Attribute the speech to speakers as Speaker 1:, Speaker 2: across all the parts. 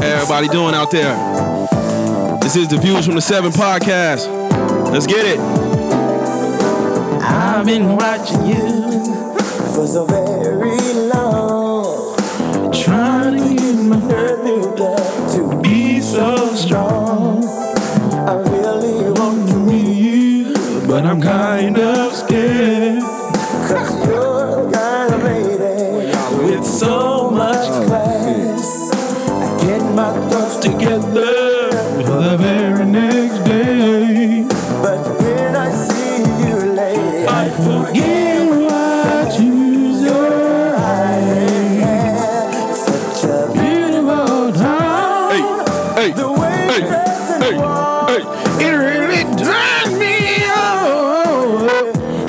Speaker 1: everybody doing out there? This is the Views from the Seven podcast. Let's get it.
Speaker 2: I've been watching you,
Speaker 3: for so very long.
Speaker 2: trying to get my
Speaker 3: Earth knew that to be
Speaker 2: be so strong.
Speaker 3: I really want to
Speaker 2: Me, you, but I'm kind of scared.
Speaker 3: Cause you're the kind of lady
Speaker 2: With so much
Speaker 3: class I get my thoughts to
Speaker 2: together for the very next day,
Speaker 3: But when I see you lady
Speaker 2: I forget what you your
Speaker 3: had such a
Speaker 2: beautiful time.
Speaker 1: Hey, hey,
Speaker 3: The way
Speaker 1: hey,
Speaker 3: you dress and
Speaker 1: hey,
Speaker 3: walk
Speaker 1: hey. It really drives me on.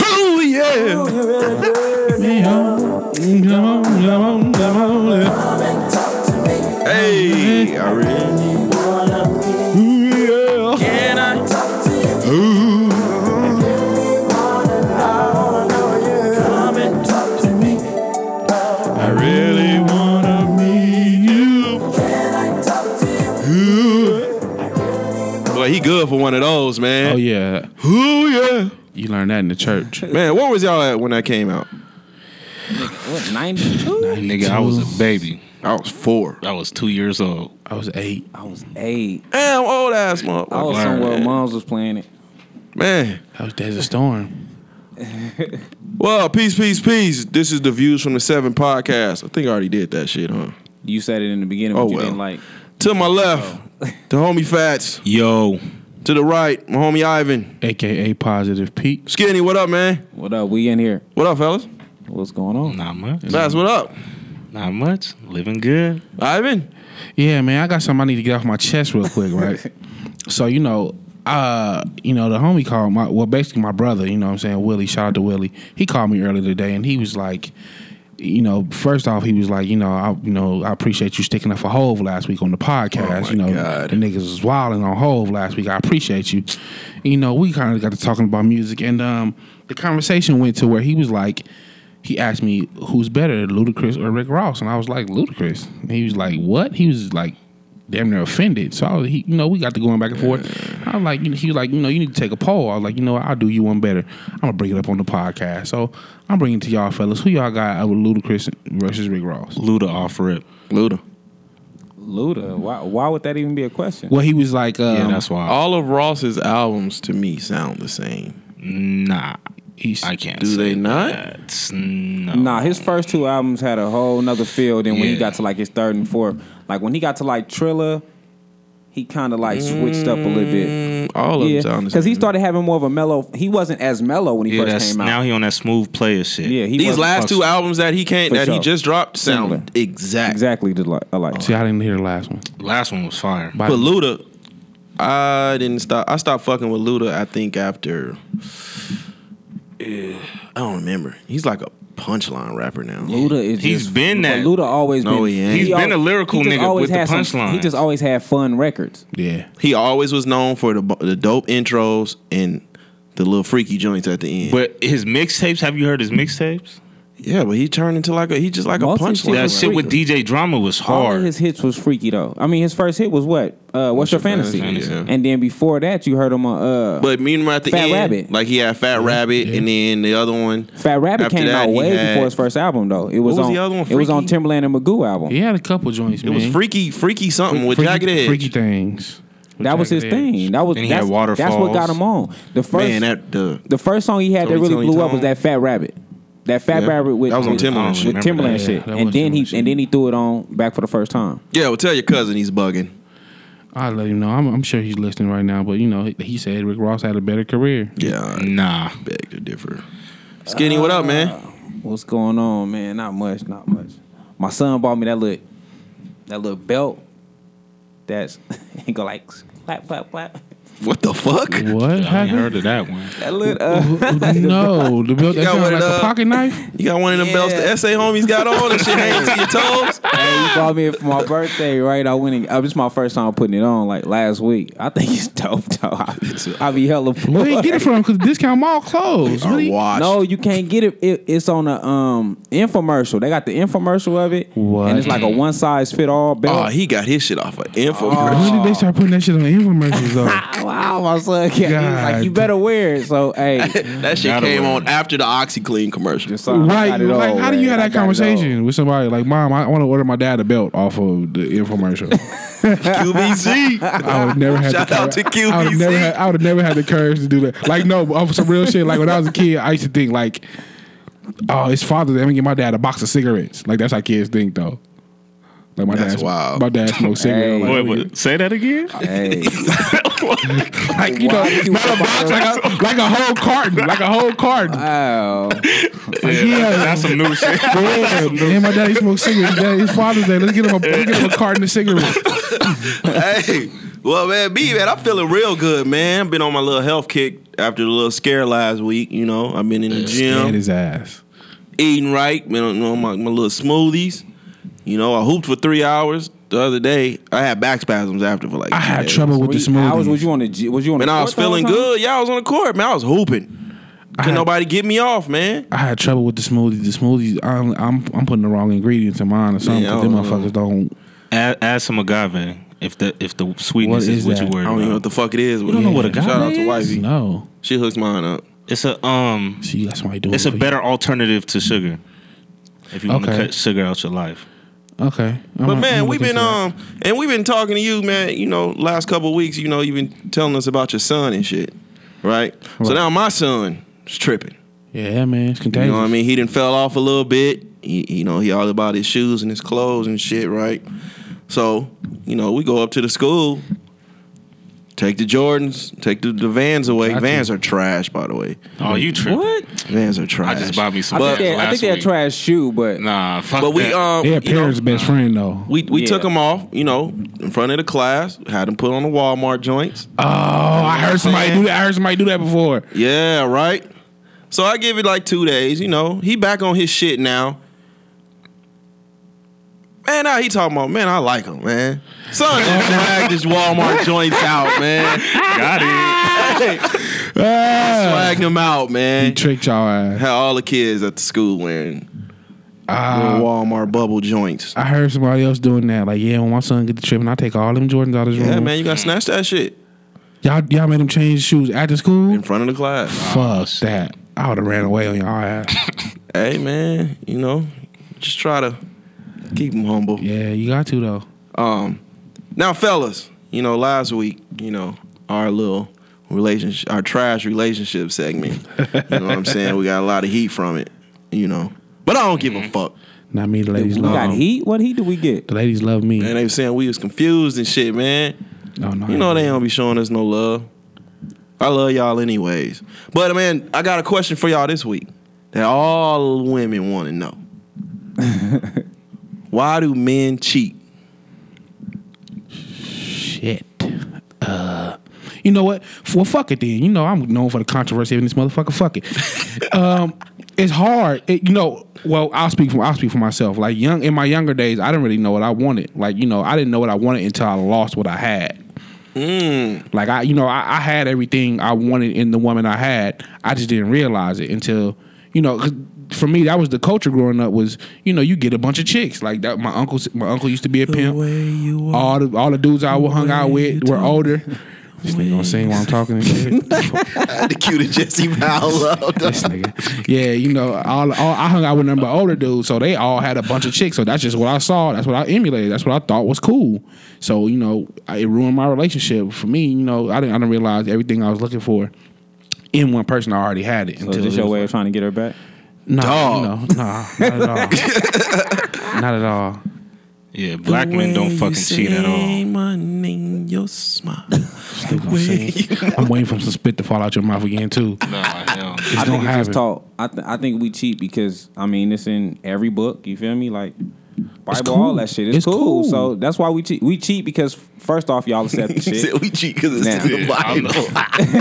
Speaker 1: Oh, yeah.
Speaker 3: You really do
Speaker 2: Hey, oh, Come on, come on, come on.
Speaker 3: Come and talk to me
Speaker 1: Hey,
Speaker 4: Mm-hmm.
Speaker 1: I really.
Speaker 3: Wanna be
Speaker 2: Ooh, yeah.
Speaker 3: Can I talk to you
Speaker 1: Ooh.
Speaker 3: Wanna know, know you Come and talk to me
Speaker 2: I really wanna meet you.
Speaker 3: Can I talk to you
Speaker 1: Boy, he good for one of those,
Speaker 4: Oh
Speaker 1: man.
Speaker 4: yeah,
Speaker 1: Ooh, yeah.
Speaker 4: you learned that in the church.
Speaker 1: Man, where was y'all at when that came out?
Speaker 5: What, 92?
Speaker 4: Nigga, I was a baby.
Speaker 1: I was four.
Speaker 4: I was two years old.
Speaker 1: I was eight.
Speaker 5: I was eight.
Speaker 1: Damn, old ass motherfucker.
Speaker 5: I was
Speaker 4: Word.
Speaker 5: somewhere moms was playing it.
Speaker 1: Man.
Speaker 4: That was Days of Storm.
Speaker 1: Well, peace, peace, peace. This is the Views from the Seven podcast. I think I already did that shit, huh?
Speaker 5: You said it in the beginning, but
Speaker 1: Oh,
Speaker 5: you
Speaker 1: well.
Speaker 5: didn't like.
Speaker 1: To my left, the homie Fats.
Speaker 4: Oh. Yo,
Speaker 1: To the right, my homie Ivan.
Speaker 4: aka Positive Pete.
Speaker 1: Skinny, what up, man?
Speaker 5: What up? We in here.
Speaker 1: What up, fellas?
Speaker 5: What's going on?
Speaker 4: Not much.
Speaker 1: Fats, what up?
Speaker 4: Not much. Living good.
Speaker 1: Ivan?
Speaker 4: Yeah, man, I got something I need to get off my chest real quick, right? so you know, uh, you know, the homie called my well, basically my brother. You know, what I'm saying Willie. Shout out to Willie. He called me earlier today, and he was like. You know, first off, he was like, you know, I, you know, I appreciate you sticking up for Hove last week on the podcast.
Speaker 1: Oh my
Speaker 4: you know,
Speaker 1: God.
Speaker 4: the niggas was wilding on Hove last week. I appreciate you. You know, we kind of got to talking about music, and um, the conversation went to where he was like, he asked me who's better, Ludacris or Rick Ross, and I was like Ludacris. And he was like, what? He was like, damn near offended. So I was, he, you know, we got to going back and forth. I was like, you know, he was like, you know, you need to take a poll. I was like, you know, what? I'll do you one better. I'm gonna bring it up on the podcast. So I'm bringing it to y'all fellas. Who y'all got over Ludacris versus Rick Ross?
Speaker 6: Luda off rip.
Speaker 1: Luda.
Speaker 5: Luda. Why, why would that even be a question?
Speaker 4: Well, he was like, um,
Speaker 6: Yeah, that's
Speaker 5: oh.
Speaker 6: why.
Speaker 1: All of Ross's albums to me sound the same.
Speaker 6: nah,
Speaker 4: he's,
Speaker 6: I can't.
Speaker 1: Do
Speaker 6: say
Speaker 1: they not?
Speaker 6: That. No.
Speaker 5: Nah, his first two albums had a whole nother feel than when he
Speaker 6: Yeah.
Speaker 5: got to like his third and fourth. Like when he got to like Trilla, he kind of like switched up a little bit.
Speaker 1: Mm, All of them
Speaker 5: Yeah,
Speaker 1: sound the
Speaker 5: because he
Speaker 1: same.
Speaker 5: started having more of a mellow. He wasn't as mellow when he
Speaker 6: Yeah,
Speaker 5: first
Speaker 6: that's
Speaker 5: came out.
Speaker 6: now he on that smooth player shit.
Speaker 5: yeah, he
Speaker 1: These
Speaker 5: wasn't-
Speaker 1: last two albums that he can't
Speaker 5: For
Speaker 1: that he
Speaker 5: sure.
Speaker 1: just dropped sound
Speaker 5: Similar.
Speaker 1: exact.
Speaker 5: exactly alike. alike.
Speaker 1: Oh.
Speaker 4: See, I didn't hear the last one.
Speaker 6: Last one was fire.
Speaker 4: But
Speaker 1: But Luda, I didn't stop. I stopped fucking with Luda. I think after, Eh, I don't remember. He's like a punchline rapper now.
Speaker 5: Luda is
Speaker 6: He's
Speaker 5: just,
Speaker 6: been
Speaker 5: but
Speaker 6: that.
Speaker 5: Luda always
Speaker 1: No,
Speaker 5: been.
Speaker 1: he ain't.
Speaker 6: He's been
Speaker 5: al-
Speaker 6: a lyrical
Speaker 5: he just
Speaker 6: nigga
Speaker 5: always
Speaker 6: with the
Speaker 5: had some- He
Speaker 6: punchlines.
Speaker 5: just always had fun records.
Speaker 4: yeah,
Speaker 1: He always was known for the the dope intros and the little freaky joints at the end.
Speaker 6: But his mixtapes, have you heard his mixtapes?
Speaker 1: yeah, but he turned into like a he just like a
Speaker 5: Most of
Speaker 1: punchline.
Speaker 5: his
Speaker 6: That
Speaker 1: rapper.
Speaker 6: shit with DJ Drama was
Speaker 5: All of
Speaker 6: hard.
Speaker 5: his hits was freaky though. I mean, his first hit was what? Uh, What's, your, fantasy?
Speaker 1: Fantasy, yeah.
Speaker 5: And then before that, you heard him on uh,
Speaker 1: But meanwhile, at the
Speaker 5: Fat
Speaker 1: end,
Speaker 5: Rabbit.
Speaker 1: like he had Fat Rabbit, and then the other one,
Speaker 5: Fat Rabbit
Speaker 1: after
Speaker 5: came
Speaker 1: that,
Speaker 5: out
Speaker 1: he
Speaker 5: way
Speaker 1: had-
Speaker 5: before his first album though. It was,
Speaker 1: was
Speaker 5: on
Speaker 1: the other one,
Speaker 5: it was on
Speaker 1: Freaky?
Speaker 5: Timberland and Magoo album.
Speaker 4: he had a couple joints.
Speaker 1: It was freaky, freaky something with
Speaker 4: freaky,
Speaker 1: jagged edge.
Speaker 4: freaky things. With
Speaker 5: that was his
Speaker 4: Jagged Edge.
Speaker 5: thing. That was
Speaker 6: Then he
Speaker 5: that's,
Speaker 6: had
Speaker 5: that's what got
Speaker 6: Waterfalls.
Speaker 5: him on. The first
Speaker 1: Man, that the
Speaker 5: the first song he had
Speaker 1: Tony,
Speaker 5: that really
Speaker 1: Tony,
Speaker 5: blew up
Speaker 1: Tony.
Speaker 5: was that Fat Rabbit. That Fat
Speaker 1: Yeah.
Speaker 5: Rabbit with
Speaker 1: That was on
Speaker 5: with- um,
Speaker 1: Timberland
Speaker 6: shit.
Speaker 5: with Timberland
Speaker 4: Yeah,
Speaker 5: shit.
Speaker 4: that
Speaker 5: And
Speaker 4: was
Speaker 5: then he
Speaker 4: Timberland shit.
Speaker 5: and then he threw it on back for the first time.
Speaker 1: yeah. Well, tell your cousin he's bugging.
Speaker 4: I let him know. I'm, I'm sure he's listening right now, but you know, he, he said Rick Ross had a better career.
Speaker 1: Yeah,
Speaker 6: Nah.
Speaker 1: beg to differ. Skinny, what up, man?
Speaker 5: What's going on, man? Not much, not much. My son bought me that little that little belt that's it go like clap, clap, clap.
Speaker 1: What the fuck?
Speaker 4: What
Speaker 6: I ain't
Speaker 4: happened?
Speaker 6: heard of that one.
Speaker 5: That lit uh,
Speaker 4: no, the belt that
Speaker 1: got
Speaker 4: sound
Speaker 1: one
Speaker 4: like
Speaker 1: of
Speaker 4: a
Speaker 1: the-
Speaker 4: pocket knife.
Speaker 1: You got one of them belts the
Speaker 5: Yeah.
Speaker 1: essay homies got on and shit hanging to your toes?
Speaker 5: Hey, you bought me it for my birthday, right? I went. And, uh, this is my first time putting it on, like last week. I think it's dope, though. I, I be hella.
Speaker 4: Where you get it from? Because discount mall closed.
Speaker 1: Or
Speaker 4: Really?
Speaker 1: washed.
Speaker 5: No, you can't get it. it. It's on a um infomercial. They got the infomercial of it,
Speaker 4: What?
Speaker 5: and it's like a one size fit all
Speaker 1: Oh,
Speaker 5: belt.
Speaker 1: he got his shit off of infomercial.
Speaker 4: When did they start putting that shit on infomercials though?
Speaker 5: wow, my son, yeah, he was like
Speaker 4: God.
Speaker 5: you better wear it. So hey,
Speaker 1: that shit
Speaker 6: Gotta
Speaker 1: came
Speaker 6: wear
Speaker 1: on after the OxyClean commercial.
Speaker 5: son, I
Speaker 4: right?
Speaker 5: got it
Speaker 4: Like,
Speaker 5: all,
Speaker 4: how do you have
Speaker 5: man. I
Speaker 4: that
Speaker 5: got it all.
Speaker 4: conversation with somebody? Like, mom, I want to order my dad a belt off of the infomercial.
Speaker 1: QBC.
Speaker 4: I would never had.
Speaker 1: Shout
Speaker 4: the
Speaker 1: out
Speaker 4: cour-
Speaker 1: to QVC.
Speaker 4: I would never. Had, I would never had the courage to do that. Like, no, off some real shit. Like when I was a kid, I used to think like, oh, it's Father's Day. I'm gonna get my dad a box of cigarettes. Like that's how kids think though. Like my
Speaker 1: That's
Speaker 4: dad,
Speaker 1: wild.
Speaker 4: my dad smoked cigarettes.
Speaker 5: Hey.
Speaker 6: Wait,
Speaker 4: Like,
Speaker 6: what? Say that again.
Speaker 5: Hey,
Speaker 4: like, you know,
Speaker 5: Why you-
Speaker 4: not a box, like a, like a whole carton, like a whole carton.
Speaker 5: wow.
Speaker 6: Yeah,
Speaker 4: Yeah.
Speaker 6: that's some new shit.
Speaker 4: Yeah, and my daddy smoked cigarettes. Daddy, it's Father's Day. Let's get him a, let's get him a carton of cigarettes.
Speaker 1: hey, well, man, B, man, I'm feeling real good, man. I've been on my little health kick after the little scare last week. You know, I've been in the
Speaker 4: Scared
Speaker 1: gym,
Speaker 4: his ass.
Speaker 1: eating right, been on, on my, my little smoothies. You know, I hooped for three hours the other day. I had back spasms after for like
Speaker 4: I
Speaker 1: two
Speaker 4: had
Speaker 1: days.
Speaker 4: trouble with
Speaker 5: Were
Speaker 4: the
Speaker 5: you-
Speaker 4: smoothie.
Speaker 5: How was, was you on the? G- Was you on?
Speaker 1: Man,
Speaker 5: the
Speaker 1: I was
Speaker 5: court the whole
Speaker 1: feeling
Speaker 5: time?
Speaker 1: good. Yeah, I was on the court, man. I was hooping.
Speaker 4: I had-
Speaker 1: Couldn't nobody get me off, man.
Speaker 4: I had trouble with the smoothie. The smoothies, I'm, I'm, I'm putting the wrong ingredients in mine or something.
Speaker 1: Man, I
Speaker 4: 'cause them
Speaker 1: don't know.
Speaker 4: motherfuckers don't.
Speaker 6: Add, add some agave if the if the sweetness
Speaker 4: What
Speaker 6: is
Speaker 4: is
Speaker 6: what
Speaker 4: that?
Speaker 6: you worried
Speaker 1: I don't
Speaker 6: about.
Speaker 1: even know what the fuck it is. You
Speaker 6: don't know what a
Speaker 1: Shout out
Speaker 6: guy
Speaker 1: to
Speaker 6: is?
Speaker 1: Wifey.
Speaker 4: No,
Speaker 1: She hooks mine up.
Speaker 6: it's a um.
Speaker 4: so you got somebody doing.
Speaker 6: It's
Speaker 4: it
Speaker 6: a
Speaker 4: for you.
Speaker 6: better alternative to sugar. If you want to
Speaker 4: Okay.
Speaker 6: cut sugar out your life,
Speaker 4: Okay, I'm
Speaker 1: But
Speaker 4: gonna- I'm
Speaker 1: man,
Speaker 4: gonna
Speaker 1: we've
Speaker 4: look
Speaker 1: been
Speaker 4: into that.
Speaker 1: um and we've been talking to you, man, you know, last couple of weeks, you know, you've been telling us about your son and shit. Right? So
Speaker 4: Right.
Speaker 1: now my son is tripping.
Speaker 4: Yeah, man, it's
Speaker 1: You
Speaker 4: contagious.
Speaker 1: know what I mean? He done fell off a little bit. He, you know, he all about his shoes and his clothes and shit, right? So, you know, we go up to the school, take the Jordans, take the, the Vans away.
Speaker 4: Got to.
Speaker 1: Vans are trash, by the way.
Speaker 6: oh, you tripping?
Speaker 5: What?
Speaker 1: Vans are trash.
Speaker 6: just bought me some
Speaker 5: I
Speaker 1: But,
Speaker 5: think they, I think
Speaker 6: last
Speaker 5: they had
Speaker 6: week.
Speaker 5: trash shoe, but
Speaker 6: Nah, fuck
Speaker 1: but we
Speaker 6: that.
Speaker 1: um,
Speaker 4: Their
Speaker 1: you know,
Speaker 4: parents' best friend though.
Speaker 1: we we
Speaker 5: Yeah.
Speaker 1: took them off, you know, in front of the class. Had them put on the Walmart joints.
Speaker 4: oh, I heard somebody do that. I heard somebody do that before.
Speaker 1: Yeah, right. So I give it like two days. You know, he back on his shit now. Man, now he talking about man. I like him, man. Son, just drag this Walmart joints out, man.
Speaker 6: got it.
Speaker 4: Ah,
Speaker 1: Swag him out,
Speaker 4: he
Speaker 1: man.
Speaker 4: tricked y'all ass.
Speaker 1: Had all the kids at the school wearing little Walmart bubble joints.
Speaker 4: I heard somebody else doing that. Like, yeah, when my son get the trip, and I take all them Jordans out of his
Speaker 1: Yeah,
Speaker 4: room.
Speaker 1: man, you gotta snatch that shit
Speaker 4: Y'all, y'all made him change shoes after school.
Speaker 1: in front of the class.
Speaker 4: Fuck that. I would have ran away on y'all ass.
Speaker 1: Hey, man, you know, just try to keep him humble.
Speaker 4: yeah, you got to though.
Speaker 1: Um, now, fellas, you know, last week, you know, our little relationship, our trash relationship segment. You know what I'm saying? We got a lot of heat from it. You know, but I don't give a fuck.
Speaker 4: Not me. The ladies
Speaker 5: we
Speaker 4: love
Speaker 5: got heat. What heat did we get?
Speaker 4: The ladies love me.
Speaker 1: And they was saying we was confused and shit, man.
Speaker 4: no, no,
Speaker 1: You know they don't be showing us no love. I love y'all anyways. But man, I got a question for y'all this week that all women want to know. Why do men cheat?
Speaker 4: shit. Uh, you know what? F- Well, fuck it then. You know I'm known for the controversy in this motherfucker. Fuck it. um, it's hard. It, you know. Well, I'll speak for I'll speak for myself. Like young in my younger days, I didn't really know what I wanted. Like you know, I didn't know what I wanted until I lost what I had. Like I, you know, I, I had everything I wanted in the woman I had. I just didn't realize it until, you know, 'cause for me that was the culture growing up was, you know, you get a bunch of chicks. Like that, my uncle, my uncle used to be a pimp. all the all the dudes I hung out with were older. This nigga gonna sing while I'm talking and shit.
Speaker 1: the cue to Jesse Powell.
Speaker 4: This nigga. Yeah, you know, all, all I hung out with number older dudes, so they all had a bunch of chicks. So that's just what I saw. That's what I emulated. That's what I thought was cool. So you know, I- it ruined my relationship for me. You know, I didn't I didn't realize everything I was looking for in one person. I already had it.
Speaker 5: So is
Speaker 4: it
Speaker 5: this your
Speaker 4: was
Speaker 5: way
Speaker 4: like-
Speaker 5: of trying to get her back?
Speaker 4: Nah,
Speaker 1: Dog.
Speaker 4: you know, nah, not at all. not at all.
Speaker 6: Yeah, black men don't fucking cheat at all.
Speaker 4: Still gonna sing. I'm waiting for some spit to fall out your mouth again too.
Speaker 6: Nah, hell.
Speaker 4: It's gonna
Speaker 5: I think it's
Speaker 4: happen.
Speaker 5: just taught. I th- I think we cheat because I mean it's in every book. You feel me? Like Bible,
Speaker 4: cool.
Speaker 5: all that shit. It's,
Speaker 4: It's cool.
Speaker 5: cool. So that's why we cheat. We cheat because first off, y'all accept the
Speaker 1: He
Speaker 5: shit.
Speaker 1: said we cheat because it's
Speaker 5: Now.
Speaker 1: in the Bible.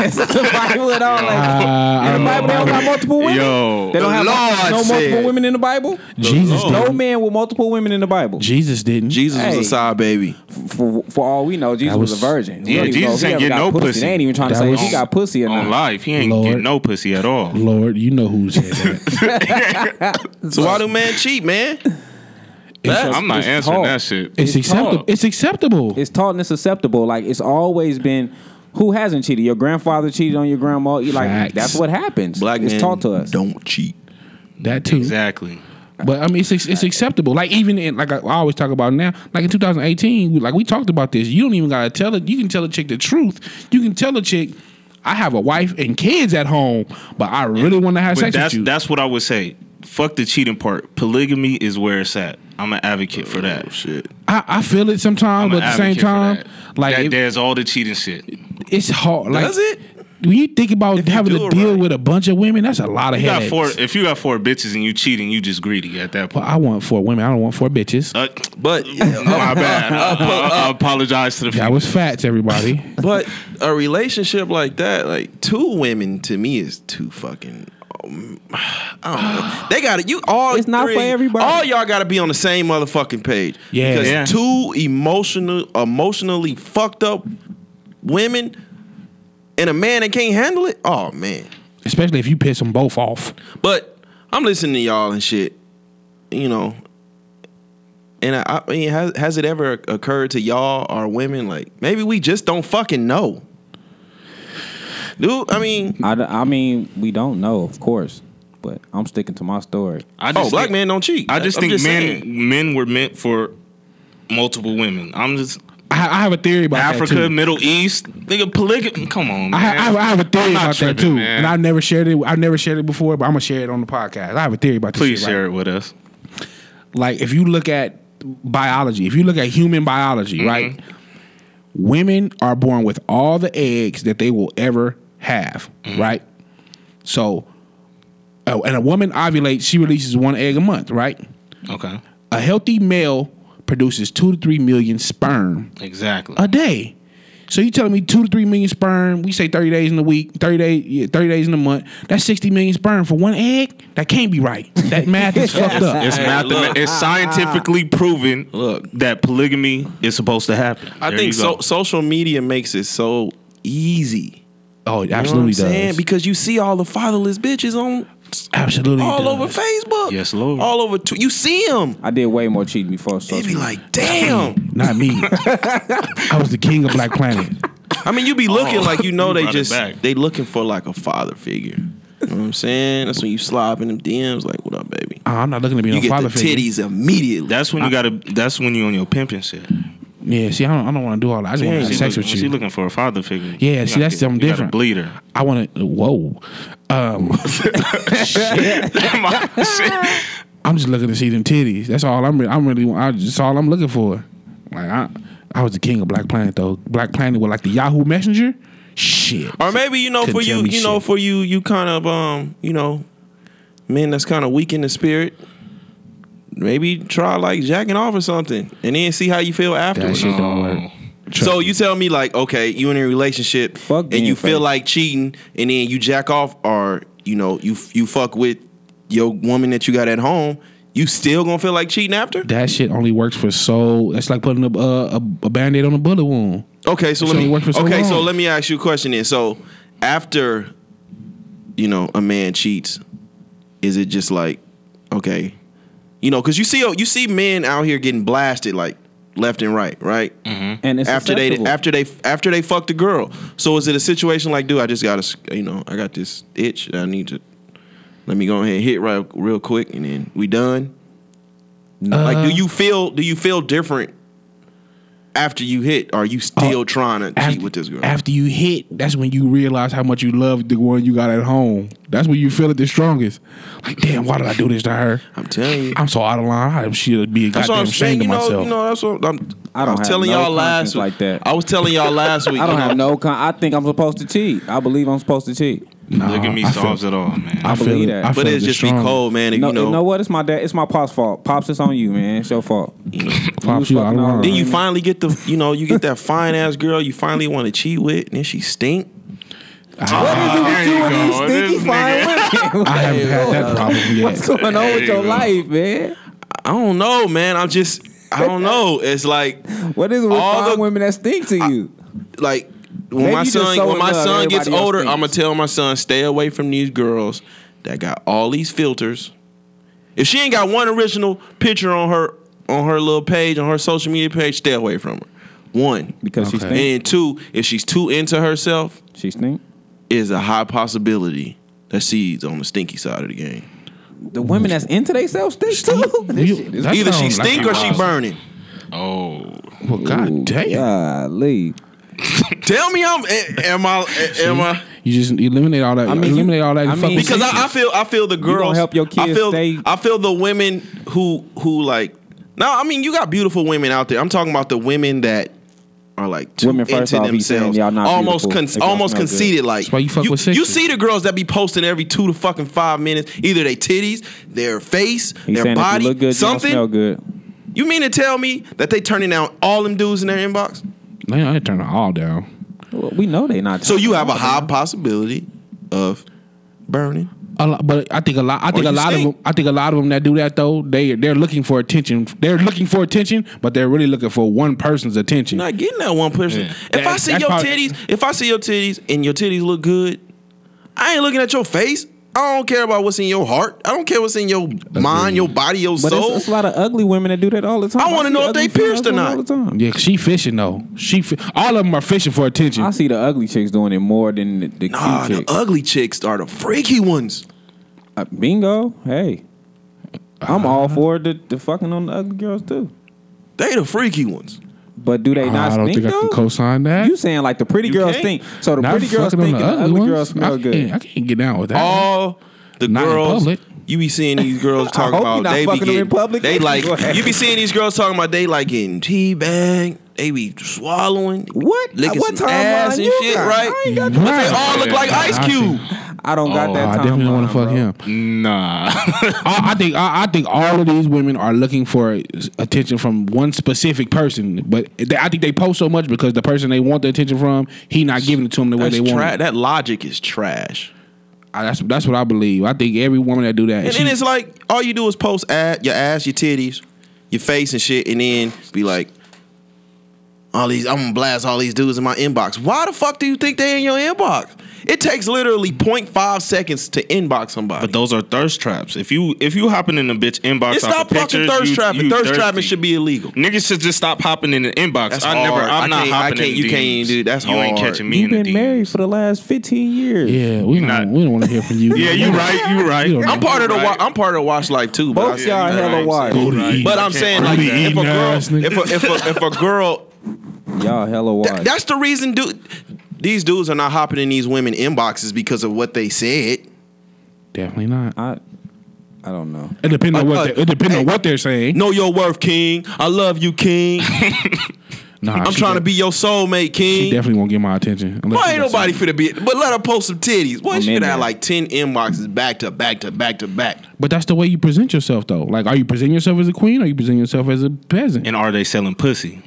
Speaker 5: It's the Bible and all like.
Speaker 4: Uh,
Speaker 5: in the Bible, they don't got multiple women.
Speaker 6: Yo.
Speaker 5: they don't have
Speaker 1: Lord
Speaker 5: no multiple
Speaker 1: said-
Speaker 5: women in the Bible.
Speaker 4: Jesus,
Speaker 6: Lord.
Speaker 5: No
Speaker 4: didn't.
Speaker 5: man with multiple women in the Bible.
Speaker 4: Jesus didn't.
Speaker 1: Jesus
Speaker 5: Hey.
Speaker 1: was a side baby.
Speaker 5: For, for all we know, Jesus
Speaker 4: That
Speaker 5: was,
Speaker 4: was-
Speaker 5: a virgin. We
Speaker 6: Yeah,
Speaker 5: don't even know
Speaker 6: Jesus
Speaker 5: if he
Speaker 6: ain't get
Speaker 5: ever got
Speaker 6: no pussy.
Speaker 5: They ain't even trying to
Speaker 4: That
Speaker 5: say if
Speaker 4: was-
Speaker 5: he got pussy or
Speaker 6: On
Speaker 5: not.
Speaker 6: life, he ain't
Speaker 4: Lord.
Speaker 6: get no pussy at all.
Speaker 4: Lord, you know who said that.
Speaker 1: So why do man cheat, man?
Speaker 6: That- I'm not
Speaker 5: it's
Speaker 6: answering
Speaker 5: tall.
Speaker 6: that shit.
Speaker 4: It's, acceptable.
Speaker 6: tall.
Speaker 4: It's acceptable.
Speaker 5: It's taught and it's acceptable. Like it's always been. Who hasn't cheated? Your grandfather cheated on your grandma. You like
Speaker 4: Facts.
Speaker 5: that's what happens.
Speaker 1: Black
Speaker 5: it's
Speaker 1: men
Speaker 5: taught to us.
Speaker 1: don't cheat.
Speaker 4: that too.
Speaker 6: Exactly.
Speaker 4: But I mean, it's it's acceptable. Like even in like I I always talk about now. Like in 2018, we, like we talked about this. You don't even gotta tell it. You can tell a chick the truth. You can tell a chick, I have a wife and kids at home, but I really want to have
Speaker 6: But
Speaker 4: sex with
Speaker 6: that's
Speaker 4: you.
Speaker 6: that's what I would say. Fuck the cheating part. Polygamy is where it's at. I'm an advocate for that.
Speaker 1: Oh shit.
Speaker 4: I, I feel it
Speaker 6: I'm
Speaker 4: sometimes,
Speaker 6: an
Speaker 4: but at the same
Speaker 6: advocate for
Speaker 4: time,
Speaker 6: that.
Speaker 4: like
Speaker 6: That-
Speaker 4: it-
Speaker 6: there's all the cheating shit.
Speaker 4: it's hard. Like,
Speaker 1: Does it?
Speaker 4: When you think about
Speaker 1: you
Speaker 4: having
Speaker 1: do
Speaker 4: to
Speaker 1: it
Speaker 4: deal
Speaker 1: right.
Speaker 4: with a bunch of women, that's a lot of
Speaker 6: You got four,
Speaker 4: headaches.
Speaker 6: if you got four bitches and you cheating, you just greedy at that
Speaker 4: But
Speaker 6: point.
Speaker 4: I want four women. I don't want four bitches.
Speaker 6: Uh,
Speaker 1: But oh,
Speaker 6: my bad. I, I- I apologize to the.
Speaker 4: that was facts, everybody.
Speaker 1: but a relationship like that, like two women, to me is too fucking. um, I don't know. They got it. You all.
Speaker 5: It's not for
Speaker 1: three-
Speaker 5: everybody.
Speaker 1: All y'all got to be on the same motherfucking page.
Speaker 4: Yeah.
Speaker 1: Because
Speaker 6: Yeah.
Speaker 1: two emotional, emotionally fucked up women and a man that can't handle it. Oh man.
Speaker 4: Especially if you piss them both off.
Speaker 1: But I'm listening to y'all and shit, you know. And I, I mean, has, has it ever occurred to y'all or women like maybe we just don't fucking know? Dude, I mean,
Speaker 5: I, d- I mean, we don't know, of course, but I'm sticking to my story.
Speaker 6: I just
Speaker 1: oh, black
Speaker 6: think-
Speaker 1: men don't cheat.
Speaker 6: I just
Speaker 1: I'm
Speaker 6: think men
Speaker 1: saying.
Speaker 6: men were meant for multiple women. I'm just
Speaker 4: I, I have a theory about that
Speaker 6: Africa,
Speaker 4: too.
Speaker 6: Middle East, nigga, polygamy. Come on, man.
Speaker 4: I, have, I have a theory
Speaker 6: I'm not
Speaker 4: about that
Speaker 6: tripping,
Speaker 4: too,
Speaker 6: man.
Speaker 4: and I've never shared it. I've never shared it before, but I'm gonna share it on the podcast. I have a theory about this.
Speaker 6: Please
Speaker 4: shit,
Speaker 6: share
Speaker 4: right?
Speaker 6: it with us.
Speaker 4: Like if you look at biology, if you look at human biology,
Speaker 6: Mm-hmm.
Speaker 4: right? Women are born with all the eggs that they will ever have,
Speaker 6: Mm-hmm.
Speaker 4: right? So, oh, and a woman ovulates; she releases one egg a month, right?
Speaker 6: Okay,
Speaker 4: A healthy male produces two to three million sperm
Speaker 6: exactly.
Speaker 4: a day. So you telling me two to three million sperm? We say thirty days in a week, thirty days, yeah, thirty days in a month. That's sixty million sperm for one egg. That can't be right. That math is fucked up.
Speaker 6: It's mathemat- It's scientifically proven.
Speaker 1: Look.
Speaker 6: that polygamy is supposed to happen.
Speaker 1: I
Speaker 6: There
Speaker 1: think
Speaker 6: you go.
Speaker 1: so, social media makes it so easy.
Speaker 4: oh, it
Speaker 1: You know what I'm
Speaker 4: absolutely
Speaker 1: saying?
Speaker 4: does.
Speaker 1: Because you see all the fatherless bitches on
Speaker 4: absolutely,
Speaker 1: all
Speaker 4: does.
Speaker 1: over Facebook.
Speaker 6: Yes, Lord.
Speaker 1: All over. Tw- you see them.
Speaker 5: I did way more cheating before
Speaker 1: They
Speaker 5: social
Speaker 1: be
Speaker 5: media.
Speaker 1: like, damn.
Speaker 4: Not me. I was the king of Black Planet. Uh,
Speaker 1: I mean, you be looking
Speaker 6: Oh,
Speaker 1: like you know
Speaker 6: you
Speaker 1: they
Speaker 6: brought it
Speaker 1: just
Speaker 6: back.
Speaker 1: they looking for like a father figure. You know what I'm saying? That's when you slide in them DMs like, "What up, baby?"
Speaker 4: Uh, I'm not looking to be
Speaker 1: You
Speaker 4: no
Speaker 1: get
Speaker 4: father
Speaker 1: the
Speaker 4: figure.
Speaker 1: titties immediately.
Speaker 6: That's when you gotta. That's when you on your pimping shit.
Speaker 4: Yeah, see, I don't, I don't want to do all that. I just want to have
Speaker 6: She
Speaker 4: sex
Speaker 6: look-
Speaker 4: with
Speaker 6: She
Speaker 4: you.
Speaker 6: looking for a father figure.
Speaker 4: Yeah,
Speaker 6: You
Speaker 4: see,
Speaker 6: gotta
Speaker 4: that's
Speaker 6: get-
Speaker 4: something
Speaker 6: you gotta
Speaker 4: different.
Speaker 6: Bleed her.
Speaker 4: I want to. Whoa. Um, I'm just looking to see them titties. That's all I'm. Re- I'm really. I just all I'm looking for. Like I, I was the king of Black Planet though. Black Planet with like the Yahoo Messenger. Shit.
Speaker 1: or maybe you know
Speaker 4: Couldn't
Speaker 1: for
Speaker 4: tell
Speaker 1: you,
Speaker 4: me
Speaker 1: you know
Speaker 4: shit.
Speaker 1: for you, you kind of um, you know, men that's kind of weak in the spirit. Maybe try like jacking off or something, and then see how you feel
Speaker 4: That
Speaker 1: afterwards.
Speaker 4: shit don't work. Trust
Speaker 1: So
Speaker 4: me.
Speaker 1: you tell me like, okay, you in a relationship
Speaker 5: Fuck
Speaker 1: and
Speaker 5: being
Speaker 1: you feel
Speaker 5: fake.
Speaker 1: like cheating, and then you jack off, or you know, you you fuck with your woman that you got at home. You still gonna feel like cheating after?
Speaker 4: that shit only works for so. That's like putting a a, a band aid on a bullet wound.
Speaker 1: Okay, so
Speaker 4: It's
Speaker 1: let
Speaker 4: only
Speaker 1: me.
Speaker 4: worked for so
Speaker 1: okay, so
Speaker 4: long.
Speaker 1: let me ask you a question then. So after, you know, a man cheats, is it just like, okay, you know, because you see you see men out here getting blasted like left and right, right?
Speaker 5: and it's
Speaker 1: after they
Speaker 5: acceptable.
Speaker 1: after they after they fucked the girl. So is it a situation like, dude, I just got to you know, I got this itch that I need to let me go ahead and hit right real quick and then we done.
Speaker 4: Uh,
Speaker 1: like, do you feel do you feel different after you hit? Or are you still
Speaker 4: Oh,
Speaker 1: trying to
Speaker 4: Af-
Speaker 1: cheat with this girl?
Speaker 4: After you hit, that's when you realize how much you love the one you got at home. That's when you feel it the strongest. Like, damn, why did I do this to her?
Speaker 1: I'm telling you.
Speaker 4: I'm so out of line. I should be a
Speaker 1: That's what
Speaker 4: goddamn
Speaker 1: I'm saying.
Speaker 4: ashamed of
Speaker 1: You know,
Speaker 4: myself.
Speaker 1: you know. That's what I'm.
Speaker 5: I don't
Speaker 1: I was
Speaker 5: have
Speaker 1: telling
Speaker 5: no
Speaker 1: y'all last
Speaker 5: conscience like that.
Speaker 1: I was telling y'all last week.
Speaker 5: I don't
Speaker 1: you know,
Speaker 5: have no. Con- I think I'm supposed to cheat. I believe I'm supposed to cheat.
Speaker 6: Polygamy
Speaker 4: I feel-
Speaker 6: solves it all, man.
Speaker 4: I, feel
Speaker 5: believe
Speaker 4: it.
Speaker 5: that.
Speaker 4: I
Speaker 5: But
Speaker 1: But
Speaker 4: feel
Speaker 1: it's
Speaker 4: it
Speaker 1: just
Speaker 4: strong.
Speaker 1: be cold, man. and,
Speaker 5: No,
Speaker 1: you know,
Speaker 5: what? It's my dad. It's my pop's fault. Pops, it's on you, man. It's your fault.
Speaker 4: Pops, you out of
Speaker 5: fucking
Speaker 4: line.
Speaker 1: Then you finally get the, you know, you get that fine ass girl you finally want to cheat with, and then she stink.
Speaker 6: there you go. This nigga.
Speaker 4: I haven't had that problem
Speaker 5: What's
Speaker 4: yet.
Speaker 5: going on with
Speaker 6: There
Speaker 5: your
Speaker 6: you go.
Speaker 5: life, man?
Speaker 1: I don't know, man. I'm just, I don't know. It's like,
Speaker 5: What is it with
Speaker 1: All
Speaker 5: fine
Speaker 1: the-
Speaker 5: women that stink to you?
Speaker 1: like when
Speaker 5: Maybe
Speaker 1: my
Speaker 5: you just
Speaker 1: son,
Speaker 5: so
Speaker 1: when
Speaker 5: in
Speaker 1: my
Speaker 5: love,
Speaker 1: son gets
Speaker 5: everybody else
Speaker 1: older,
Speaker 5: thinks.
Speaker 1: I'm gonna tell my son stay away from these girls that got all these filters. If she ain't got one original picture on her on her little page on her social media page, stay away from her. One,
Speaker 5: Because she
Speaker 4: Okay.
Speaker 5: stink.
Speaker 1: and two, if she's too into herself,
Speaker 5: She stink.
Speaker 1: is a high possibility that she's on the stinky side of the game.
Speaker 5: The women that's into themselves stink too. This
Speaker 4: You-
Speaker 5: shit is
Speaker 4: that
Speaker 1: Either she
Speaker 4: sounds like
Speaker 1: stink
Speaker 4: you
Speaker 1: or she
Speaker 4: lost.
Speaker 1: burning.
Speaker 6: Oh,
Speaker 4: Well, god damn.
Speaker 5: golly.
Speaker 1: Tell me, I'm a- am I a- am I
Speaker 4: You just eliminate all that.
Speaker 5: I mean,
Speaker 4: eliminate all that.
Speaker 5: I
Speaker 4: and fuck
Speaker 5: mean,
Speaker 4: with
Speaker 1: because I, I feel I feel the girls
Speaker 5: help your
Speaker 1: I
Speaker 5: kids
Speaker 1: feel
Speaker 5: stay-
Speaker 1: I feel the women who who like no I mean you got beautiful women out there I'm talking about the women that are like too
Speaker 5: Women first
Speaker 1: into
Speaker 5: off, he's saying
Speaker 1: themselves
Speaker 5: y'all not
Speaker 1: almost
Speaker 5: beautiful.
Speaker 1: con-
Speaker 5: If y'all
Speaker 1: almost
Speaker 5: smell good.
Speaker 1: conceited like
Speaker 4: That's why you fuck with
Speaker 1: you
Speaker 4: sixes.
Speaker 1: see the girls that be posting every two to fucking five minutes either they titties their face
Speaker 5: He's
Speaker 1: their
Speaker 5: saying if
Speaker 1: body
Speaker 5: you look good,
Speaker 1: something
Speaker 5: you don't smell good.
Speaker 1: you mean to tell me that they turning down all them dudes in their inbox
Speaker 4: Man, I turned it all down.
Speaker 5: Well, we know they not.
Speaker 1: so you have a high possibility of burning
Speaker 4: A lot, but I think a
Speaker 5: Oh,
Speaker 4: lot. I think
Speaker 1: you
Speaker 4: a lot
Speaker 1: stink.
Speaker 4: of them. I think a lot of them that do that though. They they're looking for attention. They're looking for attention, but they're really looking for one person's attention.
Speaker 1: not getting that one person.
Speaker 6: Yeah.
Speaker 1: If I
Speaker 4: That's-
Speaker 1: see
Speaker 4: that's
Speaker 1: your
Speaker 4: probably-
Speaker 1: titties, if I see your titties and your titties look good, I ain't looking at your face. I don't care about what's in your heart. I don't care what's in your mind, your body, your
Speaker 5: But
Speaker 1: soul.
Speaker 5: it's, it's a lot of ugly women that do that all the time.
Speaker 1: I wanna
Speaker 5: see
Speaker 1: know if
Speaker 5: ugly
Speaker 1: they pierced or
Speaker 5: females
Speaker 1: not.
Speaker 5: All the time.
Speaker 4: Yeah, 'cause she fishing though. She fi- all of them are fishing for attention.
Speaker 5: I see the ugly chicks doing it more than the, the
Speaker 1: nah,
Speaker 5: cute
Speaker 1: the
Speaker 5: chicks.
Speaker 1: ugly chicks are the freaky ones.
Speaker 5: Uh, bingo. Hey, I'm
Speaker 4: Uh-huh.
Speaker 5: all for the, the fucking on the ugly girls too.
Speaker 1: They the freaky ones.
Speaker 5: But do they not
Speaker 4: Oh, I don't
Speaker 5: stink
Speaker 4: think I can
Speaker 5: though?
Speaker 4: co-sign that.
Speaker 5: You saying like the pretty
Speaker 1: You
Speaker 5: girls
Speaker 1: can't.
Speaker 5: stink? So the
Speaker 4: Not
Speaker 5: pretty girls
Speaker 4: fucking on
Speaker 5: stink and the ugly
Speaker 4: ones.
Speaker 5: girls
Speaker 4: I
Speaker 5: smell
Speaker 4: can't-
Speaker 5: good.
Speaker 4: I can't get down with that.
Speaker 1: All the
Speaker 4: Not in
Speaker 1: girls
Speaker 4: public.
Speaker 1: you be seeing these girls
Speaker 5: I
Speaker 1: talking
Speaker 5: hope you
Speaker 1: about
Speaker 5: not
Speaker 1: they be
Speaker 5: fucking them in
Speaker 1: getting
Speaker 5: public.
Speaker 1: they like
Speaker 5: Go ahead.
Speaker 1: you be seeing these girls talking about they like getting tea bag. They be swallowing.
Speaker 5: What?
Speaker 1: Licking
Speaker 5: What
Speaker 1: some
Speaker 5: timeline
Speaker 1: ass and
Speaker 5: you
Speaker 1: shit,
Speaker 5: got?
Speaker 1: right?
Speaker 5: I ain't got
Speaker 1: But they
Speaker 4: Right.
Speaker 1: all look like Ice
Speaker 4: I see.
Speaker 1: Cube.
Speaker 5: I don't got
Speaker 6: Oh,
Speaker 5: that
Speaker 4: I
Speaker 5: time.
Speaker 4: definitely don't want to fuck him.
Speaker 6: nah.
Speaker 4: I, I think I, I think all of these women are looking for attention from one specific person, but they, I think they post so much because the person they want the attention from, he not giving it to them the way
Speaker 1: That's
Speaker 4: they want.
Speaker 1: tra-
Speaker 4: it.
Speaker 1: that logic is trash.
Speaker 4: I, that's that's what I believe. I think every woman that do that,
Speaker 1: And
Speaker 4: she-
Speaker 1: then it's like all you do is post ad, your ass, your titties, your face and shit, and then be like, all these I'm gonna blast all these dudes in my inbox. Why the fuck do you think they in your inbox? It takes literally 0.5 seconds to inbox somebody.
Speaker 6: But those are thirst traps. If you if you hopping in the bitch inbox,
Speaker 1: it's
Speaker 6: off
Speaker 1: not
Speaker 6: of pictures,
Speaker 1: fucking thirst
Speaker 6: you,
Speaker 1: trapping.
Speaker 6: You
Speaker 1: thirst
Speaker 6: thirsty.
Speaker 1: trapping should be illegal.
Speaker 6: Niggas should just stop hopping in the inbox.
Speaker 1: That's
Speaker 6: I never.
Speaker 1: hard.
Speaker 6: I'm
Speaker 1: I
Speaker 6: not
Speaker 1: can't- I
Speaker 6: hopping.
Speaker 1: can't-
Speaker 6: in the
Speaker 1: you can't
Speaker 6: DMs.
Speaker 1: even do- that's
Speaker 6: You ain't
Speaker 1: hard.
Speaker 6: catching me
Speaker 5: You've
Speaker 6: in the
Speaker 5: been
Speaker 6: DMs.
Speaker 5: married for the last 15 years.
Speaker 4: yeah, we don't
Speaker 6: Not-
Speaker 4: we don't want to hear from you.
Speaker 6: Yeah, you right. You right.
Speaker 4: You don't
Speaker 1: I'm
Speaker 4: know.
Speaker 1: part of the wa-
Speaker 6: Right.
Speaker 1: I'm part of the watch life too. but
Speaker 5: Both
Speaker 1: I-
Speaker 5: y'all hella
Speaker 6: right.
Speaker 5: wild.
Speaker 4: Go to eat.
Speaker 1: But
Speaker 6: I
Speaker 1: I'm
Speaker 6: can't
Speaker 1: saying like
Speaker 6: really
Speaker 1: if a
Speaker 4: eat
Speaker 1: girl,
Speaker 4: nice, nigga.
Speaker 1: if a, if a, if a girl
Speaker 5: Y'all hella
Speaker 1: Th-
Speaker 5: wild.
Speaker 1: that's the reason, dude. These dudes are not hopping in these women inboxes because of what they said.
Speaker 4: Definitely not.
Speaker 5: I, I don't know.
Speaker 4: It depends on
Speaker 1: Uh,
Speaker 4: what
Speaker 1: uh,
Speaker 4: they, it depends
Speaker 1: hey.
Speaker 4: on what they're saying.
Speaker 1: Know your worth, King. I love you, King.
Speaker 4: nah,
Speaker 1: I'm trying to be your soulmate,
Speaker 4: She
Speaker 1: King.
Speaker 4: definitely won't get my attention. unless
Speaker 1: Why
Speaker 4: she
Speaker 1: ain't
Speaker 4: does
Speaker 1: nobody
Speaker 4: something.
Speaker 1: finna be? But let her post some titties. Boy,
Speaker 5: I'm
Speaker 1: she
Speaker 5: in
Speaker 1: could have
Speaker 5: there.
Speaker 1: like ten inboxes back to back to back to back.
Speaker 4: But that's the way you present yourself, though. Like, are you presenting yourself as a queen or you presenting yourself as a peasant?
Speaker 6: And are they selling pussy?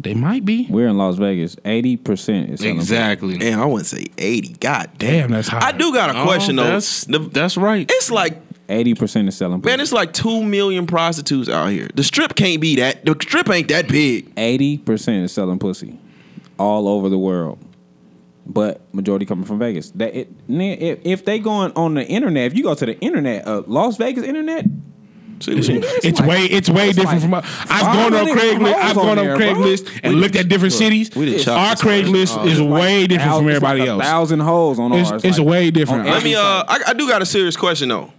Speaker 4: they might be.
Speaker 5: We're in Las Vegas. 80% is selling
Speaker 6: Exactly.
Speaker 1: Damn, I wouldn't say eighty. God damn,
Speaker 4: Damn, that's high.
Speaker 1: I do got a question though.
Speaker 6: That's
Speaker 1: The-
Speaker 6: that's right.
Speaker 1: it's like
Speaker 5: pussy. 80% is selling
Speaker 1: man, it's like two million prostitutes out here. The strip can't be that. The strip ain't that big.
Speaker 5: Eighty percent is selling pussy, all over the world, but majority coming from Vegas. That it, man, if, if they going on the internet, if you go to the internet, uh, Las Vegas internet,
Speaker 4: It's, it's
Speaker 5: like-
Speaker 4: way it's way
Speaker 5: it's
Speaker 4: different
Speaker 5: like
Speaker 4: from. uh,
Speaker 5: five
Speaker 4: I've gone on
Speaker 5: minutes
Speaker 4: Craigslist.
Speaker 5: from
Speaker 4: I've
Speaker 5: hoes on
Speaker 4: gone on
Speaker 5: there, bro.
Speaker 4: Craigslist and looked at different cities.
Speaker 1: we did chop
Speaker 4: Our
Speaker 1: this one.
Speaker 5: Uh,
Speaker 4: Craigslist is way different from everybody
Speaker 5: like A
Speaker 4: else.
Speaker 5: thousand holes on
Speaker 4: It's-
Speaker 5: ours.
Speaker 4: it's
Speaker 5: like,
Speaker 4: way different.
Speaker 5: on
Speaker 4: Let
Speaker 1: Let
Speaker 5: every
Speaker 1: me. Uh,
Speaker 5: site.
Speaker 1: I, I do got a serious question though.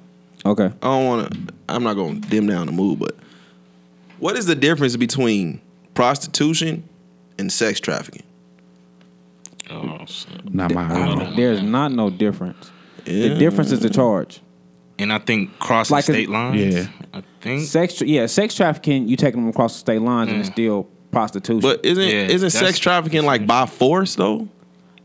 Speaker 5: okay.
Speaker 1: I don't want to. I'm not going to dim down the mood, but what is the difference between prostitution and sex trafficking?
Speaker 6: Oh, shit.
Speaker 4: Not mine.
Speaker 5: There's not no difference. The difference is the charge.
Speaker 6: and I think crossing
Speaker 5: Like a-
Speaker 6: state lines.
Speaker 4: Yeah.
Speaker 6: I think.
Speaker 5: Sex, tra- yeah, sex trafficking. You taking them across the state lines and it's still prostitution.
Speaker 1: Mm. But isn't
Speaker 6: Yeah,
Speaker 1: isn't
Speaker 6: that's-
Speaker 1: sex trafficking like by force though?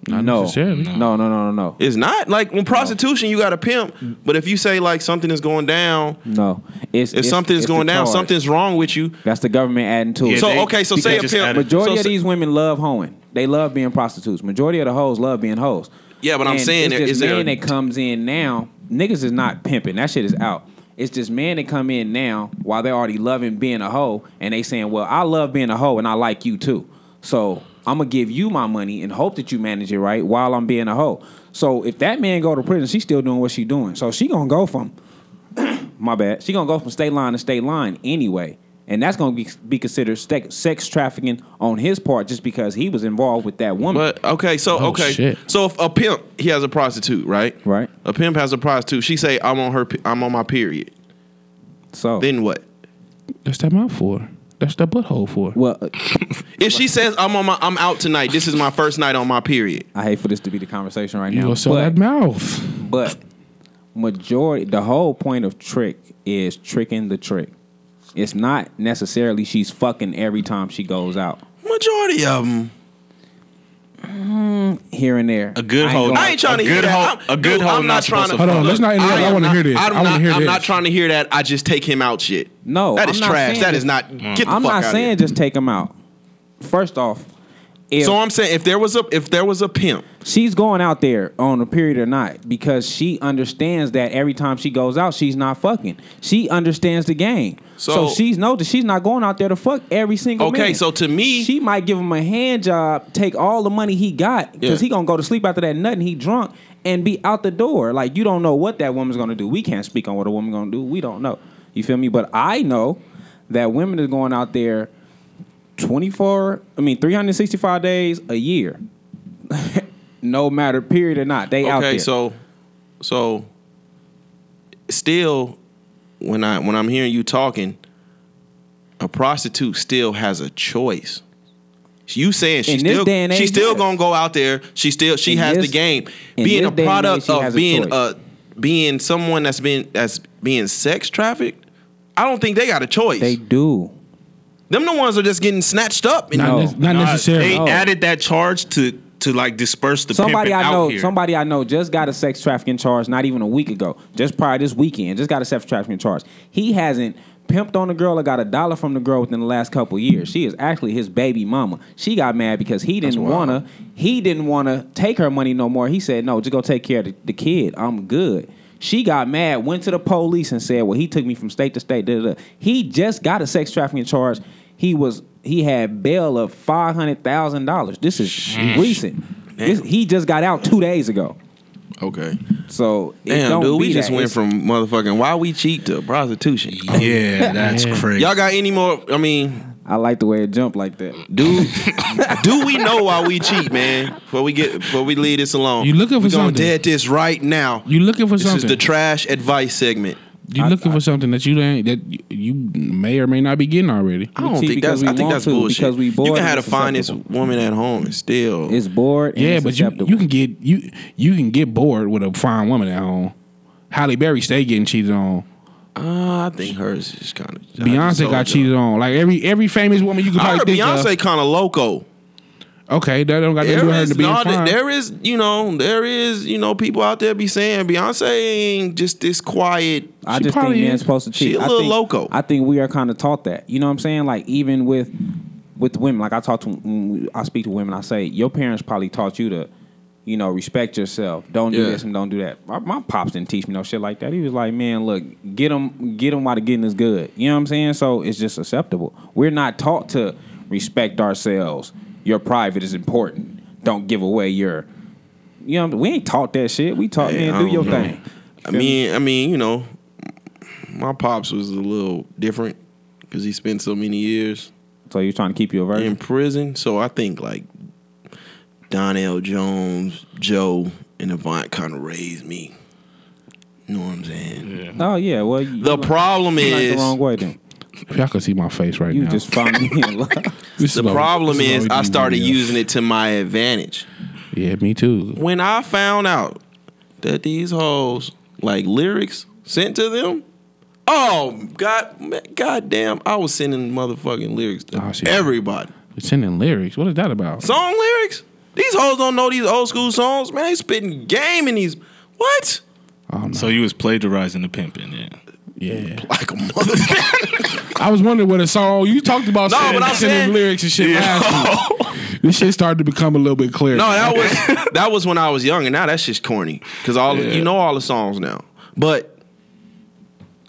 Speaker 4: Not
Speaker 5: no.
Speaker 4: necessarily.
Speaker 5: No, no, no, no, no.
Speaker 1: It's not like when prostitution, you got a pimp. But if you say like something is going down,
Speaker 5: No. It's,
Speaker 1: if
Speaker 5: it's-
Speaker 1: something's
Speaker 5: it's
Speaker 1: going
Speaker 5: the
Speaker 1: down,
Speaker 5: charge.
Speaker 1: something's wrong with you.
Speaker 5: That's the government adding to it.
Speaker 6: Yeah,
Speaker 1: so
Speaker 6: they-
Speaker 1: okay, so say
Speaker 6: because
Speaker 1: a
Speaker 6: just
Speaker 1: pimp-
Speaker 6: added-
Speaker 5: Majority
Speaker 1: So-
Speaker 5: of these women love hoeing. They love being prostitutes. Majority of the hoes love being hoes.
Speaker 1: Yeah, but I'm
Speaker 5: And
Speaker 1: saying there-
Speaker 5: it's
Speaker 1: is
Speaker 5: just
Speaker 1: there-
Speaker 5: men that comes in now. Niggas is not pimping. That shit is out. It's just men that come in now while they're already loving being a hoe, and they saying, "Well, I love being a hoe, and I like you too. So I'm gonna give you my money and hope that you manage it right while I'm being a hoe." So if that man go to prison, she's still doing what she doing. So she gonna go from my bad. She gonna go from state line to state line anyway, and that's gonna be, be considered ste- sex trafficking on his part just because he was involved with that woman.
Speaker 1: But okay, so
Speaker 4: Oh,
Speaker 1: okay,
Speaker 4: shit.
Speaker 1: so if a pimp he has a prostitute, right?
Speaker 5: Right.
Speaker 1: A pimp has a prostitute. She say, "I'm on her. pe- I'm on my period."
Speaker 5: so
Speaker 1: Then what?
Speaker 4: That's that mouth for. That's that butthole for.
Speaker 5: well, uh,
Speaker 1: If she says, "I'm on my. I'm out tonight. This is my first night on my period."
Speaker 5: I hate for this to be the conversation right
Speaker 4: You
Speaker 5: now.
Speaker 4: gonna sell
Speaker 5: but,
Speaker 4: that mouth?
Speaker 5: but majority, the whole point of trick is tricking the trick. It's not necessarily she's fucking every time she goes out
Speaker 1: Majority of them.
Speaker 5: here and there.
Speaker 6: A good
Speaker 5: I ain't
Speaker 6: hoe.
Speaker 5: gonna-
Speaker 1: I ain't trying to
Speaker 6: A
Speaker 1: hear
Speaker 6: good
Speaker 1: that.
Speaker 6: hoe-
Speaker 1: I'm,
Speaker 6: a good
Speaker 1: dude,
Speaker 6: hoe
Speaker 1: I'm
Speaker 6: not
Speaker 1: not trying to.
Speaker 6: supposed to-
Speaker 4: Hold on,
Speaker 1: look,
Speaker 4: let's not interrupt. I
Speaker 1: am
Speaker 4: wanna
Speaker 1: not-
Speaker 4: hear this.
Speaker 1: I'm
Speaker 4: I wanna
Speaker 1: not-
Speaker 4: hear
Speaker 1: I'm
Speaker 4: this.
Speaker 1: not trying to hear that. I just take him out. Shit.
Speaker 5: No,
Speaker 1: that
Speaker 5: I'm
Speaker 1: is
Speaker 5: not
Speaker 1: trash.
Speaker 5: saying
Speaker 1: That
Speaker 5: that-
Speaker 1: is not. Get the
Speaker 5: I'm
Speaker 1: fuck
Speaker 5: not
Speaker 1: out
Speaker 5: saying
Speaker 1: of here.
Speaker 5: just take him out. First off, if
Speaker 1: So I'm saying if there was a if there was a pimp,
Speaker 5: she's going out there on a period or not because she understands that every time she goes out, she's not fucking. She understands the game,
Speaker 1: So-
Speaker 5: so, she's knows that she's not going out there to fuck every single.
Speaker 1: Okay,
Speaker 5: man.
Speaker 1: so to me-
Speaker 5: she might give him a hand job, take all the money he got because
Speaker 1: Yeah.
Speaker 5: he gonna go to sleep after that nut and he drunk and be out the door. Like you don't know what that woman's gonna do. We can't speak on what a woman gonna do. We don't know. You feel me? But I know that women is going out there. 24 i mean 365 days a year no matter period or not they out
Speaker 1: okay
Speaker 5: there
Speaker 1: so so still when i when i'm hearing you talking a prostitute still has a choice you saying she
Speaker 5: In this
Speaker 1: still
Speaker 5: day and
Speaker 1: she
Speaker 5: age,
Speaker 1: still
Speaker 5: yes.
Speaker 1: gonna go out there she still she
Speaker 5: In
Speaker 1: has
Speaker 5: this-
Speaker 1: the game
Speaker 5: in
Speaker 1: being
Speaker 5: this
Speaker 1: a
Speaker 5: day and age,
Speaker 1: product
Speaker 5: she
Speaker 1: of
Speaker 5: has a
Speaker 1: being
Speaker 5: choice.
Speaker 1: a being someone that's been that's being sex trafficked i don't think they got a choice
Speaker 5: they do
Speaker 1: them the ones that are just getting snatched up and
Speaker 4: Not,
Speaker 5: No.
Speaker 4: nec- not
Speaker 6: Nah,
Speaker 4: necessarily.
Speaker 6: They
Speaker 5: Oh.
Speaker 6: added that charge to to like disperse the
Speaker 5: somebody
Speaker 6: pimping
Speaker 5: i know
Speaker 6: out here.
Speaker 5: somebody i know just got a sex trafficking charge not even a week ago just prior this weekend just got a sex trafficking charge he hasn't pimped on the girl or got a dollar from the girl within the last couple years she is actually his baby mama she got mad because he didn't wanna he didn't wanna take her money no more he said no just go take care of the, the kid i'm good She got mad, went to the police and said, "Well, he took me from state to state." Da, da, da. He just got a sex trafficking charge. He was he had bail of five hundred thousand dollars. This is recent. This, he just got out two days ago.
Speaker 1: okay
Speaker 5: So it
Speaker 1: damn
Speaker 5: don't
Speaker 1: dude
Speaker 5: be
Speaker 1: we just
Speaker 5: that.
Speaker 1: went
Speaker 5: It's-
Speaker 1: from motherfucking why we cheat to prostitution
Speaker 5: Oh,
Speaker 6: yeah, that's crazy.
Speaker 1: y'all got any more i mean
Speaker 5: I like the way it jumped like that.
Speaker 1: Do do we know why we cheat, man? Before we get before we leave this alone,
Speaker 4: You looking for
Speaker 1: we gonna
Speaker 4: something.
Speaker 1: dead this right now.
Speaker 4: You looking for
Speaker 1: this
Speaker 4: something?
Speaker 1: is the trash advice segment.
Speaker 4: you looking for something that you ain't that you, you may or may not be getting already.
Speaker 1: I don't
Speaker 5: cheat
Speaker 1: think that's
Speaker 5: because we
Speaker 1: I think
Speaker 5: want
Speaker 1: that's
Speaker 5: to,
Speaker 1: bullshit.
Speaker 5: because we bored
Speaker 1: you can
Speaker 5: and
Speaker 1: have the
Speaker 5: it's
Speaker 1: finest
Speaker 5: acceptable.
Speaker 1: woman at home and still.
Speaker 5: It's bored. And
Speaker 4: Yeah,
Speaker 5: it's
Speaker 4: but you
Speaker 5: acceptable.
Speaker 4: you can get you you can get bored with a fine woman at home. Halle Berry stay getting cheated on.
Speaker 1: uh, I think hers is kind of
Speaker 4: Beyonce got cheated on. Like every every famous woman you could
Speaker 1: I heard
Speaker 4: probably think
Speaker 5: uh,
Speaker 1: Beyonce kind of loco.
Speaker 4: of. Okay, that don't got nothing to do
Speaker 1: There
Speaker 4: with her
Speaker 1: is,
Speaker 4: to be
Speaker 1: no,
Speaker 4: fine.
Speaker 1: there is, you know, there is, you know, people out there be saying Beyonce ain't just this quiet.
Speaker 5: I
Speaker 4: She
Speaker 5: just think
Speaker 4: probably
Speaker 5: men's
Speaker 4: is.
Speaker 5: supposed to
Speaker 1: She
Speaker 5: cheat.
Speaker 1: a
Speaker 5: I
Speaker 1: little
Speaker 5: think,
Speaker 1: loco.
Speaker 5: I think we are kind of taught that. You know what I'm saying? Like even with with women, like I talk to, when I speak to women. I say your parents probably taught you to, you know, respect yourself. Don't do
Speaker 1: Yeah.
Speaker 5: this and don't do that. My, my pops didn't teach me no shit like that. He was like, man, look, get them, get them while the getting is good. You know what I'm saying? So it's just acceptable. We're not taught to respect ourselves. Your private is important. Don't give away your. You know, what I'm- we ain't taught that shit. We taught,
Speaker 1: Yeah, I
Speaker 5: man, do
Speaker 1: don't
Speaker 5: your
Speaker 1: know.
Speaker 5: thing.
Speaker 1: I mean, I mean, you know, my pops was a little different because he spent so many years
Speaker 5: So you're trying to keep you a virgin.
Speaker 1: in prison. So I think like Donnell Jones, Joe, and Avant kind of raised me. You know what I'm saying?
Speaker 5: Oh yeah, well you,
Speaker 1: The
Speaker 5: you
Speaker 1: problem
Speaker 5: went- you went
Speaker 1: is
Speaker 5: the wrong way then.
Speaker 4: If y'all could see my face right
Speaker 5: You
Speaker 4: now.
Speaker 5: just found me in love.
Speaker 4: This
Speaker 1: the
Speaker 4: is why we-
Speaker 1: problem
Speaker 4: this
Speaker 1: is
Speaker 4: why we
Speaker 1: I
Speaker 4: do
Speaker 1: started
Speaker 4: video.
Speaker 1: using it to my advantage.
Speaker 4: Yeah, me too.
Speaker 1: When I found out that these hoes like lyrics sent to them, oh god, goddamn! I was sending motherfucking lyrics to
Speaker 4: Oh, shit.
Speaker 1: everybody.
Speaker 4: Sending lyrics. What is that about?
Speaker 1: Song lyrics? These hoes don't know these old school songs, man. They spitting game in these. What?
Speaker 4: Oh, no.
Speaker 6: So you was plagiarizing the pimping, yeah.
Speaker 4: yeah.
Speaker 1: Like a motherfucker.
Speaker 4: I was wondering what a song you talked about.
Speaker 1: No,
Speaker 4: sending-
Speaker 1: but I'm
Speaker 4: sending
Speaker 1: saying-
Speaker 4: lyrics and shit.
Speaker 1: Yeah.
Speaker 4: last week. This shit started to become a little bit clearer.
Speaker 1: No, that was that was when I was young, and now that's just corny because all you know all the songs now. But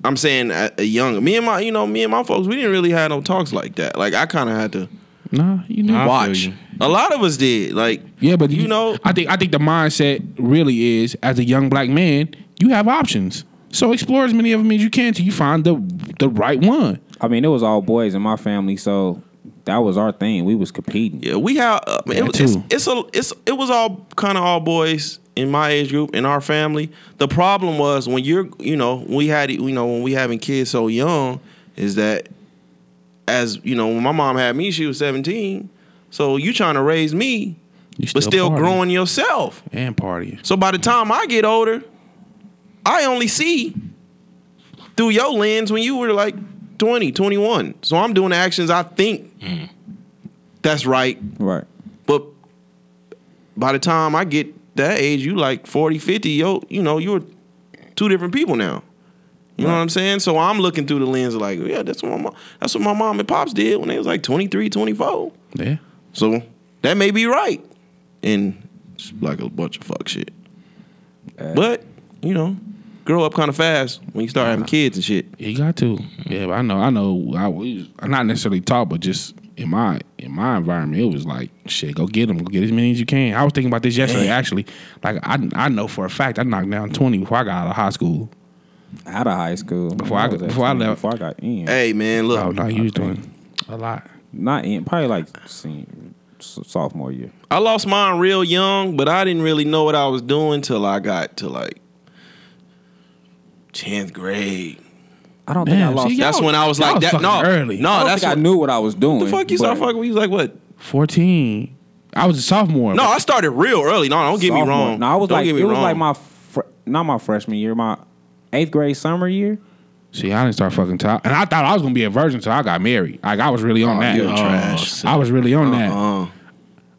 Speaker 1: I'm saying a, a young me and my you know me and my folks we didn't really have no talks like that. Like I kind of had to
Speaker 4: nah, you knew.
Speaker 6: Nah. I feel
Speaker 1: watch.
Speaker 6: you.
Speaker 1: A lot of us did. Like
Speaker 4: Yeah, but
Speaker 1: you know
Speaker 4: I think I think the mindset really is as a young black man, you have options. So explore as many of them as you can till you find the the right one.
Speaker 5: I mean, it was all boys in my family, so that was our thing. We was competing.
Speaker 1: Yeah, we have. Uh,
Speaker 4: Yeah,
Speaker 1: it, was- it's,
Speaker 4: too.
Speaker 1: it's a. It's it was all kind of all boys in my age group in our family. The problem was when you're you know we had you know when we having kids so young is that as you know when my mom had me she was seventeen, so you trying to raise me
Speaker 4: You
Speaker 1: but still
Speaker 4: partying
Speaker 1: growing yourself.
Speaker 4: and partying.
Speaker 1: So by the time I get older, I only see through your lens when you were like 20, 21. So I'm doing the actions I think that's right
Speaker 5: Right.
Speaker 1: but by the time I get that age, you like 40, 50, yo, you know, you're two different people now. You know what I'm saying? So I'm looking through the lens of like, yeah, that's what my mom, that's what my mom and pops did when they was like 23, 24.
Speaker 4: Yeah.
Speaker 1: So that may be right. And it's like a bunch of fuck shit. but, you know, grow up kind of fast when you start having kids and shit.
Speaker 4: You got to. Yeah, but I know. I know. I was not necessarily taught, but just in my in my environment, it was like shit. Go get them. Go get as many as you can. I was thinking about this yesterday. Actually, like I I know for a fact I knocked down twenty before I got out of high school.
Speaker 5: Out of high school.
Speaker 4: Before I-
Speaker 5: was at
Speaker 4: before I
Speaker 5: 20,
Speaker 4: left.
Speaker 5: Before I got in.
Speaker 1: Hey man, look.
Speaker 4: Oh no, you was doing a lot.
Speaker 5: Not in. Probably like senior, s- sophomore year.
Speaker 1: I lost mine real young, but I didn't really know what I was doing till I got to like 10th grade.
Speaker 5: I don't
Speaker 4: Damn,
Speaker 5: think I lost.
Speaker 4: see,
Speaker 5: I
Speaker 1: That's
Speaker 4: Y'all-
Speaker 1: when I was
Speaker 4: y'all
Speaker 1: like
Speaker 4: was
Speaker 1: that.
Speaker 4: fucking
Speaker 1: No,
Speaker 4: early.
Speaker 1: no,
Speaker 5: don't
Speaker 1: Oh, that's
Speaker 5: think I
Speaker 1: what,
Speaker 5: knew what I was doing.
Speaker 1: the fuck you start
Speaker 5: but
Speaker 1: fucking. with? You was like what?
Speaker 4: Fourteen. I was a sophomore.
Speaker 1: No,
Speaker 4: but-
Speaker 1: I started real early. No, don't get me
Speaker 5: sophomore-
Speaker 1: wrong.
Speaker 5: No, I was
Speaker 1: don't
Speaker 5: like
Speaker 1: get me
Speaker 5: it was
Speaker 1: wrong.
Speaker 5: like my fr- not my freshman year, my eighth grade summer year.
Speaker 4: See, I didn't start fucking till, I- and I thought I was gonna be a virgin until I got married. Like I was really on that.
Speaker 1: you a trash.
Speaker 6: Oh, shit.
Speaker 4: I was really on that.
Speaker 1: Uh,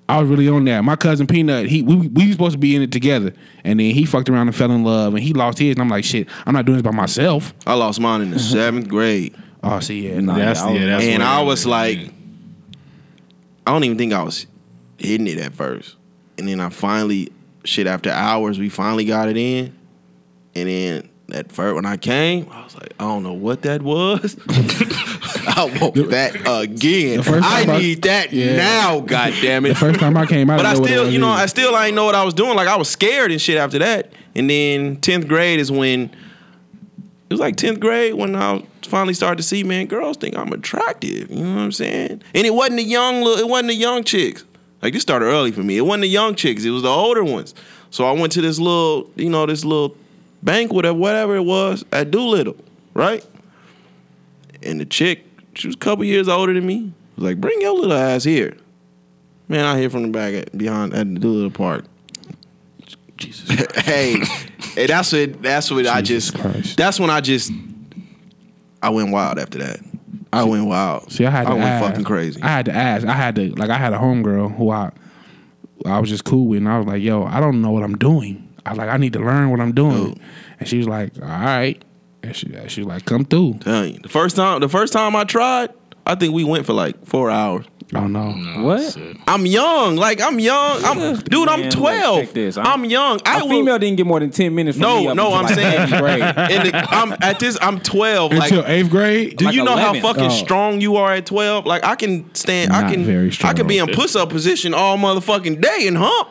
Speaker 4: I was really on that. My cousin Peanut, he we we was supposed to be in it together, and then he fucked around and fell in love, and he lost his. And I'm like, shit, I'm not doing this by myself.
Speaker 1: I lost mine in the seventh grade,
Speaker 4: Oh, see, yeah,
Speaker 5: Nah,
Speaker 6: That's,
Speaker 5: I was-
Speaker 6: yeah, that's
Speaker 1: and
Speaker 6: what
Speaker 1: I
Speaker 6: it
Speaker 1: was like, I don't even think I was hitting it at first, and then I finally, shit, after hours, we finally got it in, and then. That first when I came, I was like, I don't know what that was. I want that again.
Speaker 4: the first
Speaker 1: I
Speaker 4: time I-
Speaker 1: need that
Speaker 4: Yeah.
Speaker 1: now. God damn it!
Speaker 4: The first time I came out,
Speaker 1: But
Speaker 4: didn't
Speaker 1: I
Speaker 4: know what it
Speaker 1: still,
Speaker 4: was
Speaker 1: you know,
Speaker 4: either.
Speaker 1: I still I ain't know what I was doing. Like I was scared and shit after that. And then tenth grade is when it was like tenth grade when I finally started to see man, girls think I'm attractive. You know what I'm saying? And it wasn't the young little, it wasn't the young chicks. Like this started early for me. It wasn't the young chicks. It was the older ones. So I went to this little, you know, this little banquet or whatever it was at Doolittle, right? And the chick, she was a couple years older than me. Was like, bring your little ass here. Man, I hear from the back at behind at the Doolittle Park.
Speaker 4: Jesus,
Speaker 1: hey, and that's what that's what I
Speaker 4: Jesus
Speaker 1: just
Speaker 4: Christ.
Speaker 1: that's when I just I went wild after that. I went wild.
Speaker 4: See, I had to
Speaker 1: went
Speaker 4: ask.
Speaker 1: fucking crazy.
Speaker 4: I had to ask. I had to like I had a homegirl who I I was just cool with, and I was like, "Yo, I don't know what I'm doing. I was like I need to learn what I'm doing." And she was like, "All right," and she she was like, "Come through."
Speaker 1: Tell you, the first time the first time I tried, I think we went for like four hours.
Speaker 4: Oh no,
Speaker 5: What?
Speaker 1: I'm young, like I'm young. I'm dude. I'm
Speaker 5: Man, look,
Speaker 1: twelve.
Speaker 5: check this.
Speaker 1: I'm,
Speaker 5: I'm-
Speaker 1: young.
Speaker 5: A
Speaker 1: I will.
Speaker 5: female didn't get more than ten minutes. From me
Speaker 1: No,
Speaker 5: up
Speaker 1: no.
Speaker 5: until,
Speaker 1: I'm
Speaker 5: like,
Speaker 1: saying.
Speaker 5: eighth grade.
Speaker 1: in the, I'm at this. I'm twelve. Like
Speaker 4: until eighth grade.
Speaker 1: Do
Speaker 5: Like
Speaker 1: you know
Speaker 5: 11.
Speaker 1: how fucking
Speaker 4: Oh.
Speaker 1: strong you are at 12? Like I can stand I
Speaker 4: Not
Speaker 1: can
Speaker 4: very
Speaker 1: I can be in
Speaker 4: strong.
Speaker 1: push up position all motherfucking day and hump.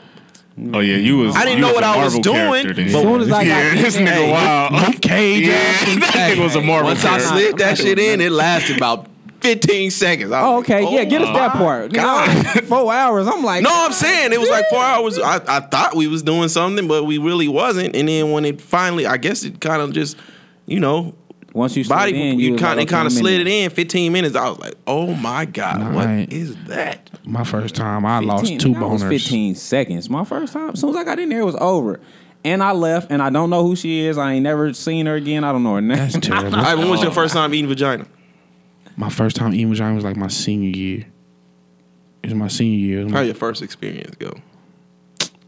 Speaker 6: Oh yeah, you was.
Speaker 1: I didn't
Speaker 6: you
Speaker 1: know what
Speaker 6: a
Speaker 1: I was
Speaker 6: Marvel
Speaker 1: doing,
Speaker 6: character then.
Speaker 1: but
Speaker 5: soon as I got
Speaker 6: yeah,
Speaker 5: in
Speaker 6: this
Speaker 5: there-
Speaker 6: nigga wild.
Speaker 4: Luke Cage.
Speaker 6: Yeah, that nigga was a Marvel
Speaker 1: Once I
Speaker 6: character.
Speaker 1: slid that
Speaker 5: I'm
Speaker 1: shit
Speaker 5: doing
Speaker 1: in, it lasted about 15 seconds. I was
Speaker 5: Oh,
Speaker 1: like,
Speaker 5: okay. yeah, get us
Speaker 1: my
Speaker 5: that part. You know,
Speaker 1: God.
Speaker 5: four hours. I'm like,
Speaker 1: No, I'm saying it was like four hours. I, I thought we was doing something, but we really wasn't. And then when it finally, I guess it kind of just, you know,
Speaker 5: Once you slid
Speaker 1: body,
Speaker 5: in,
Speaker 1: you
Speaker 5: was
Speaker 1: kind
Speaker 5: like,
Speaker 1: of
Speaker 5: okay, I'm
Speaker 1: kind of slid it
Speaker 5: there.
Speaker 1: in. 15 minutes. I was like, oh my god,
Speaker 4: Nah,
Speaker 1: what
Speaker 4: I ain't-
Speaker 1: is that?
Speaker 4: My first time, I lost
Speaker 5: 15,
Speaker 4: two
Speaker 5: that was
Speaker 4: boners.
Speaker 5: 15 seconds. My first time. As soon as I got in there, it was over. And I left, and I don't know who she is. I ain't never seen her again. I don't know her name.
Speaker 4: That's terrible.
Speaker 1: All right, when
Speaker 6: Oh.
Speaker 1: was your first time eating vagina?
Speaker 4: my first time eating vagina was like my senior year. It was my senior year. It was my-
Speaker 1: How your first experience go?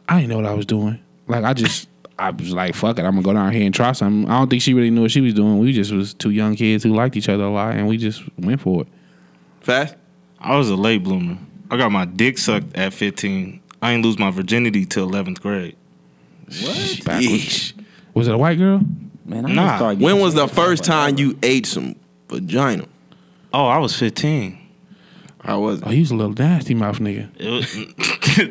Speaker 4: I didn't know what I was doing. Like I just I was like, fuck it, I'm gonna go down here and try something. I don't think she really knew what she was doing. We just was two young kids who liked each other a lot and we just went for it.
Speaker 1: Fast?
Speaker 6: I was a late bloomer. I got my dick sucked at 15. I ain't lose my virginity till 11th grade.
Speaker 4: She's backwards.
Speaker 1: Yeesh.
Speaker 4: Was it a white girl?
Speaker 5: Man, I
Speaker 6: Nah.
Speaker 5: nah. start
Speaker 1: When
Speaker 5: getting
Speaker 1: was the
Speaker 5: serious
Speaker 1: first
Speaker 5: about
Speaker 1: time you ate some vagina?
Speaker 6: Oh, I was 15.
Speaker 1: How was
Speaker 4: Oh,
Speaker 1: it?
Speaker 4: he was a little nasty mouth nigga.
Speaker 6: It was,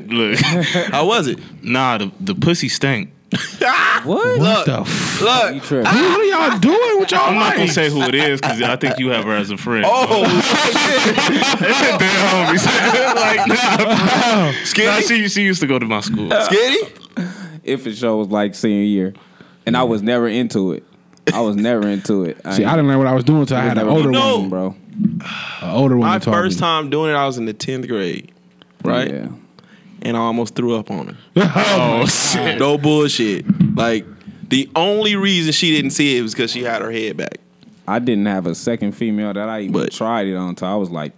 Speaker 6: look,
Speaker 1: How was it?
Speaker 6: nah, the, the pussy stank.
Speaker 5: that. What?
Speaker 1: Look,
Speaker 4: The f-
Speaker 5: You
Speaker 1: look.
Speaker 5: tripping.
Speaker 4: what are y'all doing with y'all
Speaker 6: I'm not gonna
Speaker 4: life?
Speaker 6: say who it is because I think you have her as a friend.
Speaker 1: Oh, shit.
Speaker 6: damn, homie. like, nah, nah,
Speaker 1: Skinny? Uh,
Speaker 6: she, she used to go to my school.
Speaker 1: Skinny?
Speaker 5: If it show was like senior year, and I was never into it. I was never into it.
Speaker 4: See, I didn't know what I was doing until I
Speaker 5: I
Speaker 4: had
Speaker 5: was
Speaker 4: an
Speaker 5: never
Speaker 4: older
Speaker 5: into
Speaker 1: No.
Speaker 5: it, bro.
Speaker 4: one. An older one.
Speaker 1: My
Speaker 4: who taught
Speaker 1: first
Speaker 4: me.
Speaker 1: time doing it, I was in the 10th grade, right?
Speaker 5: Yeah.
Speaker 1: And I almost threw up on her.
Speaker 6: Oh, shit.
Speaker 1: No bullshit. Like, the only reason she didn't see it was because she had her head back.
Speaker 5: I didn't have a second female that I even
Speaker 1: But-
Speaker 5: tried it on until I was like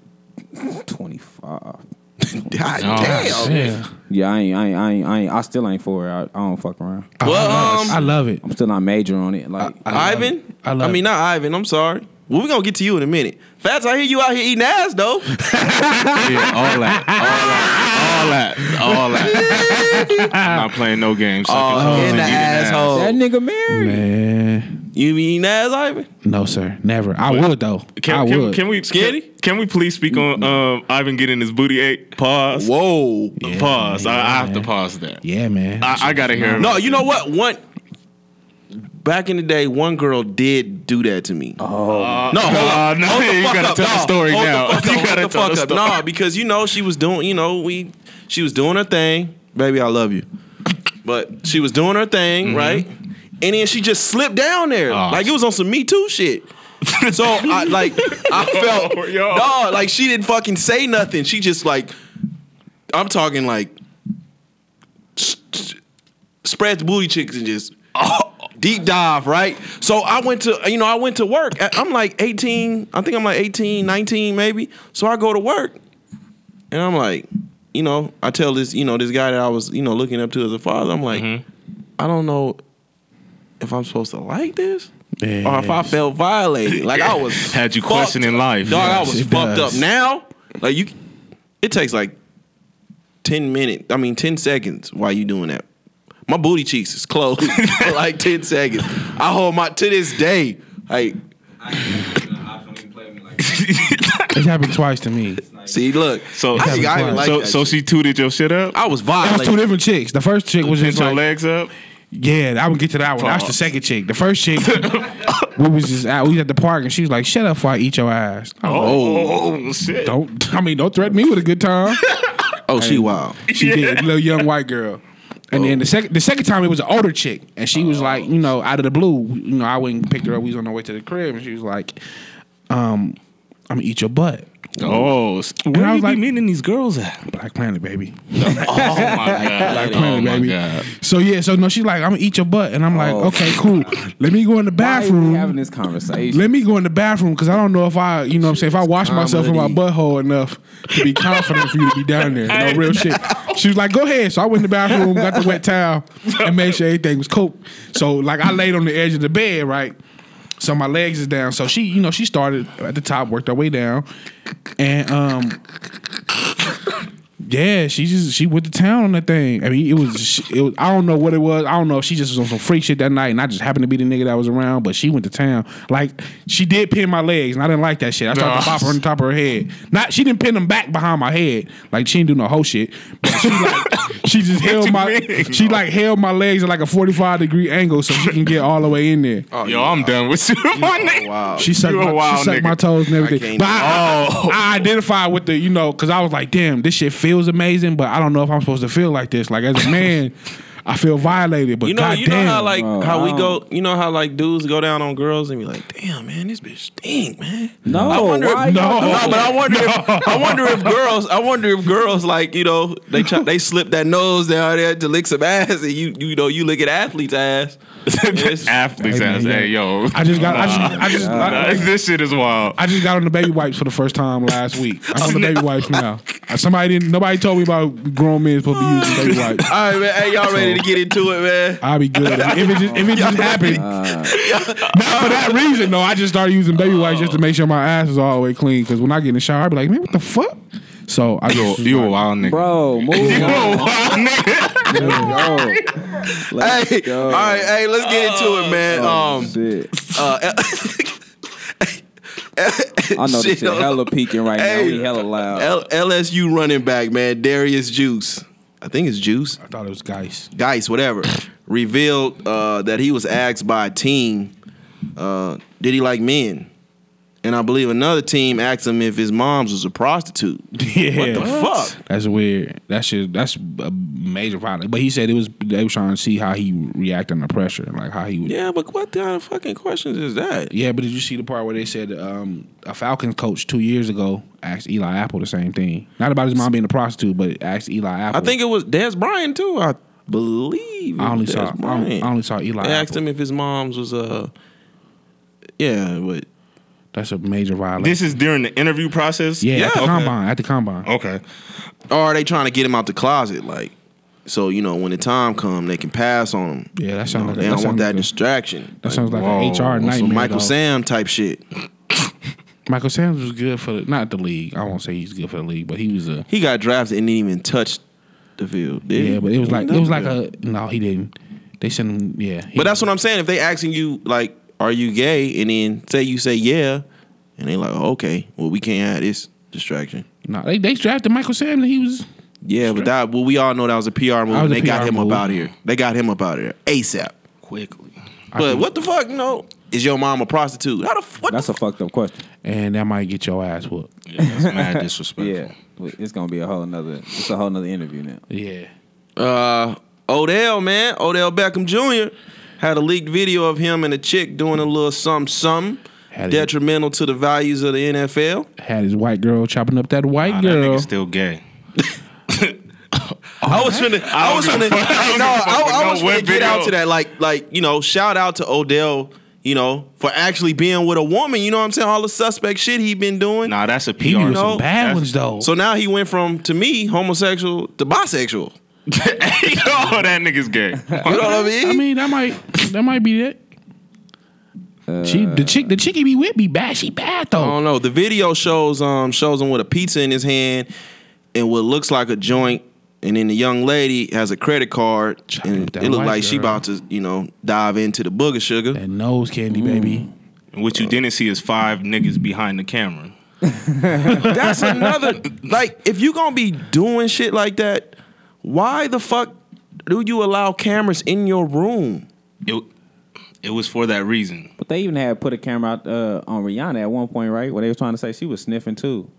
Speaker 5: 25.
Speaker 1: God
Speaker 4: Oh,
Speaker 1: damn.
Speaker 4: yeah.
Speaker 5: Yeah, I ain't, I ain't, I ain't, I, ain't, I still ain't for it. I, I don't fuck around.
Speaker 1: Well,
Speaker 6: Oh,
Speaker 1: um,
Speaker 4: I love it.
Speaker 5: I'm still not major on it. Like,
Speaker 4: I- love it.
Speaker 1: Ivan?
Speaker 4: I love
Speaker 1: mean,
Speaker 4: it.
Speaker 1: not Ivan. I'm sorry. Well, we're going to get to you in a minute. Fats, I hear you out here eating ass, though. Oh,
Speaker 6: all that. All that. All that. All that. I'm not playing no games.
Speaker 1: Oh,
Speaker 6: Sucking
Speaker 1: in
Speaker 6: and
Speaker 1: the
Speaker 6: eating ass.
Speaker 1: asshole.
Speaker 5: that nigga married.
Speaker 4: Man,
Speaker 1: You be eating ass, Ivan?
Speaker 4: no sir, never. I would though.
Speaker 6: Can,
Speaker 4: I
Speaker 6: can-
Speaker 4: would.
Speaker 6: can we
Speaker 1: Skinny?
Speaker 6: Can, can we please speak on um, Ivan getting his booty ate? Pause.
Speaker 1: Whoa.
Speaker 6: pause. I, I have to
Speaker 4: man.
Speaker 6: pause that.
Speaker 4: yeah, man.
Speaker 6: I, I gotta hear.
Speaker 1: No, you know what? One back in the day, one girl did do that to me.
Speaker 6: no,
Speaker 1: hold up.
Speaker 6: no,
Speaker 1: Hold the
Speaker 6: Uh, you
Speaker 1: fuck
Speaker 6: gotta
Speaker 1: up.
Speaker 6: tell the
Speaker 1: No,
Speaker 6: story
Speaker 1: hold the
Speaker 6: now.
Speaker 1: fuck up.
Speaker 6: you
Speaker 1: Hold
Speaker 6: gotta
Speaker 1: the
Speaker 6: tell the
Speaker 1: fuck up.
Speaker 6: story.
Speaker 1: No, because you know she was doing. You know we, she was doing her thing. Baby, I love you, but she was doing her thing, right? And then she just slipped down there,
Speaker 6: Mm-hmm. Oh.
Speaker 1: like it was on some Me Too shit. so I like I felt
Speaker 6: yo.
Speaker 1: no, like she didn't fucking say nothing. She just like I'm talking like s- s- spread the booty chicks and just
Speaker 6: Oh.
Speaker 1: deep dive, right? So I went to, you know, I went to work. I- I'm like 18, I think I'm like 18, 19 maybe. So I go to work and I'm like, you know, I tell this, you know, this guy that I was, you know, looking up to as a father, I'm like,
Speaker 6: Mm-hmm.
Speaker 1: I don't know if I'm supposed to like this. Or if I
Speaker 4: Yes.
Speaker 1: felt violated, like I was
Speaker 6: Had you
Speaker 1: fucked.
Speaker 6: questioning life.
Speaker 1: dog. I
Speaker 4: Yes,
Speaker 1: was
Speaker 4: it
Speaker 1: fucked
Speaker 4: does.
Speaker 1: up. Now, like you, it takes like ten minutes. I mean, ten seconds. While you doing that, my booty cheeks is closed for like ten seconds. I hold my to this day. Like,
Speaker 4: It's happened twice to me.
Speaker 1: see, look.
Speaker 6: So,
Speaker 1: I, think I even like
Speaker 6: so,
Speaker 1: that
Speaker 6: so
Speaker 1: shit.
Speaker 6: she tooted your shit up.
Speaker 1: I was
Speaker 4: That was two
Speaker 1: violated.
Speaker 4: different chicks. The first chick was
Speaker 6: Put
Speaker 4: just
Speaker 6: your
Speaker 4: like,
Speaker 6: legs up.
Speaker 4: yeah, I would get to that one. That's the
Speaker 6: Pause.
Speaker 4: second chick. The first chick, we was just out. We was at the park, and she was like, "Shut up, before I eat your ass." I was like,
Speaker 6: Oh, shit!
Speaker 4: don't. I mean, don't threaten me with a good time.
Speaker 1: Oh, she wild.
Speaker 4: She did, little young white girl. And then the second the second time it was an older chick, and she was like, you know, out of the blue, you know, I went and picked her up. We was on our way to the crib, and she was like, um, "I'm gonna eat your butt."
Speaker 6: Oh, s- where
Speaker 4: I
Speaker 6: you
Speaker 4: was like-
Speaker 6: be meeting these girls at?
Speaker 4: Black Planet, baby.
Speaker 6: Oh my Oh, god!
Speaker 4: Planet, baby. So yeah, so no, she's like, "I'm gonna eat your butt," and I'm like,
Speaker 5: Oh.
Speaker 4: "Okay, cool. Let me go in the
Speaker 5: Why are we
Speaker 4: bathroom."
Speaker 5: having this conversation?
Speaker 4: Let me go in the bathroom because I don't know if I, you know what I'm saying, if I wash myself in my
Speaker 1: Comedy.
Speaker 4: butthole enough to be confident for you to be down there. No real shit. She was like, go ahead. So I went in the bathroom, got the wet towel, and made sure everything was cool. So, like, I laid on the edge of the bed, right? So my legs is down. So she, you know, she started at the top, worked her way down. And, um, yeah, she just she went to town on that thing. I mean, it was, she- it was I don't know what it was. I don't know. if She just was on some freak shit that night, and I just happened to be the nigga that was around. But she went to town. Like she did pin my legs, and I didn't like that shit. I tried to pop her on the top of her head. Not she didn't pin them back behind my head. Like she didn't do no whole shit. But she like she just held
Speaker 6: you
Speaker 4: my
Speaker 6: mean?
Speaker 4: she like held my legs at like a forty five degree angle so she can get all the way in there.
Speaker 6: Yo, I'm done with you. my nigga.
Speaker 1: Wow.
Speaker 4: She sucked,
Speaker 6: You a
Speaker 4: my,
Speaker 6: wild
Speaker 4: she sucked
Speaker 6: nigga.
Speaker 4: my toes and everything.
Speaker 1: can't
Speaker 4: But I,
Speaker 6: Oh.
Speaker 4: I, I identified with the, you know, because I was like, damn, this shit feels amazing, but I don't know if I'm supposed to feel like this. Like, as a man, I feel violated, but
Speaker 1: You know, you know
Speaker 4: goddamn.
Speaker 1: how like
Speaker 5: Bro,
Speaker 1: how we
Speaker 5: I
Speaker 1: go. You know how like dudes go down on girls and be like, "Damn, man, this bitch stink, man."
Speaker 5: No,
Speaker 1: I wonder
Speaker 5: why
Speaker 1: if, no,
Speaker 5: y'all
Speaker 4: doing
Speaker 1: no, but I wonder, if, I wonder if girls, I wonder if girls like you know they try, they slip that nose down there to lick some ass, and you you know you look at athletes' ass. It's-
Speaker 6: Athletes
Speaker 4: Hey, man,
Speaker 6: ass.
Speaker 4: yeah.
Speaker 6: Hey, yo.
Speaker 4: I just Uh, got, I just, I just, I,
Speaker 6: this shit is wild.
Speaker 4: I just got on the baby wipes for the first time last week. I'm on the baby wipes now. I Somebody didn't. Nobody told me about grown men supposed to be using baby wipes.
Speaker 1: All right, man. Hey, y'all ready to get into it, man?
Speaker 4: I'll be good. If it just, if it just happened,
Speaker 1: Uh,
Speaker 4: not for that reason though. I just started using baby wipes just to make sure my ass is all the way clean. Because when I get in the shower, I be like, man, what the fuck? So I
Speaker 6: You
Speaker 4: just
Speaker 6: a- you a wild nigga.
Speaker 5: Bro, move
Speaker 6: You
Speaker 5: on.
Speaker 6: a wild nigga.
Speaker 5: Yo, let's
Speaker 1: Hey,
Speaker 5: go. Oh,
Speaker 1: all right, hey, let's get into it, man. um,
Speaker 5: Shit.
Speaker 1: uh,
Speaker 5: I
Speaker 1: shit,
Speaker 5: know this shit
Speaker 1: hold
Speaker 5: hella peaking right
Speaker 1: Hey.
Speaker 5: now. We hella loud.
Speaker 1: L- LSU running back, man, Darius Juice. I think it's Juice.
Speaker 4: I thought it was guys.
Speaker 1: Geis, whatever, revealed uh, that he was asked by a team, uh, did he like men? And I believe another team asked him if his mom's was a prostitute.
Speaker 4: Yeah.
Speaker 1: What the fuck?
Speaker 4: That's weird. That shit. That's a major problem. But he said it was. They were trying to see how he reacted under pressure, like how he would.
Speaker 1: Yeah, but what kind of fucking questions is that?
Speaker 4: Yeah, but did you see the part where they said um, a Falcons coach two years ago asked Eli Apple the same thing? Not about his mom being a prostitute, but asked Eli Apple.
Speaker 1: I think it was Des Bryant too. I believe. it
Speaker 4: I only
Speaker 1: was
Speaker 4: saw
Speaker 1: Des
Speaker 4: I only,
Speaker 1: Bryant.
Speaker 4: I only saw Eli.
Speaker 1: They asked
Speaker 4: Apple.
Speaker 1: him if his mom's was a. Yeah, but
Speaker 4: That's a major violation.
Speaker 6: This is during the interview process.
Speaker 4: yeah,
Speaker 1: yeah,
Speaker 4: at the
Speaker 1: okay.
Speaker 4: combine. At the combine.
Speaker 6: Okay.
Speaker 1: or are they trying to get him out the closet? Like, so you know, when the time come, they can pass on him.
Speaker 4: Yeah, that
Speaker 1: You
Speaker 4: sounds
Speaker 1: know,
Speaker 4: like
Speaker 1: they
Speaker 4: that
Speaker 1: don't
Speaker 4: sounds
Speaker 1: want that
Speaker 4: like a-
Speaker 1: distraction.
Speaker 4: that sounds like
Speaker 6: Whoa,
Speaker 4: an HR
Speaker 1: on
Speaker 4: nightmare.
Speaker 1: some Michael
Speaker 4: though.
Speaker 1: Sam type shit.
Speaker 4: Michael Sam was good for the, not the league. I won't say he's good for the league, but he was a.
Speaker 1: He got drafted and didn't even touch the field. Did he?
Speaker 4: Yeah, but it was like
Speaker 1: He
Speaker 4: it was like
Speaker 1: didn't.
Speaker 4: a no, he didn't. They sent him. Yeah, he-
Speaker 1: But that's what I'm saying. If they asking you like, "Are you gay?" and then say you say yeah, and they like, oh, "Okay, well we can't have this distraction."
Speaker 4: No, they they drafted Michael Sam. And he was
Speaker 1: Yeah, but that well we all know that was a PR move.
Speaker 4: was
Speaker 1: and
Speaker 4: a
Speaker 1: they got
Speaker 4: PR
Speaker 1: him
Speaker 4: move.
Speaker 1: up out of here. They got him up out of there ASAP.
Speaker 6: Quickly.
Speaker 1: But what the fuck? No, is your mom a prostitute? How the f- what?
Speaker 5: That's
Speaker 1: the
Speaker 5: a fucked up question.
Speaker 4: and that might get your ass whooped.
Speaker 6: That's mad disrespectful.
Speaker 5: Yeah, Wait, it's gonna be a whole nother. It's a whole nother interview now.
Speaker 4: Yeah.
Speaker 1: Uh, Odell, man, Odell Beckham Jr. had a leaked video of him and a chick doing a little something, something
Speaker 4: Had it.
Speaker 1: detrimental to the values of the NFL.
Speaker 4: Had his white girl chopping up that white
Speaker 6: Nah, that
Speaker 4: girl.
Speaker 6: nigga's still gay.
Speaker 1: I was finna, Oh, I was finna, no, I, I
Speaker 6: know
Speaker 1: was
Speaker 6: what
Speaker 1: finna get out
Speaker 6: video.
Speaker 1: to that. Like, like you know, shout out to Odell, you know, for actually being with a woman. You know what I'm saying? All the suspect shit he been doing.
Speaker 6: Nah, that's a PR.
Speaker 4: he was with
Speaker 1: No,
Speaker 4: some bad
Speaker 6: that's-
Speaker 4: ones though.
Speaker 1: So now he went from to me homosexual to bisexual.
Speaker 6: oh, that nigga's gay.
Speaker 1: You know what I mean?
Speaker 4: I mean, that might that might be it. she the chick the chick he be with be bad. She bad
Speaker 1: I
Speaker 4: though.
Speaker 1: don't know. The video shows um shows him with a pizza in his hand and what looks like a joint, and then the young lady has a credit card,
Speaker 4: Child,
Speaker 1: and
Speaker 4: that
Speaker 1: it looked
Speaker 4: white
Speaker 1: like she
Speaker 4: girl.
Speaker 1: about to you know dive into the booger sugar.
Speaker 4: That nose candy baby.
Speaker 6: what you didn't see is five niggas behind the camera.
Speaker 1: That's another like if you gonna be doing shit like that, why the fuck do you allow cameras in your room?
Speaker 6: It, it was for that reason.
Speaker 5: But they even had put a camera out uh, on Rihanna at one point, right? Where they was trying to say she was sniffing too.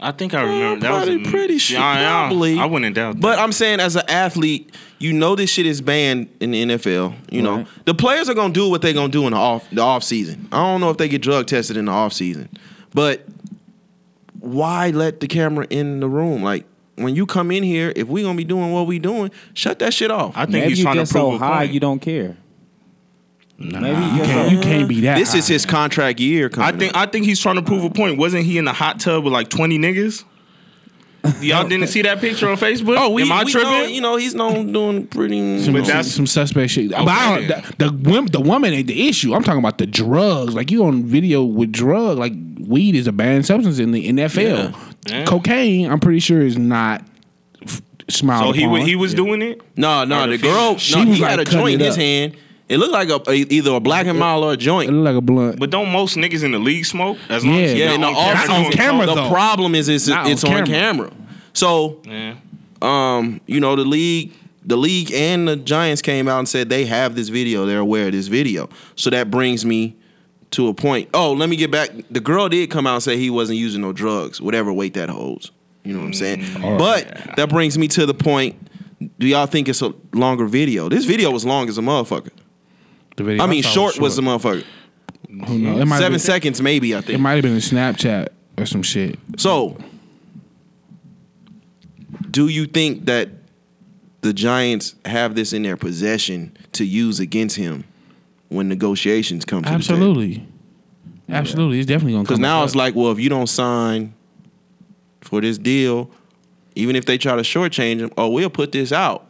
Speaker 6: I think I remember. that was
Speaker 1: probably
Speaker 6: a-
Speaker 1: pretty shit,
Speaker 6: Yeah, yeah.
Speaker 1: probably.
Speaker 6: I wouldn't doubt.
Speaker 1: But
Speaker 6: that.
Speaker 1: I'm saying as an athlete, you know this shit is banned in the NFL. You know
Speaker 5: Right.
Speaker 1: the players are gonna do what they're gonna do in the off the off season. I don't know if they get drug tested in the off season, but why let the camera in the room? Like when you come in here, if we gonna be doing what we doing, shut that shit off.
Speaker 6: I think
Speaker 5: Maybe
Speaker 6: he's
Speaker 5: you
Speaker 6: trying
Speaker 5: get
Speaker 6: to prove
Speaker 5: so
Speaker 6: a
Speaker 5: high
Speaker 6: point.
Speaker 5: you don't care.
Speaker 4: Nah,
Speaker 5: Maybe
Speaker 4: you
Speaker 5: you
Speaker 4: can't you can't be that.
Speaker 1: this is his contract year.
Speaker 6: I
Speaker 1: Coming
Speaker 6: think
Speaker 1: up.
Speaker 6: I think he's trying to prove a point. Wasn't he in the hot tub with like 20 niggas? Y'all didn't see that picture on Facebook?
Speaker 1: oh, we,
Speaker 6: Am I
Speaker 1: we
Speaker 6: tripping?
Speaker 1: know, you know he's known doing pretty.
Speaker 4: Some,
Speaker 6: But
Speaker 4: that's
Speaker 6: that's-
Speaker 4: some suspect shit. But I
Speaker 6: Okay.
Speaker 4: don't, the, the women, the woman ain't the issue. I'm talking about the drugs. Like you on video with drug. Like weed is a banned substance in the NFL.
Speaker 6: Yeah. Yeah.
Speaker 4: Cocaine, I'm pretty sure, is not f- smiled
Speaker 6: so he
Speaker 4: upon.
Speaker 6: wa- he was doing it?
Speaker 1: No, no,
Speaker 6: Or the
Speaker 1: the
Speaker 6: female.
Speaker 1: girl.
Speaker 4: She
Speaker 1: no,
Speaker 4: was,
Speaker 1: he had
Speaker 4: like,
Speaker 1: a
Speaker 4: cutting
Speaker 1: joint in
Speaker 4: it
Speaker 1: his
Speaker 4: up.
Speaker 1: hand. It looked like a, a- either a black and mild or a
Speaker 4: It
Speaker 1: joint.
Speaker 4: looked like a blunt.
Speaker 6: But don't most niggas in the league smoke? As long as
Speaker 4: Yeah,
Speaker 1: Yeah,
Speaker 6: you're
Speaker 1: and the
Speaker 6: not on
Speaker 1: off
Speaker 4: Not on
Speaker 6: doing
Speaker 4: camera.
Speaker 6: coke.
Speaker 1: The
Speaker 4: though.
Speaker 1: problem is it's
Speaker 4: Not on
Speaker 1: it's on
Speaker 4: camera.
Speaker 1: camera. So,
Speaker 6: Yeah.
Speaker 1: um, you know, the league, the league and the Giants came out and said they have this video. They're aware of this video. So that brings me to a point. Oh, let me get back. The girl did come out and say he wasn't using no drugs, whatever weight that holds. You know what I'm saying?
Speaker 4: Mm.
Speaker 1: but that brings me to the point. Do y'all think it's a longer video? This video was long as a motherfucker.
Speaker 4: The video
Speaker 1: I mean,
Speaker 4: saw
Speaker 1: short was a motherfucker.
Speaker 4: Who knows? It might
Speaker 1: Seven
Speaker 4: have been-
Speaker 1: seconds, maybe. I
Speaker 4: It
Speaker 1: think.
Speaker 4: might have been a Snapchat or some shit.
Speaker 1: So, do you think that the Giants have this in their possession to use against him when negotiations come? To
Speaker 4: Absolutely, absolutely. It's definitely gonna
Speaker 1: Because
Speaker 4: come
Speaker 1: now
Speaker 4: up.
Speaker 1: it's like, well, if you don't sign for this deal, Even if they try to shortchange them, oh, we'll put this out.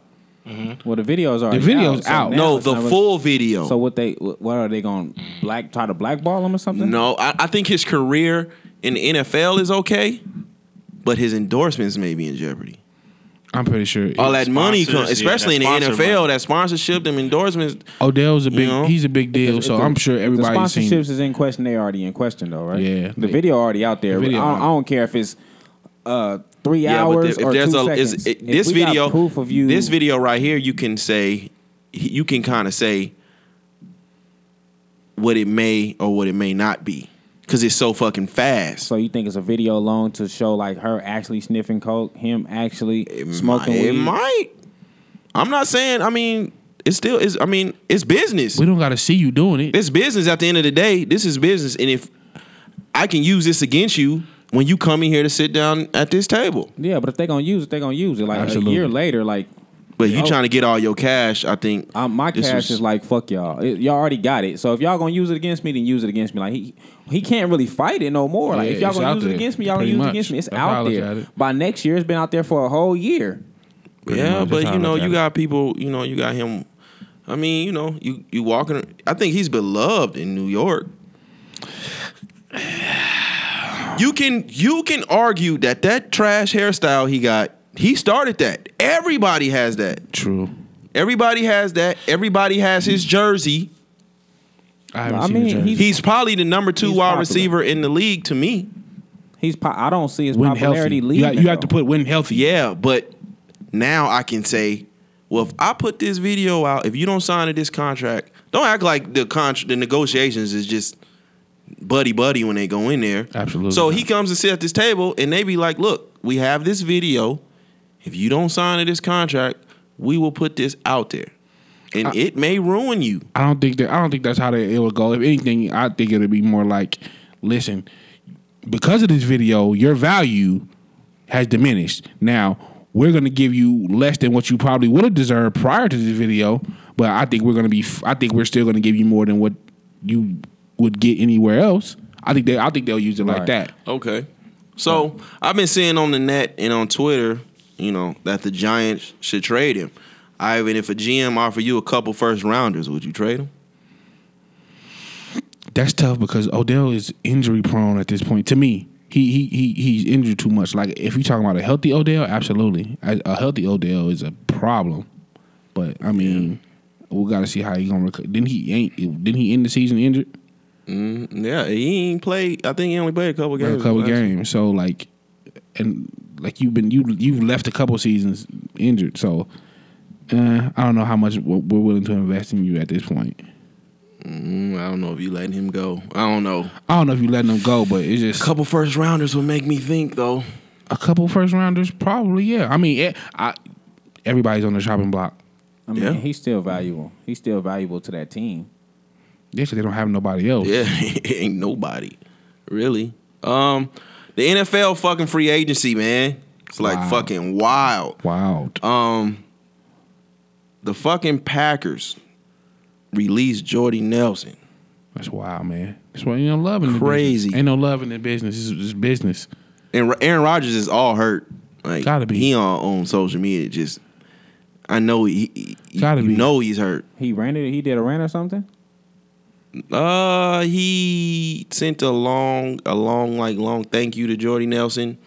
Speaker 5: Well, the videos are
Speaker 4: video's out.
Speaker 5: now
Speaker 1: no,
Speaker 5: it's
Speaker 1: the
Speaker 5: not really-
Speaker 1: full video.
Speaker 5: So what they what are they going to black try to blackball him or something?
Speaker 1: no, I, I think his career in the NFL is okay, but his endorsements may be in jeopardy.
Speaker 4: I'm pretty sure.
Speaker 1: All that money,
Speaker 6: Sponsors,
Speaker 1: comes,
Speaker 6: yeah,
Speaker 1: especially
Speaker 6: that
Speaker 1: in the
Speaker 6: sponsor
Speaker 1: NFL,
Speaker 6: money.
Speaker 1: that sponsorship, them endorsements.
Speaker 4: Odell's a big.
Speaker 1: know?
Speaker 4: He's a big deal. So
Speaker 5: If the-
Speaker 4: I'm sure
Speaker 5: if the
Speaker 4: everybody's seen.
Speaker 5: sponsorships
Speaker 4: it.
Speaker 5: is in question. They already in question though, right?
Speaker 4: Yeah.
Speaker 5: the video already out there.
Speaker 4: The video
Speaker 5: I, don't, I
Speaker 4: out.
Speaker 5: don't care if it's uh, three
Speaker 1: the-
Speaker 5: hours or two seconds.
Speaker 1: is-
Speaker 5: If
Speaker 1: it- this
Speaker 5: we got
Speaker 1: video,
Speaker 5: proof of you.
Speaker 1: this video right here, you can say, you can kind of say what it may or what it may not be, because it's so fucking fast.
Speaker 5: So you think it's a video alone to show like her actually sniffing coke, him actually smoking
Speaker 1: might,
Speaker 5: weed?
Speaker 1: It might. I'm not saying. I mean, it's still. It's. I mean, it's business.
Speaker 4: We don't got to see you doing it.
Speaker 1: It's business. At the end of the day, this is business. And if I can use this against you when you come in here to sit down at this table,
Speaker 5: Yeah, but if they're gonna use it, they're gonna use it. Like
Speaker 4: Absolutely.
Speaker 5: a year later, like
Speaker 1: but you
Speaker 5: Oh.
Speaker 1: trying to get all your cash, I think
Speaker 5: um, my
Speaker 1: this
Speaker 5: cash
Speaker 1: was-
Speaker 5: is like fuck y'all. It- y'all already got it. So if y'all gonna use it against me, then use it against me. Like he he can't really fight it no more. Like
Speaker 4: Yeah,
Speaker 5: if y'all
Speaker 4: it's
Speaker 5: gonna
Speaker 4: out
Speaker 5: use it
Speaker 4: there,
Speaker 5: against me, y'all gonna
Speaker 4: pretty
Speaker 5: use it
Speaker 4: much.
Speaker 5: against me. It's
Speaker 4: That's how I
Speaker 5: out
Speaker 4: look
Speaker 5: there.
Speaker 4: at it.
Speaker 5: By next year, it's been out there for a whole year.
Speaker 1: Yeah,
Speaker 4: much.
Speaker 1: but
Speaker 4: That's how
Speaker 1: you
Speaker 4: I
Speaker 1: know,
Speaker 4: look at
Speaker 1: you
Speaker 4: it.
Speaker 1: got people. You know, you got him. I mean, you know, you you walking. I think he's beloved in New York. You can you can argue that that trash hairstyle he got, he started that. Everybody has that.
Speaker 4: True.
Speaker 1: Everybody has that. Everybody has his jersey.
Speaker 4: I haven't
Speaker 5: I
Speaker 4: seen
Speaker 5: mean,
Speaker 4: the jersey.
Speaker 5: he's-
Speaker 1: He's probably the number two
Speaker 5: He's
Speaker 1: wide
Speaker 5: popular.
Speaker 1: receiver in the league to me.
Speaker 5: He's po- I don't see his
Speaker 4: when healthy.
Speaker 5: popularity
Speaker 4: You,
Speaker 5: leaving.
Speaker 4: got, you have to
Speaker 5: though.
Speaker 4: put when healthy.
Speaker 1: Yeah, but now I can say, well, if I put this video out, if you don't sign to this contract, don't act like the contract, the negotiations is just buddy buddy when they go in there.
Speaker 4: Absolutely
Speaker 1: So he
Speaker 4: not.
Speaker 1: comes and sit at this table, and they be like, look, we have this video. If you don't sign to this contract, we will put this out there, and it may ruin you.
Speaker 4: I don't think that I don't think that's how they, it would go. If anything, I think it would be more like, listen, because of this video, your value has diminished. Now we're gonna give you less than what you probably would have deserved prior to this video, but I think we're gonna be. I think we're still gonna give you more than what you would get anywhere else. I think they. I think they'll use it like
Speaker 5: Right.
Speaker 4: that.
Speaker 1: Okay. So I've been seeing on the net and on Twitter, you know, that the Giants should trade him. Ivan, if a GM offer you a couple first rounders, would you trade him?
Speaker 4: That's tough because Odell is injury prone at this point. To me, he he he he's injured too much. Like if you're talking about a healthy Odell, absolutely, a, a healthy Odell is a problem. But I mean, we got to see how he gonna recover. Didn't he ain't? Didn't he end the season injured?
Speaker 1: Yeah, he ain't played. I think he only played a couple
Speaker 4: Played
Speaker 1: games.
Speaker 4: a couple
Speaker 1: last-
Speaker 4: games. So like, and like you've been you you've left a couple seasons injured. So uh, I don't know how much we're we're willing to invest in you at this point.
Speaker 1: Mm, I don't know if you letting him go. I don't know.
Speaker 4: I don't know if you letting him go, but it's
Speaker 1: A
Speaker 4: just
Speaker 1: couple first rounders would make me think, though.
Speaker 4: A couple first rounders, probably. Yeah. I mean, it, I, everybody's on the shopping block.
Speaker 5: I mean,
Speaker 1: Yeah.
Speaker 5: he's still valuable. He's still valuable to that team.
Speaker 4: Yeah, 'cause they don't have nobody else.
Speaker 1: Yeah, ain't nobody really. Um, the NFL fucking free agency, man. It's like
Speaker 4: Wow.
Speaker 1: fucking wild.
Speaker 4: Wild.
Speaker 1: Um, the fucking Packers released Jordy Nelson.
Speaker 4: That's wild, man. That's why you know love in the
Speaker 1: Crazy.
Speaker 4: business. Ain't no love in the business. It's just business.
Speaker 1: And Ro- Aaron Rodgers is all hurt. Like
Speaker 4: Gotta be.
Speaker 1: He on, on social media just. I know he. he- you
Speaker 4: Gotta be.
Speaker 1: know he's hurt.
Speaker 5: He ran it. He did a rant or something.
Speaker 1: Uh, he sent a long, a long, like long thank you to Jordy Nelson,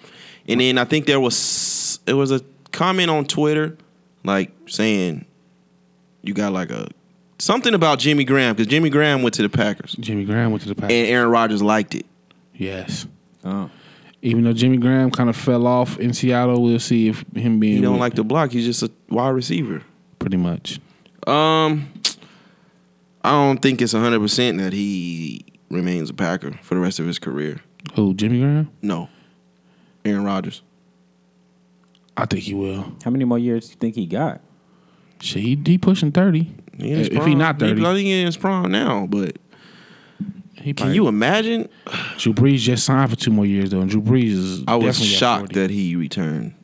Speaker 1: and then I think there was it was a comment on Twitter, like saying, "You got like a something about Jimmy Graham because Jimmy Graham went to the Packers
Speaker 4: Jimmy Graham went to the Packers.
Speaker 1: and Aaron Rodgers liked it."
Speaker 4: yes.
Speaker 5: Oh.
Speaker 4: Even though Jimmy Graham kind of fell off in Seattle, we'll see if him being
Speaker 1: He don't
Speaker 4: with-
Speaker 1: like the block. He's just a wide receiver.
Speaker 4: pretty much.
Speaker 1: Um, I don't think it's hundred percent that he remains a Packer for the rest of his career.
Speaker 4: Who Jimmy Graham?
Speaker 1: No, Aaron Rodgers.
Speaker 4: I think he will.
Speaker 5: How many more years do you think he got?
Speaker 4: Shit, he, he pushing thirty.
Speaker 1: He in his
Speaker 4: if if he
Speaker 1: prime.
Speaker 4: not
Speaker 1: I
Speaker 4: thirty,
Speaker 1: think he in his prime now. But
Speaker 4: he
Speaker 1: can you imagine?
Speaker 4: Drew Brees just signed for two more years though, and Drew Brees is.
Speaker 1: I was
Speaker 4: definitely at
Speaker 1: shocked
Speaker 4: 40.
Speaker 1: that he returned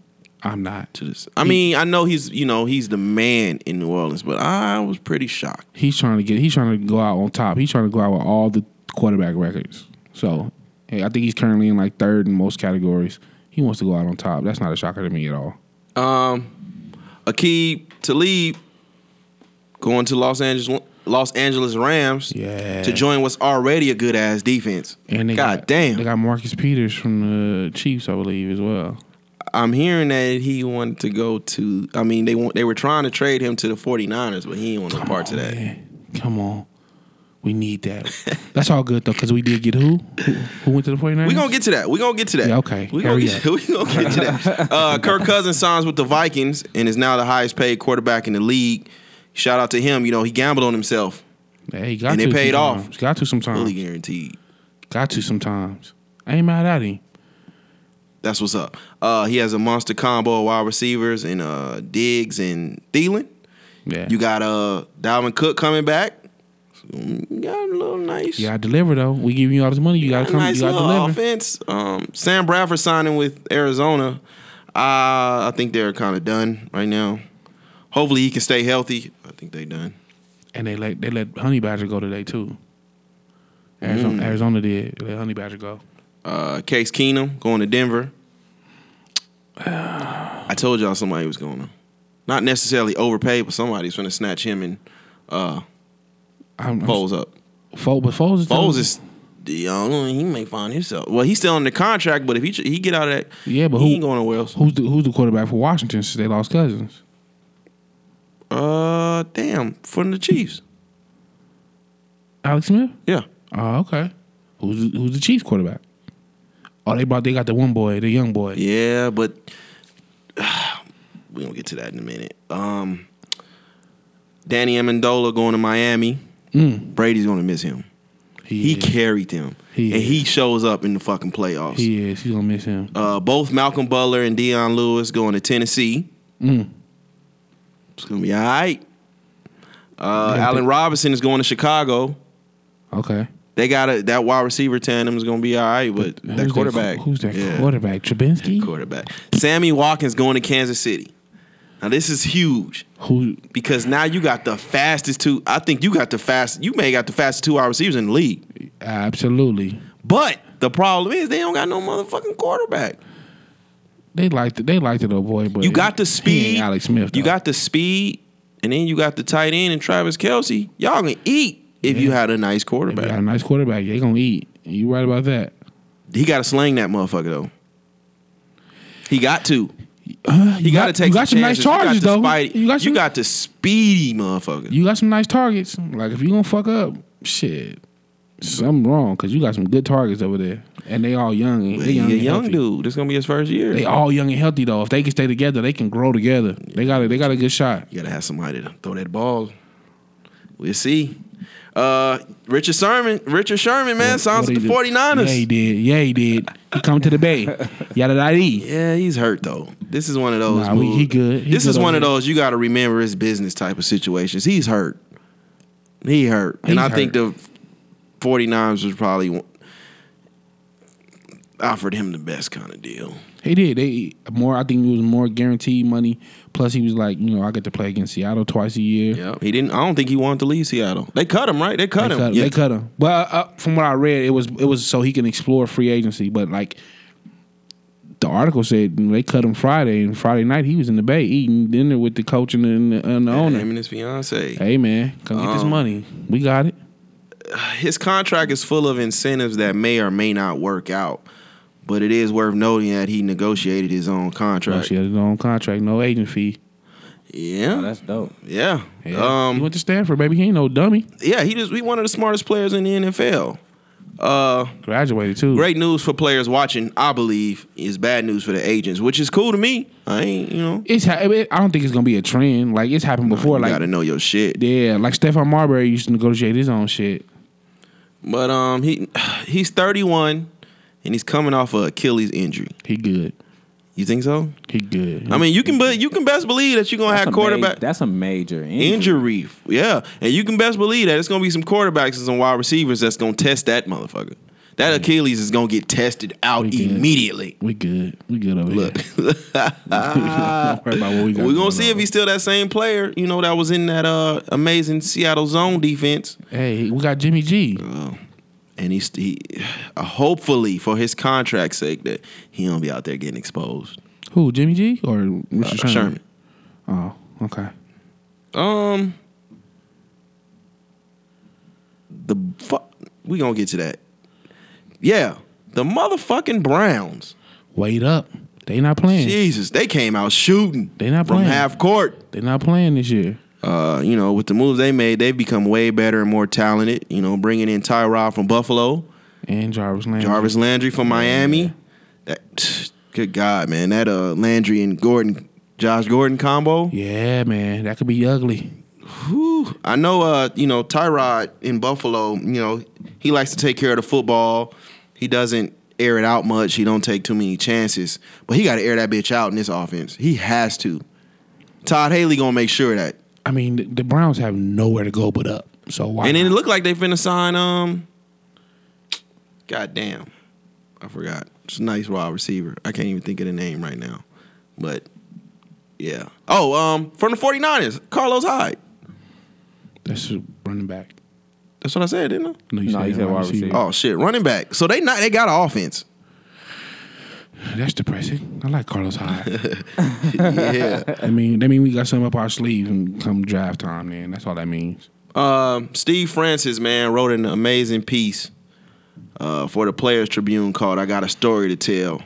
Speaker 4: I'm not.
Speaker 1: to this. I mean, I know he's you know he's the man in New Orleans, but I was pretty shocked.
Speaker 4: he's trying to get he's trying to go out on top. He's trying to go out with all the quarterback records. So hey, I think he's currently in like third in most categories. He wants to go out on top. That's not a shocker to me at all.
Speaker 1: Um, Akib Talib going to Los Angeles Los Angeles Rams
Speaker 4: Yeah.
Speaker 1: to join what's already a good ass defense.
Speaker 4: And they
Speaker 1: God
Speaker 4: got,
Speaker 1: damn,
Speaker 4: they got Marcus Peters from the Chiefs, I believe, as well.
Speaker 1: I'm hearing that he wanted to go to. I mean, they want they were trying to trade him to the 49ers, but he didn't want no part to that.
Speaker 4: Man, come on. We need that. That's all good though, because we did get who? who? Who went to the 49ers?
Speaker 1: We gonna get to that. We gonna get to that.
Speaker 4: Yeah, okay.
Speaker 1: We gonna
Speaker 4: Hurry
Speaker 1: get, we gonna get to that. Uh, Kirk Cousins signs with the Vikings and is now the highest paid quarterback in the league. Shout out to him. You know he gambled on himself.
Speaker 4: Hey, he got
Speaker 1: and
Speaker 4: to
Speaker 1: it paid
Speaker 4: sometimes.
Speaker 1: off.
Speaker 4: Got to
Speaker 1: Fully
Speaker 4: sometimes.
Speaker 1: guaranteed.
Speaker 4: Got to sometimes. I ain't mad at him.
Speaker 1: That's what's up. Uh, he has a monster combo of wide receivers and uh, Diggs and Thielen.
Speaker 4: Yeah.
Speaker 1: You got uh, Dalvin Cook coming back. Mm, You got a little nice.
Speaker 4: You gotta deliver though. We giving you all this money. You gotta
Speaker 1: a
Speaker 4: come.
Speaker 1: nice
Speaker 4: you gotta
Speaker 1: little
Speaker 4: deliver.
Speaker 1: offense. Um, Sam Bradford signing with Arizona. Uh, I think they're kind of done right now. Hopefully he can stay healthy. I think they done.
Speaker 4: And they let they let Honey Badger go today too. Arizona,
Speaker 1: Mm.
Speaker 4: Arizona did. They let Honey Badger go.
Speaker 1: Uh, Case Keenum going to Denver. I told y'all somebody was going to. Not necessarily overpay, but somebody's going to snatch him and uh,
Speaker 4: I'm, I'm,
Speaker 1: Foles up.
Speaker 4: Foles, but Foles is
Speaker 1: Foles is young. He may find himself. Well, he's still under contract, but if he he get out of that,
Speaker 4: Yeah, but
Speaker 1: he
Speaker 4: who-
Speaker 1: ain't going nowhere else.
Speaker 4: who's the who's the quarterback for Washington since they lost Cousins?
Speaker 1: Uh, damn, from the Chiefs.
Speaker 4: Alex Smith.
Speaker 1: Yeah,
Speaker 4: Oh, okay. Who's the, who's the Chiefs quarterback? Oh, they brought they got the one boy, the young boy.
Speaker 1: yeah, but we gonna get to that in a minute. Um, Danny Amendola going to Miami.
Speaker 4: Mm.
Speaker 1: Brady's gonna miss him. He
Speaker 4: is.
Speaker 1: carried them,
Speaker 4: He
Speaker 1: and
Speaker 4: is.
Speaker 1: he shows up in the fucking playoffs.
Speaker 4: He is. He's gonna miss him.
Speaker 1: Uh, both Malcolm Butler and Deion Lewis going to Tennessee.
Speaker 4: Mm.
Speaker 1: It's gonna be all right. Uh,
Speaker 4: Yeah,
Speaker 1: Allen
Speaker 4: but-
Speaker 1: Robinson is going to Chicago.
Speaker 4: Okay.
Speaker 1: They got a that wide receiver tandem is gonna be all right, but
Speaker 4: Who's
Speaker 1: that quarterback,
Speaker 4: who's that
Speaker 1: Yeah,
Speaker 4: quarterback? Trubinsky.
Speaker 1: quarterback, Sammy Watkins going to Kansas City. Now this is huge
Speaker 4: Who?
Speaker 1: because now you got the fastest two. I think you got the fast. You may got the fastest two wide receivers in the league.
Speaker 4: Absolutely.
Speaker 1: But the problem is they don't got no motherfucking quarterback.
Speaker 4: They liked it. They liked it, oh boy. But
Speaker 1: You got the
Speaker 4: he ain't
Speaker 1: speed,
Speaker 4: Alex Smith.
Speaker 1: You
Speaker 4: though.
Speaker 1: got the speed, and then you got the tight end and Travis Kelsey. Y'all gonna eat if you had a
Speaker 4: If
Speaker 1: nice
Speaker 4: you got
Speaker 1: quarterback.
Speaker 4: a nice quarterback. They gonna eat. You right about that.
Speaker 1: He got to sling that motherfucker though. He got to.
Speaker 4: you
Speaker 1: He got to take.
Speaker 4: You got
Speaker 1: some
Speaker 4: some nice
Speaker 1: chances. You got
Speaker 4: charges
Speaker 1: the
Speaker 4: though.
Speaker 1: spidey-
Speaker 4: You got some.
Speaker 1: you got the speedy motherfucker.
Speaker 4: you got some nice targets. Like if you gonna fuck up, shit, something wrong because you got some good targets over there, and they all young. And they
Speaker 1: He
Speaker 4: young,
Speaker 1: a
Speaker 4: and
Speaker 1: young
Speaker 4: healthy.
Speaker 1: dude. This gonna be his first year.
Speaker 4: They all young and healthy though. If they can stay together, they can grow together. They got a, They got a good shot.
Speaker 1: you gotta have somebody to throw that ball. We'll see. Uh, Richard Sherman, Richard Sherman, man, signs
Speaker 4: What
Speaker 1: with
Speaker 4: he
Speaker 1: the
Speaker 4: did-
Speaker 1: 49ers.
Speaker 4: Yeah, he did. Yeah, he did. He come to the bay. Yada da dee.
Speaker 1: Yeah, he's hurt though. This is one of those.
Speaker 4: Nah, we-
Speaker 1: moves-
Speaker 4: he good. He
Speaker 1: this
Speaker 4: good
Speaker 1: is one
Speaker 4: over
Speaker 1: of
Speaker 4: there.
Speaker 1: those you got to remember his business type of situations. He's hurt. He hurt, and
Speaker 4: He's
Speaker 1: I think the
Speaker 4: hurt.
Speaker 1: 49ers was probably one- offered him the best kind of deal.
Speaker 4: He did. They more. I think it was more guaranteed money. Plus, he was like, you know, I get to play against Seattle twice a year.
Speaker 1: Yeah, he didn't. I don't think he wanted to leave Seattle. They cut him, right? They cut
Speaker 4: They
Speaker 1: him.
Speaker 4: cut,
Speaker 1: yeah.
Speaker 4: they cut him. But uh, from what I read, it was it was so he can explore free agency. But like the article said, they cut him Friday, and Friday night he was in the bay eating dinner with the coach and the, and the, and the owner.
Speaker 1: Him and his fiance.
Speaker 4: Hey man, come get
Speaker 1: Um,
Speaker 4: this money. We got it.
Speaker 1: His contract is full of incentives that may or may not work out, but it is worth noting that he negotiated his own
Speaker 4: Oh,
Speaker 1: contract.
Speaker 4: she had his own contract, no agent fee.
Speaker 5: Oh,
Speaker 1: yeah,
Speaker 5: that's dope.
Speaker 1: yeah.
Speaker 4: Yeah.
Speaker 1: Um,
Speaker 4: he went to Stanford, baby. He ain't no dummy.
Speaker 1: yeah, he just we one of the smartest players in the NFL. Uh,
Speaker 4: Graduated too.
Speaker 1: great news for players watching, I believe, is bad news for the agents, which is cool to me. I ain't, you know,
Speaker 4: It's ha- it, I don't think it's gonna be a trend. Like it's happened before.
Speaker 1: you
Speaker 4: like
Speaker 1: gotta know your shit.
Speaker 4: yeah, like Stephon Marbury used to negotiate his own shit.
Speaker 1: But um, he he's 31 and he's coming off a Achilles injury.
Speaker 4: He good.
Speaker 1: You think so?
Speaker 4: He good.
Speaker 1: I mean, you can, but you can best believe that you're gonna
Speaker 5: That's a
Speaker 1: have
Speaker 5: ma-
Speaker 1: quarterback.
Speaker 5: that's a major injury.
Speaker 1: injury. Yeah, and you can best believe that it's gonna be some quarterbacks and some wide receivers that's gonna test that motherfucker. That Achilles is gonna get tested out
Speaker 4: We good.
Speaker 1: immediately.
Speaker 4: we good. We good over
Speaker 1: Look,
Speaker 4: here. Don't worry about what we got
Speaker 1: we're Uh, gonna
Speaker 4: going
Speaker 1: see if
Speaker 4: on.
Speaker 1: he's still that same player. You know that was in that uh, amazing Seattle zone defense.
Speaker 4: Hey, we got Jimmy G.
Speaker 1: Oh, and and he's he, uh, hopefully for his contract's sake that he don't be out there getting exposed.
Speaker 4: Who, Jimmy G or
Speaker 1: Uh,
Speaker 4: Richard Sherman?
Speaker 1: Sherman.
Speaker 4: Oh, okay.
Speaker 1: Um, the fuck we gonna get to that. Yeah, the motherfucking Browns.
Speaker 4: Wait up. They not playing.
Speaker 1: Jesus, they came out shooting.
Speaker 4: They not
Speaker 1: from
Speaker 4: playing.
Speaker 1: half court.
Speaker 4: They not playing this year.
Speaker 1: Uh, you know, with the moves they made, they've become way better and more talented. You know, bringing in Tyrod from Buffalo,
Speaker 4: And Jarvis Landry.
Speaker 1: Jarvis Landry from Miami. That good God, man, that uh Landry and Gordon, Josh Gordon combo.
Speaker 4: Yeah, man. That could be ugly.
Speaker 1: Whew. I know, uh, you know, Tyrod in Buffalo, you know, he likes to take care of the football. He doesn't air it out much. He don't take too many chances. But he got to air that bitch out in this offense. He has to. Todd Haley gonna make sure of that.
Speaker 4: I mean, the, the Browns have nowhere to go but up. So why?
Speaker 1: And then it
Speaker 4: not?
Speaker 1: looked like they finna sign. Um, goddamn, I forgot. It's a nice wide receiver. I can't even think of the name right now. But yeah. Oh, um, from the 49ers, Carlos Hyde.
Speaker 4: that's a running back.
Speaker 1: That's what I said, didn't I?
Speaker 4: No, you
Speaker 5: No, he said wide receiver.
Speaker 1: Oh shit, running back. So they not they got an offense.
Speaker 4: That's depressing. I like Carlos Hyde.
Speaker 1: yeah.
Speaker 4: I mean, that mean we got something up our sleeve and come draft time. Then that's all that means.
Speaker 1: Um, Steve Francis, man, wrote an amazing piece uh, for the Players Tribune called "I Got a Story to Tell."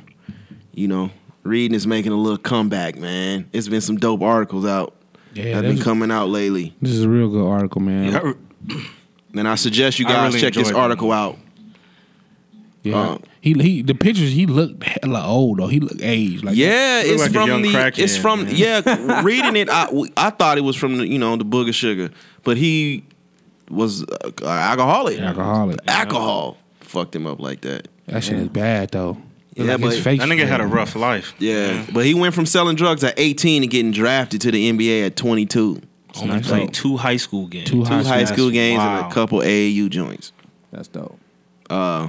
Speaker 1: You know, reading is making a little comeback, man. It's been some dope articles out
Speaker 4: Yeah,
Speaker 1: that
Speaker 4: that
Speaker 1: have been
Speaker 4: was-
Speaker 1: coming out lately,
Speaker 4: This is a real good article, man.
Speaker 6: I,
Speaker 1: and I suggest you
Speaker 6: I
Speaker 1: guys
Speaker 6: really
Speaker 1: check this
Speaker 6: enjoyed it.
Speaker 1: article out.
Speaker 4: Yeah,
Speaker 1: Uh,
Speaker 4: he he. The pictures he looked hella old though. He looked aged. Like
Speaker 1: Yeah,
Speaker 6: Look
Speaker 1: it's
Speaker 6: like a
Speaker 1: from
Speaker 6: young
Speaker 1: the.
Speaker 6: crackhead,
Speaker 1: it's from
Speaker 6: man.
Speaker 1: yeah. reading it, I I thought it was from the you know the book of sugar, but he was uh, alcoholic.
Speaker 4: Alcoholic.
Speaker 1: Alcohol fucked him up like that.
Speaker 4: that shit is bad though. Look
Speaker 1: Yeah,
Speaker 4: like
Speaker 1: but-
Speaker 4: his face.
Speaker 6: that nigga had a
Speaker 4: man.
Speaker 6: rough life.
Speaker 1: Yeah, but he went from selling drugs at 18 and getting drafted to the NBA at 22.
Speaker 7: Only
Speaker 4: nice.
Speaker 7: played two high school games.
Speaker 4: Two
Speaker 1: Two high,
Speaker 4: high, school.
Speaker 1: school games
Speaker 6: Wow.
Speaker 1: and a couple AAU joints.
Speaker 5: That's dope.
Speaker 1: Uh,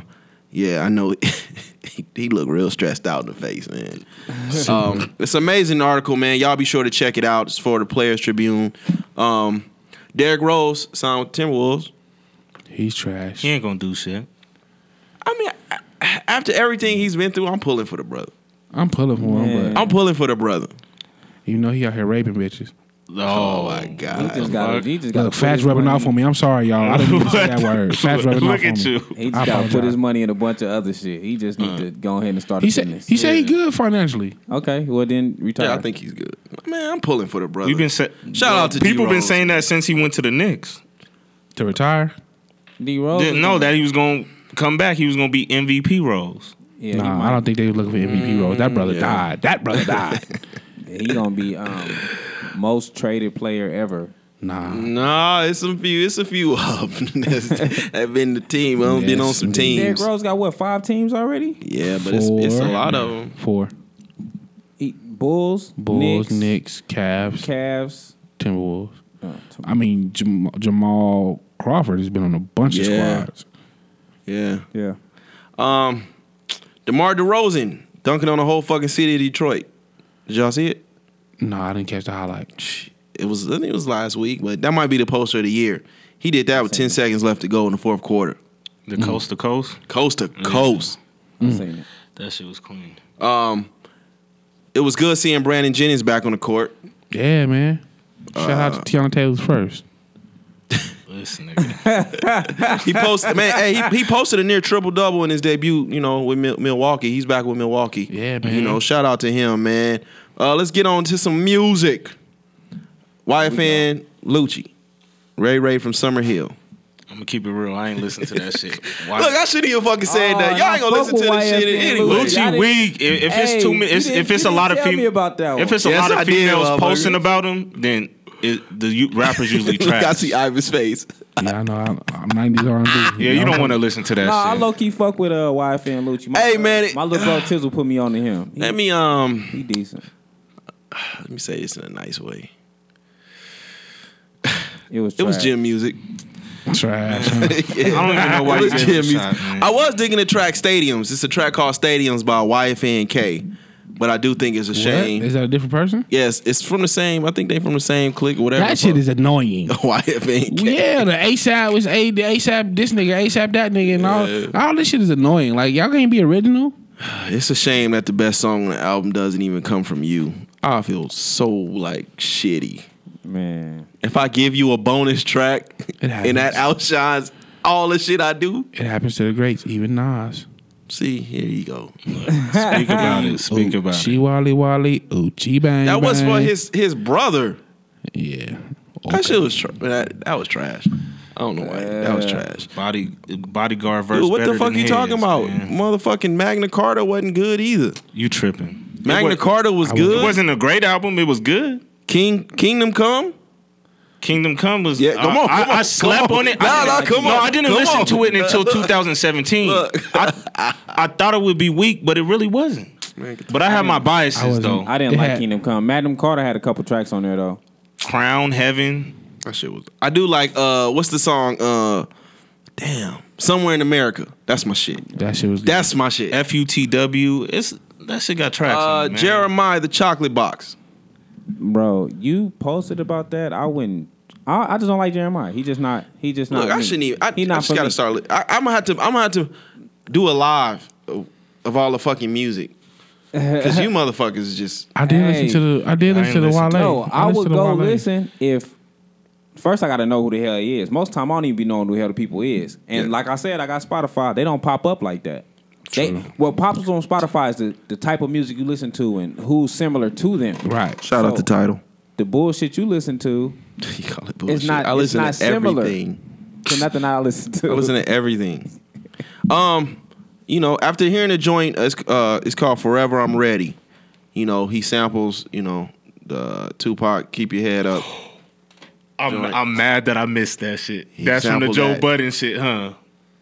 Speaker 1: yeah, I know. he, he looked real stressed out in the face, man. um, it's an amazing article, man. Y'all be sure to check it out. It's for the Players Tribune. Um, Derrick Rose signed with Timberwolves.
Speaker 4: He's trash.
Speaker 7: He ain't gonna do shit.
Speaker 1: I mean, a- after everything he's been through, I'm pulling for the brother.
Speaker 4: I'm pulling for him, but
Speaker 1: I'm pulling for the brother.
Speaker 4: you know he out here raping bitches.
Speaker 1: Oh, my
Speaker 5: He
Speaker 1: God.
Speaker 5: just got.
Speaker 6: fuck?
Speaker 5: He just got.
Speaker 4: Look, Fats rubbing off on me. I'm sorry, y'all. I didn't mean to say that word. Fats rubbing
Speaker 6: Look
Speaker 4: off on
Speaker 6: at
Speaker 4: me.
Speaker 6: you.
Speaker 5: He
Speaker 4: I
Speaker 5: just got to put
Speaker 4: apologize.
Speaker 5: his money in a bunch of other shit. He just need
Speaker 6: Uh.
Speaker 5: to go ahead and start.
Speaker 4: He
Speaker 5: a
Speaker 4: said
Speaker 5: business.
Speaker 4: he said he good financially.
Speaker 5: Okay, well then retire.
Speaker 1: Yeah, I think he's good. Man, I'm pulling for the brother.
Speaker 6: We've been sa-
Speaker 1: Shout out to
Speaker 6: people. Been
Speaker 1: D-Rose.
Speaker 6: saying that since he went to the Knicks.
Speaker 4: To retire?
Speaker 5: D Rose.
Speaker 6: Didn't know that he was gonna come back. He was gonna be MVP roles.
Speaker 5: Yeah, he,
Speaker 4: nah, I
Speaker 5: might,
Speaker 4: don't think they were looking for MVP roles. That brother
Speaker 1: Mm, yeah.
Speaker 4: died. That brother died.
Speaker 5: he gonna be um, most traded player ever.
Speaker 4: nah.
Speaker 1: Nah, it's some few. It's a few of them that's- have been the team. I've been on
Speaker 4: Yes,
Speaker 1: some
Speaker 4: indeed.
Speaker 5: Derrick
Speaker 1: teams.
Speaker 5: Rose got what five teams already?
Speaker 1: Yeah, but it's, it's a
Speaker 4: Four.
Speaker 1: lot of them.
Speaker 4: Four.
Speaker 5: He, Bulls,
Speaker 4: Bulls,
Speaker 5: Bulls, Knicks,
Speaker 4: Knicks, Cavs,
Speaker 5: Cavs.
Speaker 4: Timberwolves.
Speaker 5: Oh,
Speaker 6: Mm.
Speaker 4: I mean, Jam- Jamal Crawford has been on a bunch
Speaker 1: Yeah.
Speaker 4: of squads.
Speaker 1: Yeah.
Speaker 5: yeah,
Speaker 1: Um, DeMar DeRozan dunking on the whole fucking city of Detroit. Did y'all see it?
Speaker 4: No, I didn't catch the highlight.
Speaker 1: It was I think it was last week, but that might be the poster of the year. He did that with ten seconds left to go in the fourth quarter,
Speaker 6: The coast to coast.
Speaker 1: coast to
Speaker 4: Mm.
Speaker 1: coast.
Speaker 5: I'm saying it.
Speaker 7: That shit was clean.
Speaker 1: Um, it was good seeing Brandon Jennings back on the court.
Speaker 4: Yeah, man. Shout out
Speaker 1: Uh,
Speaker 4: to Tiana Taylor first.
Speaker 7: Listen, nigga.
Speaker 1: He posted, man. Hey, he, he posted a near triple double in his debut. You know, with Mil- Milwaukee, he's back with Milwaukee.
Speaker 4: Yeah, man.
Speaker 1: You know, shout out to him, man. Uh, let's get on to some music. YFN Lucci, Ray Ray from Summer Hill.
Speaker 7: I'm gonna keep it real. I ain't listen to that shit. Why?
Speaker 1: Look, I shouldn't even fucking said
Speaker 5: Oh,
Speaker 1: that.
Speaker 5: and
Speaker 1: Y'all
Speaker 5: I
Speaker 1: ain't gonna
Speaker 5: fuck
Speaker 1: listen to
Speaker 5: with
Speaker 1: this shit
Speaker 5: YFN
Speaker 1: anyway.
Speaker 5: Lucci.
Speaker 6: Lucci
Speaker 5: didn't-
Speaker 6: Week. If, if it's
Speaker 5: Hey,
Speaker 6: too many,
Speaker 5: you
Speaker 6: if,
Speaker 5: didn't-
Speaker 6: if it's
Speaker 5: you
Speaker 6: a lot
Speaker 5: didn't
Speaker 6: of
Speaker 5: tell me
Speaker 6: females,
Speaker 5: about that one.
Speaker 6: if it's a
Speaker 1: Yes,
Speaker 6: lot
Speaker 1: I
Speaker 6: of
Speaker 1: did,
Speaker 6: females
Speaker 1: motherfucker.
Speaker 6: posting about him, then it, the you, rappers usually
Speaker 1: Look, I
Speaker 6: trash.
Speaker 1: see Ivan's face.
Speaker 4: Yeah, I know. I, I'm 90s R&B.
Speaker 6: yeah, you don't want to listen to that
Speaker 5: Nah, I
Speaker 6: shit.
Speaker 5: low key fuck with uh YFN Lucci. My,
Speaker 1: Hey, man, it-
Speaker 5: my little bro Tizzle put me on to him. He,
Speaker 1: Let me um,
Speaker 5: he decent.
Speaker 1: let me say this in a nice way.
Speaker 5: It was
Speaker 1: It was
Speaker 5: trash.
Speaker 1: gym music.
Speaker 4: Trash. huh?
Speaker 6: I don't even know why
Speaker 1: It
Speaker 6: you gave
Speaker 1: was gym
Speaker 6: him a
Speaker 1: music.
Speaker 6: shot, man.
Speaker 1: I was digging the track Stadiums. It's a track called Stadiums by YFNK. But I do think it's a shame.
Speaker 4: What? Is that a different person?
Speaker 1: yes, it's from the same. I think they from the same clique or whatever.
Speaker 4: That shit is annoying.
Speaker 1: YFN.
Speaker 4: Yeah, the ASAP was A the ASAP this nigga, ASAP that nigga, and
Speaker 1: Yeah.
Speaker 4: all all this shit is annoying. Like y'all can't be original.
Speaker 1: It's a shame that the best song on the album doesn't even come from you. I feel so like shitty.
Speaker 5: Man.
Speaker 1: If I give you a bonus track
Speaker 4: It
Speaker 1: and that
Speaker 4: happens.
Speaker 1: outshines all the shit I do,
Speaker 4: It happens to the greats, even Nas.
Speaker 1: see, here you go.
Speaker 7: Speak about it. Speak about
Speaker 4: Oh, She
Speaker 7: it.
Speaker 4: Wally Wally, Uchi Bang.
Speaker 1: That was for
Speaker 4: Bang.
Speaker 1: his his brother.
Speaker 4: Yeah.
Speaker 1: That shit was tr- that, that was trash. I don't know why that was trash.
Speaker 7: Body bodyguard verse.
Speaker 1: Dude, what the
Speaker 7: better
Speaker 1: fuck
Speaker 7: than
Speaker 1: you talking
Speaker 7: his,
Speaker 1: about?
Speaker 7: man.
Speaker 1: Motherfucking Magna Carta wasn't good either.
Speaker 7: You tripping?
Speaker 1: Magna
Speaker 7: was-
Speaker 1: Carta was
Speaker 7: It
Speaker 1: good.
Speaker 7: wasn't a great album. It was good.
Speaker 1: King Kingdom Come.
Speaker 7: Kingdom Come was.
Speaker 1: Yeah, come on,
Speaker 7: I,
Speaker 1: come
Speaker 7: I,
Speaker 1: on,
Speaker 7: I slept
Speaker 1: come on.
Speaker 7: on it.
Speaker 1: Nah,
Speaker 7: I,
Speaker 1: nah, come
Speaker 7: no,
Speaker 1: on,
Speaker 7: I didn't
Speaker 1: come
Speaker 7: listen
Speaker 1: on.
Speaker 7: to it until 2017. I, I thought it would be weak, but it really wasn't. But I have my
Speaker 4: I
Speaker 7: biases
Speaker 4: wasn't-
Speaker 7: though.
Speaker 5: I didn't
Speaker 4: It
Speaker 5: like
Speaker 4: had-
Speaker 5: Kingdom Come. Madam Carter had a couple tracks on there though.
Speaker 7: Crown Heaven.
Speaker 1: That shit was. I do like uh, what's the song? Uh, damn, somewhere in America. That's my shit.
Speaker 4: That shit was
Speaker 1: That's my shit.
Speaker 7: F U T W. It's that shit got tracks. on
Speaker 1: uh,
Speaker 7: it, man.
Speaker 1: Jeremiah the Chocolate Box.
Speaker 5: Bro, you posted about that. I wouldn't I, I just don't like Jeremiah. He just not he just not
Speaker 1: Look, I
Speaker 5: me.
Speaker 1: shouldn't even. I,
Speaker 5: he
Speaker 1: I
Speaker 5: not
Speaker 1: just
Speaker 5: for
Speaker 1: gotta
Speaker 5: me.
Speaker 1: start. Li- I, I'm gonna have to. I'm gonna have to do a live of, of all the fucking music because you motherfuckers is just.
Speaker 4: I did
Speaker 5: Hey.
Speaker 4: listen to the I did
Speaker 7: I
Speaker 4: listen to
Speaker 7: ain't
Speaker 4: Wale.
Speaker 7: listen to-
Speaker 5: No, I,
Speaker 4: listened
Speaker 5: would
Speaker 4: to
Speaker 5: go
Speaker 4: Wale.
Speaker 5: listen if first I gotta know who the hell he is. Most time I don't even be knowing who the hell the people is. And
Speaker 1: Yeah.
Speaker 5: like I said, I got Spotify. They don't pop up like that. They, what pops up on Spotify is the, the type of music you listen to and who's similar to them.
Speaker 4: Right.
Speaker 1: Shout
Speaker 5: out to
Speaker 1: title.
Speaker 5: The bullshit you listen to
Speaker 1: you call it bullshit.
Speaker 5: not-
Speaker 1: I
Speaker 5: it's
Speaker 1: listen
Speaker 5: not
Speaker 1: to
Speaker 5: similar.
Speaker 1: everything.
Speaker 5: to nothing I listen to.
Speaker 1: I listen to everything. Um, you know, after hearing the joint, uh, it's, uh, it's called "Forever I'm Ready." You know, he samples, you know, the Tupac "Keep Your Head Up."
Speaker 7: I'm, I'm mad that I missed that shit.
Speaker 1: He
Speaker 7: That's from the
Speaker 1: sampled
Speaker 7: Joe
Speaker 1: that.
Speaker 7: Budden shit, huh?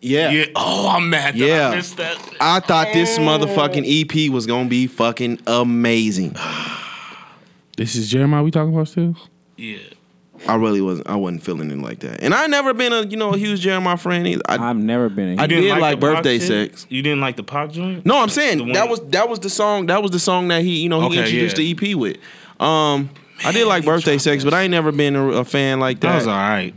Speaker 1: Yeah,
Speaker 7: Yeah. Oh, I'm mad that
Speaker 1: Yeah.
Speaker 7: I missed that. Shit.
Speaker 1: I thought this motherfucking EP was gonna be fucking amazing.
Speaker 4: This is Jeremiah we talking about still?
Speaker 7: Yeah.
Speaker 1: I really wasn't. I wasn't feeling it like that. And I never been a you know a huge Jeremiah friend either. I,
Speaker 5: I've never been. A
Speaker 1: I
Speaker 5: I,
Speaker 1: did like,
Speaker 7: the Pac
Speaker 1: birthday
Speaker 7: shit?
Speaker 1: sex.
Speaker 7: You didn't like the pop joint?
Speaker 1: No, I'm
Speaker 7: The
Speaker 1: saying
Speaker 7: one-
Speaker 1: that was that was the song that was the song that he you know he
Speaker 7: Okay,
Speaker 1: introduced
Speaker 7: yeah.
Speaker 1: the EP with. Um, I did like
Speaker 7: he
Speaker 1: birthday
Speaker 7: dropped
Speaker 1: sex,
Speaker 7: that
Speaker 1: but I ain't never been a, a fan like
Speaker 7: That
Speaker 1: that.
Speaker 7: was all right.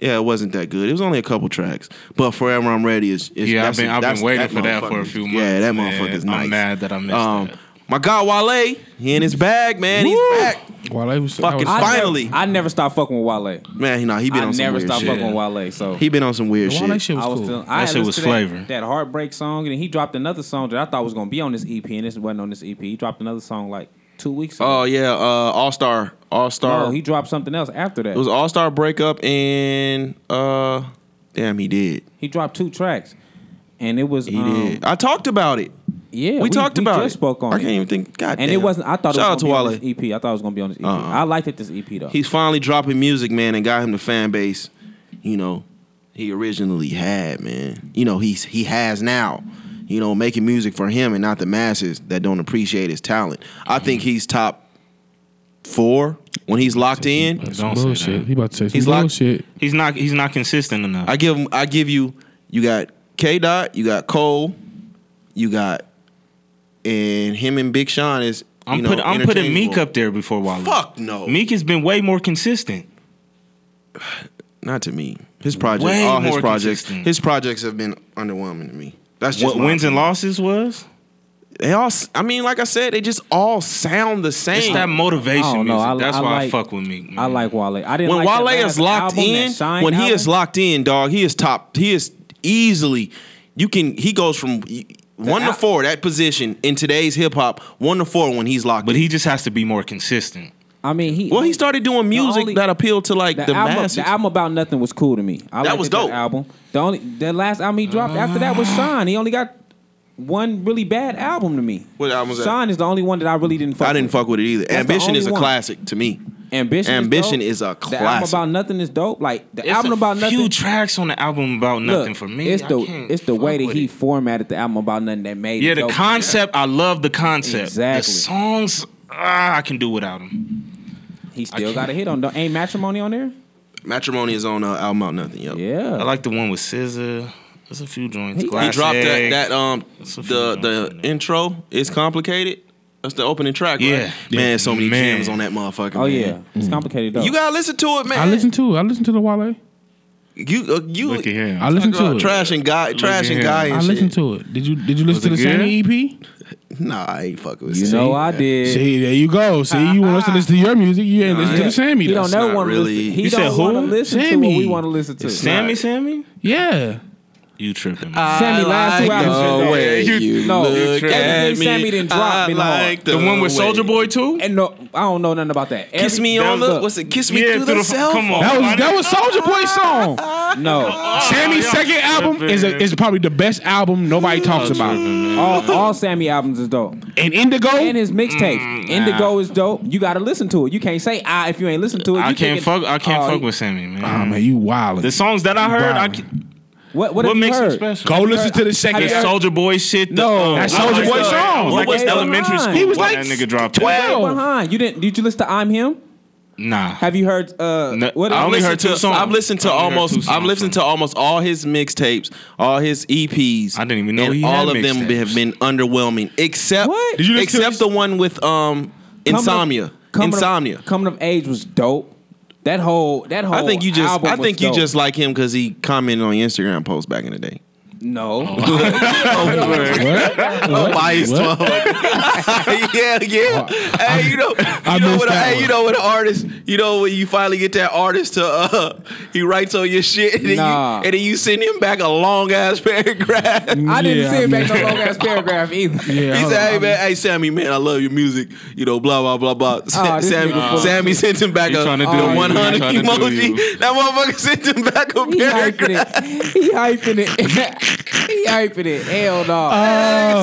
Speaker 1: yeah, it wasn't that good. It was only a couple tracks, but forever I'm ready is, is
Speaker 7: Yeah,
Speaker 1: that's-
Speaker 7: I've been I've
Speaker 1: that's-
Speaker 7: been waiting
Speaker 1: that
Speaker 7: for that for a
Speaker 1: motherfucker's-
Speaker 7: few months.
Speaker 1: Yeah, that
Speaker 7: man.
Speaker 1: motherfucker's nice.
Speaker 7: I'm mad that I missed
Speaker 1: Um,
Speaker 7: that.
Speaker 1: my God, Wale, he in his bag, man. He's back,
Speaker 4: Wale was
Speaker 1: Fucking
Speaker 4: that was-
Speaker 1: fire.
Speaker 5: never-
Speaker 1: finally.
Speaker 5: I never stopped fucking with Wale.
Speaker 1: man. He, nah, he been
Speaker 5: I
Speaker 1: on some
Speaker 5: never
Speaker 1: weird
Speaker 5: stopped
Speaker 1: shit.
Speaker 5: fucking with Wale. So
Speaker 1: He been on some weird
Speaker 4: The
Speaker 1: shit.
Speaker 4: Wale shit was
Speaker 5: I was
Speaker 4: cool.
Speaker 5: feeling.
Speaker 7: That
Speaker 5: I had
Speaker 7: shit
Speaker 5: listened
Speaker 7: was
Speaker 5: to
Speaker 7: flavor.
Speaker 5: That, that heartbreak song, and he dropped another song that I thought was gonna be on this EP, and this wasn't on this EP. He dropped another song like two weeks ago.
Speaker 1: Oh yeah, uh, All Star, All Star.
Speaker 5: no, he dropped something else after that.
Speaker 1: Oh. it was All Star breakup and uh, damn, he did.
Speaker 5: he dropped two tracks, and it was.
Speaker 1: He
Speaker 5: um,
Speaker 1: did. I talked about it.
Speaker 5: Yeah,
Speaker 1: we, talked about
Speaker 5: just
Speaker 1: it.
Speaker 5: Spoke on
Speaker 1: I
Speaker 5: it.
Speaker 1: can't even think. God damn.
Speaker 5: and it wasn't. I thought
Speaker 1: Shout
Speaker 5: it was
Speaker 1: out
Speaker 5: gonna
Speaker 1: to
Speaker 5: be on this EP. I thought it was gonna be on this EP.
Speaker 1: Uh-uh.
Speaker 5: I liked it this EP though.
Speaker 1: He's finally dropping music, man, and got him the fan base. You know, he originally had, man. You know, he's he has now. You know, making music for him and not the masses that don't appreciate his talent. I think he's top four when he's locked in.
Speaker 4: Some
Speaker 7: Don't say
Speaker 4: bullshit.
Speaker 7: that.
Speaker 4: He about to say some
Speaker 1: He's locked-
Speaker 4: bullshit.
Speaker 7: He's not he's not consistent enough.
Speaker 1: I give him. I give you. You got K Dot. You got Cole. You got, and him and Big Sean is. You
Speaker 7: I'm
Speaker 1: know,
Speaker 7: putting I'm putting Meek
Speaker 1: interchangeable.
Speaker 7: up there before Wale.
Speaker 1: Fuck no.
Speaker 7: Meek has been way more consistent.
Speaker 1: Not to me. His project,
Speaker 7: Way
Speaker 1: all his
Speaker 7: more
Speaker 1: projects,
Speaker 7: consistent.
Speaker 1: his projects have been underwhelming to me. That's just
Speaker 7: What
Speaker 1: my
Speaker 7: wins and
Speaker 1: opinion.
Speaker 7: losses was?
Speaker 1: They all. s- I mean, like I said, they just all sound the same.
Speaker 7: It's that motivation
Speaker 5: I don't know.
Speaker 7: music.
Speaker 5: I-
Speaker 7: That's
Speaker 5: I
Speaker 7: why I
Speaker 5: like-
Speaker 7: fuck with Meek. Man.
Speaker 5: I like Wale. I didn't.
Speaker 1: when
Speaker 5: like that
Speaker 1: Wale
Speaker 5: last
Speaker 1: is locked
Speaker 5: album, that
Speaker 1: in,
Speaker 5: Shine
Speaker 1: when he
Speaker 5: album.
Speaker 1: is locked in, dog, he is top. He is easily. You can. He goes from one to
Speaker 5: al-
Speaker 1: four that position in today's hip hop. One to four when he's locked.
Speaker 7: But
Speaker 1: in.
Speaker 7: he just has to be more consistent.
Speaker 5: I mean, he
Speaker 1: Well, he started doing music
Speaker 5: only-
Speaker 1: that appealed to like
Speaker 5: The,
Speaker 1: the,
Speaker 5: album,
Speaker 1: masses.
Speaker 5: the album about nothing was cool to me. I
Speaker 1: That
Speaker 5: liked
Speaker 1: was
Speaker 5: it,
Speaker 1: dope.
Speaker 5: album. The only the last album he dropped after that
Speaker 7: Mm.
Speaker 5: was Shine. He only got one really bad album to me.
Speaker 1: What album was that?
Speaker 5: Shine is the only one that I really didn't. Fuck
Speaker 1: I didn't
Speaker 5: with.
Speaker 1: fuck with it either.
Speaker 5: the
Speaker 1: Ambition is
Speaker 5: only
Speaker 1: a
Speaker 5: one.
Speaker 1: classic to me.
Speaker 5: Ambition.
Speaker 1: Ambition
Speaker 5: is,
Speaker 1: is a
Speaker 5: dope. The
Speaker 1: classic.
Speaker 5: album about nothing is dope. Like the
Speaker 7: It's
Speaker 5: album
Speaker 7: a
Speaker 5: about nothing.
Speaker 7: Few tracks on the album about
Speaker 5: Look,
Speaker 7: nothing for me.
Speaker 5: It's
Speaker 7: I
Speaker 5: the
Speaker 7: can't
Speaker 5: it's the way
Speaker 7: fuck
Speaker 5: that
Speaker 7: with
Speaker 5: he
Speaker 7: it.
Speaker 5: formatted the album about nothing that made
Speaker 7: Yeah,
Speaker 5: it
Speaker 7: the
Speaker 5: dope.
Speaker 7: concept. I love the concept.
Speaker 5: Exactly.
Speaker 7: The songs. Ah, I can do without him.
Speaker 5: He
Speaker 7: I
Speaker 5: still
Speaker 7: can't-
Speaker 5: got a hit on. the- Ain't matrimony on there?
Speaker 1: Matrimony is on uh, album out nothing. Yo.
Speaker 5: Yeah.
Speaker 7: I like the one with Scissor. There's a few joints.
Speaker 5: He-
Speaker 7: Glass
Speaker 1: He dropped that
Speaker 7: Egg.
Speaker 1: that um
Speaker 7: a few
Speaker 1: the
Speaker 7: joints in
Speaker 1: the intro is complicated. That's the opening track, right?
Speaker 7: Yeah.
Speaker 1: Man, so many
Speaker 7: Man. Mm.
Speaker 1: gems on that motherfucker.
Speaker 5: Oh
Speaker 1: man.
Speaker 5: yeah, it's complicated though.
Speaker 1: You gotta listen to it, man.
Speaker 4: I listened to it. I listened to the Wale.
Speaker 1: You uh, you
Speaker 6: Look at him.
Speaker 4: I listened to it.
Speaker 1: trash and guy, trash and
Speaker 6: him.
Speaker 1: guy. And
Speaker 4: I
Speaker 1: shit.
Speaker 4: listened to it. Did you Did you listen
Speaker 6: Was
Speaker 4: to the
Speaker 6: it
Speaker 4: same EP?
Speaker 1: Nah, I ain't fucking with
Speaker 5: You
Speaker 1: Sammy.
Speaker 5: know I did.
Speaker 4: See, there you go. See, you want us to listen to your music. You ain't listen to the Sammy.
Speaker 5: He don't
Speaker 4: does.
Speaker 1: know.
Speaker 5: never
Speaker 1: not
Speaker 5: want to
Speaker 1: really-
Speaker 5: listen. He
Speaker 1: You
Speaker 5: don't
Speaker 7: said who?
Speaker 5: want to listen to what
Speaker 4: Sammy.
Speaker 5: we want to listen to.
Speaker 7: Sammy, Sammy,
Speaker 4: Yeah.
Speaker 7: you tripping?
Speaker 1: Uh,
Speaker 5: Sammy, last two albums.
Speaker 1: the way
Speaker 5: You-
Speaker 1: you
Speaker 5: no,
Speaker 1: look
Speaker 5: everything
Speaker 1: at me.
Speaker 5: Sammy didn't drop
Speaker 1: I
Speaker 5: me no
Speaker 1: like
Speaker 7: the one with
Speaker 1: way-
Speaker 7: Soldier Boy too?
Speaker 5: And no, I don't know nothing about that.
Speaker 1: Kiss
Speaker 5: Every-
Speaker 1: me
Speaker 7: That
Speaker 1: on
Speaker 7: was
Speaker 1: the
Speaker 7: the-
Speaker 1: what's it? Kiss me
Speaker 7: Yeah,
Speaker 1: through,
Speaker 7: through
Speaker 1: the,
Speaker 7: the-
Speaker 1: cell
Speaker 7: come
Speaker 1: phone.
Speaker 7: on.
Speaker 4: That was that was Soldier Boy's song.
Speaker 5: No,
Speaker 4: Sammy's second album is a, is probably the best album nobody talks about.
Speaker 7: Mm-hmm.
Speaker 5: all, all Sammy albums is dope,
Speaker 4: And Indigo,
Speaker 5: and his mixtapes. Indigo is dope. You got to listen to it. You can't say ah if you ain't listen to it.
Speaker 7: I
Speaker 5: You
Speaker 7: can't
Speaker 5: thinking,
Speaker 7: fuck. I can't
Speaker 5: oh,
Speaker 7: fuck with Sammy, man.
Speaker 4: oh man, you wild.
Speaker 7: the songs that I heard, I
Speaker 4: Wow.
Speaker 7: can,
Speaker 5: What what,
Speaker 7: what
Speaker 5: have you
Speaker 7: makes
Speaker 5: heard?
Speaker 7: it special?
Speaker 4: Go listen to the second.
Speaker 5: Have
Speaker 7: That
Speaker 5: you-
Speaker 4: song.
Speaker 7: Soldier Boy shit.
Speaker 5: No,
Speaker 7: the, uh,
Speaker 5: that
Speaker 7: I
Speaker 4: Soulja
Speaker 7: like
Speaker 4: Boy
Speaker 7: that.
Speaker 4: song.
Speaker 7: I was like
Speaker 5: What
Speaker 7: it's
Speaker 5: was
Speaker 7: elementary
Speaker 5: behind?
Speaker 7: school.
Speaker 5: He
Speaker 4: was
Speaker 7: when
Speaker 4: like
Speaker 7: that nigga dropped.
Speaker 5: Way
Speaker 7: that.
Speaker 5: behind. You didn't? Did you listen to I'm Him?
Speaker 7: Nah,
Speaker 5: Have you heard? Uh,
Speaker 7: No,
Speaker 5: what
Speaker 7: I
Speaker 1: I've
Speaker 7: only
Speaker 1: listened
Speaker 7: heard
Speaker 1: to,
Speaker 7: two songs.
Speaker 1: I've listened to
Speaker 7: I only heard two
Speaker 1: almost.
Speaker 7: songs
Speaker 1: I've listened
Speaker 7: from
Speaker 1: to almost all his mixtapes, all his EPs.
Speaker 7: I didn't even know
Speaker 1: and
Speaker 7: he had
Speaker 1: all of them
Speaker 7: mixtapes.
Speaker 1: have been underwhelming, except
Speaker 5: What? Did
Speaker 4: you listen to
Speaker 1: except
Speaker 4: his-
Speaker 1: the one with um
Speaker 5: Coming of-
Speaker 1: insomnia.
Speaker 5: Coming of-
Speaker 1: Insomnia.
Speaker 5: coming of age was dope. That whole that whole
Speaker 1: I think you just.
Speaker 5: album
Speaker 1: I
Speaker 5: was
Speaker 1: think you
Speaker 5: dope.
Speaker 1: just like him because he commented on Instagram posts back in the day.
Speaker 5: no.
Speaker 1: Oh, biased motherfucker. yeah, yeah.
Speaker 5: Oh,
Speaker 1: hey, you know, you know
Speaker 4: missed
Speaker 1: what?
Speaker 4: that
Speaker 1: Hey,
Speaker 4: one.
Speaker 1: you know what? An artist, you know when you finally get that artist to, uh, he writes on your shit, and, then,
Speaker 5: Nah.
Speaker 1: you, and then you send him back a long ass paragraph.
Speaker 5: I didn't
Speaker 4: Yeah,
Speaker 5: see
Speaker 4: I
Speaker 5: it back
Speaker 4: mean-
Speaker 5: no long ass paragraph either.
Speaker 4: Yeah,
Speaker 1: He
Speaker 4: hold
Speaker 1: said,
Speaker 4: on.
Speaker 1: "Hey man, hey Sammy, man, I love your music. You know, blah blah blah blah."
Speaker 5: Ah, this
Speaker 1: Sammy,
Speaker 5: nigga full.
Speaker 1: Sammy sent him back
Speaker 6: He
Speaker 1: a,
Speaker 6: tryna do
Speaker 1: the
Speaker 6: you.
Speaker 1: one hundred
Speaker 6: He tryna do
Speaker 1: emoji.
Speaker 6: you.
Speaker 1: That motherfucker sent him back a
Speaker 5: He hyping
Speaker 1: paragraph.
Speaker 5: it. He hyping it. he hyping it. Hell no.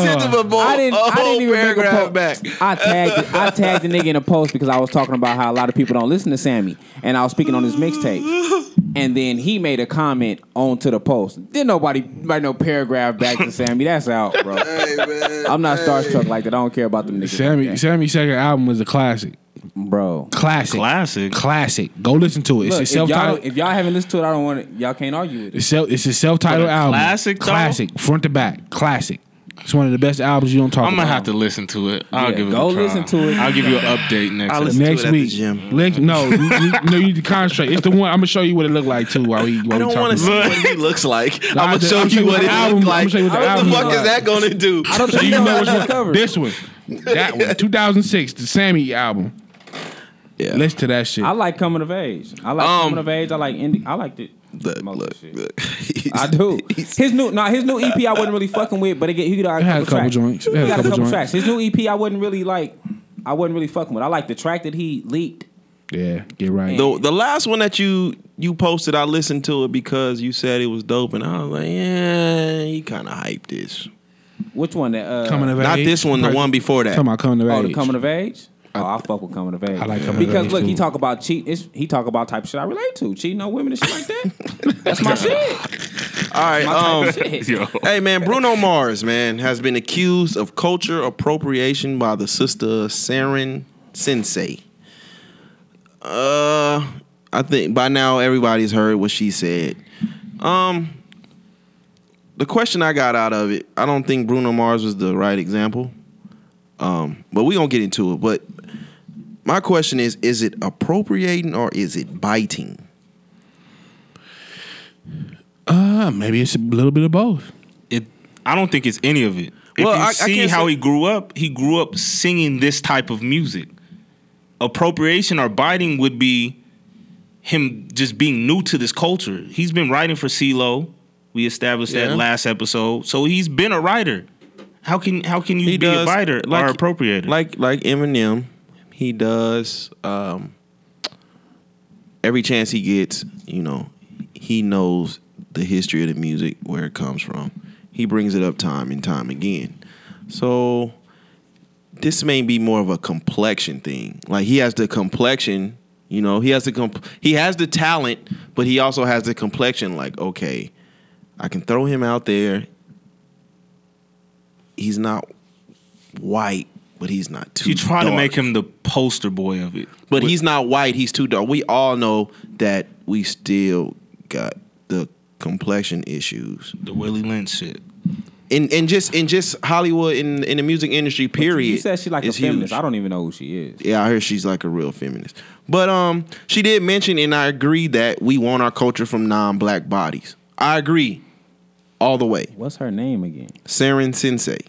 Speaker 1: He sent him a, bo-
Speaker 5: I didn't.
Speaker 1: a Uh, whole
Speaker 5: I didn't even make a
Speaker 1: paragraph
Speaker 5: post.
Speaker 1: back.
Speaker 5: I tagged. I tagged the nigga in a post because I was talking about how a lot of people don't listen to Sammy, and I was speaking on his mixtape. And then he made a comment onto the post. Then nobody write no paragraph back to Sammy. That's out, bro. I'm not starstruck like that. I don't care about them niggas.
Speaker 4: Sammy,
Speaker 5: like that.
Speaker 4: Sammy's second album was a classic.
Speaker 5: bro.
Speaker 4: Classic.
Speaker 7: Classic.
Speaker 4: Classic. Go listen to it. It's
Speaker 5: Look,
Speaker 4: a
Speaker 5: if y'all,
Speaker 4: self-titled.
Speaker 5: if y'all haven't listened to it, I don't want it. Y'all can't argue with it.
Speaker 4: It's, self, it's a self-titled
Speaker 7: But a
Speaker 4: album.
Speaker 7: classic, though?
Speaker 4: Classic. Front to back. Classic. It's one of the best albums you don't talk
Speaker 7: I'm
Speaker 4: about.
Speaker 7: gonna have to listen to it. I'll
Speaker 5: Yeah,
Speaker 7: give it.
Speaker 5: go
Speaker 7: a try.
Speaker 5: listen to it.
Speaker 7: I'll give you an update next.
Speaker 1: I'll
Speaker 7: episode.
Speaker 1: listen to
Speaker 4: Next
Speaker 1: it at the
Speaker 4: week,
Speaker 1: gym.
Speaker 4: Lex- no, you, you- no, you need to concentrate. It's the one. I'm gonna show you what it looked like too. While we,
Speaker 1: I
Speaker 4: while we
Speaker 1: don't
Speaker 4: talking
Speaker 1: want to see
Speaker 4: about it.
Speaker 1: what he looks like.
Speaker 4: Nah,
Speaker 1: I'm
Speaker 4: I'll
Speaker 1: gonna show
Speaker 4: show
Speaker 1: you
Speaker 4: you
Speaker 1: what
Speaker 4: the
Speaker 1: it
Speaker 4: album.
Speaker 1: looks
Speaker 4: I'ma
Speaker 1: like.
Speaker 4: show you what the
Speaker 1: What the
Speaker 4: album
Speaker 1: fuck
Speaker 4: looks
Speaker 1: is that gonna do?
Speaker 5: I don't
Speaker 4: So
Speaker 5: think
Speaker 4: you know which
Speaker 5: that
Speaker 4: one?
Speaker 5: covered.
Speaker 4: This one, that one, 2006, the Sammy album.
Speaker 1: Yeah.
Speaker 4: Listen to that shit.
Speaker 5: I like coming of age. I like
Speaker 1: Um,
Speaker 5: coming of age. I like indie. I liked it.
Speaker 1: Look,
Speaker 5: Most
Speaker 1: look,
Speaker 5: shit.
Speaker 1: look.
Speaker 5: I do. His new nah, his new EP I wasn't really fucking with, but it get, he got a
Speaker 4: had a
Speaker 5: couple
Speaker 4: couple
Speaker 5: tracks.
Speaker 4: joints. It had
Speaker 5: He
Speaker 4: a
Speaker 5: got a
Speaker 4: couple
Speaker 5: couple
Speaker 4: joints.
Speaker 5: tracks. His new EP I wasn't really like. I wasn't really fucking with. I like the track that he leaked.
Speaker 4: yeah, get right.
Speaker 1: The the last one that you you posted, I listened to it because you said it was dope, and I was like, yeah, he kind of hyped this.
Speaker 5: Which one? That uh,
Speaker 4: coming of
Speaker 1: Not
Speaker 4: age.
Speaker 1: this one, the one before that.
Speaker 4: Talking about coming of
Speaker 5: Oh,
Speaker 4: age.
Speaker 5: the coming of age. Oh, I fuck with coming of age.
Speaker 4: I like coming of
Speaker 5: because
Speaker 4: age,
Speaker 5: look, he
Speaker 4: too.
Speaker 5: talk about cheat. It's, he talk about type of shit I relate to, cheating on women and shit like that. That's my shit.
Speaker 1: All right,
Speaker 5: My type
Speaker 1: um,
Speaker 5: of shit.
Speaker 1: hey man, Bruno Mars man has been accused of culture appropriation by the sister Saren Sensei. Uh, I think by now everybody's heard what she said. Um, the question I got out of it, I don't think Bruno Mars was the right example. Um, but we gonna get into it. But my question is: Is it appropriating or is it biting?
Speaker 4: Uh, maybe it's a little bit of both.
Speaker 7: it I don't think it's any of it. If
Speaker 1: Well,
Speaker 7: you
Speaker 1: I- I
Speaker 7: see
Speaker 1: can't
Speaker 7: how
Speaker 1: say-
Speaker 7: he grew up, he grew up singing this type of music. Appropriation or biting would be him just being new to this culture. He's been writing for CeeLo. We established
Speaker 1: Yeah.
Speaker 7: that last episode. So he's been a writer. How can how can you
Speaker 1: He
Speaker 7: be
Speaker 1: does-
Speaker 7: a biter
Speaker 1: like-
Speaker 7: or appropriator?
Speaker 1: like like Eminem, he does um, every chance he gets. You know, he knows the history of the music, where it comes from. He brings it up time and time again. So this may be more of a complexion thing. Like he has the complexion, you know, he has the comp- he has the talent, but he also has the complexion. Like okay, I can throw him out there. He's not white, but he's not too.
Speaker 7: you try to
Speaker 1: dark.
Speaker 7: make him the poster boy of it.
Speaker 1: but he's not white. He's too dark. We all know that we still got the complexion issues.
Speaker 7: The Willie Lynch shit.
Speaker 1: And and just in just Hollywood in in the music industry period.
Speaker 5: You said she like a
Speaker 1: is
Speaker 5: feminist.
Speaker 1: huge.
Speaker 5: I don't even know who she is.
Speaker 1: Yeah, I hear she's like a real feminist. But um, she did mention, and I agree that we want our culture from non-black bodies. I agree, all the way.
Speaker 5: What's her name again?
Speaker 1: Saren Sensei.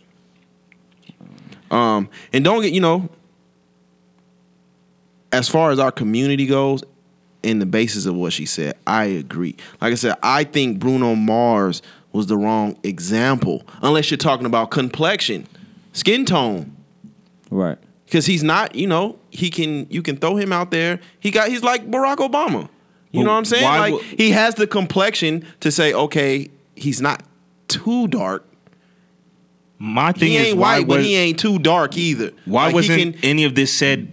Speaker 1: Um, and don't get you know. As far as our community goes, in the basis of what she said, I agree. Like I said, I think Bruno Mars was the wrong example, unless you're talking about complexion, skin tone
Speaker 5: Right.
Speaker 1: because he's not you know he can you can throw him out there he got he's like barack obama you know what i'm saying
Speaker 7: why
Speaker 1: like
Speaker 7: would-
Speaker 1: he has the complexion to say okay he's not too dark
Speaker 7: My thing
Speaker 1: he
Speaker 7: is
Speaker 1: ain't
Speaker 7: why
Speaker 1: white but
Speaker 7: was-
Speaker 1: he ain't too dark either
Speaker 7: Why
Speaker 1: Like, he
Speaker 7: wasn't
Speaker 1: can-
Speaker 7: any of this said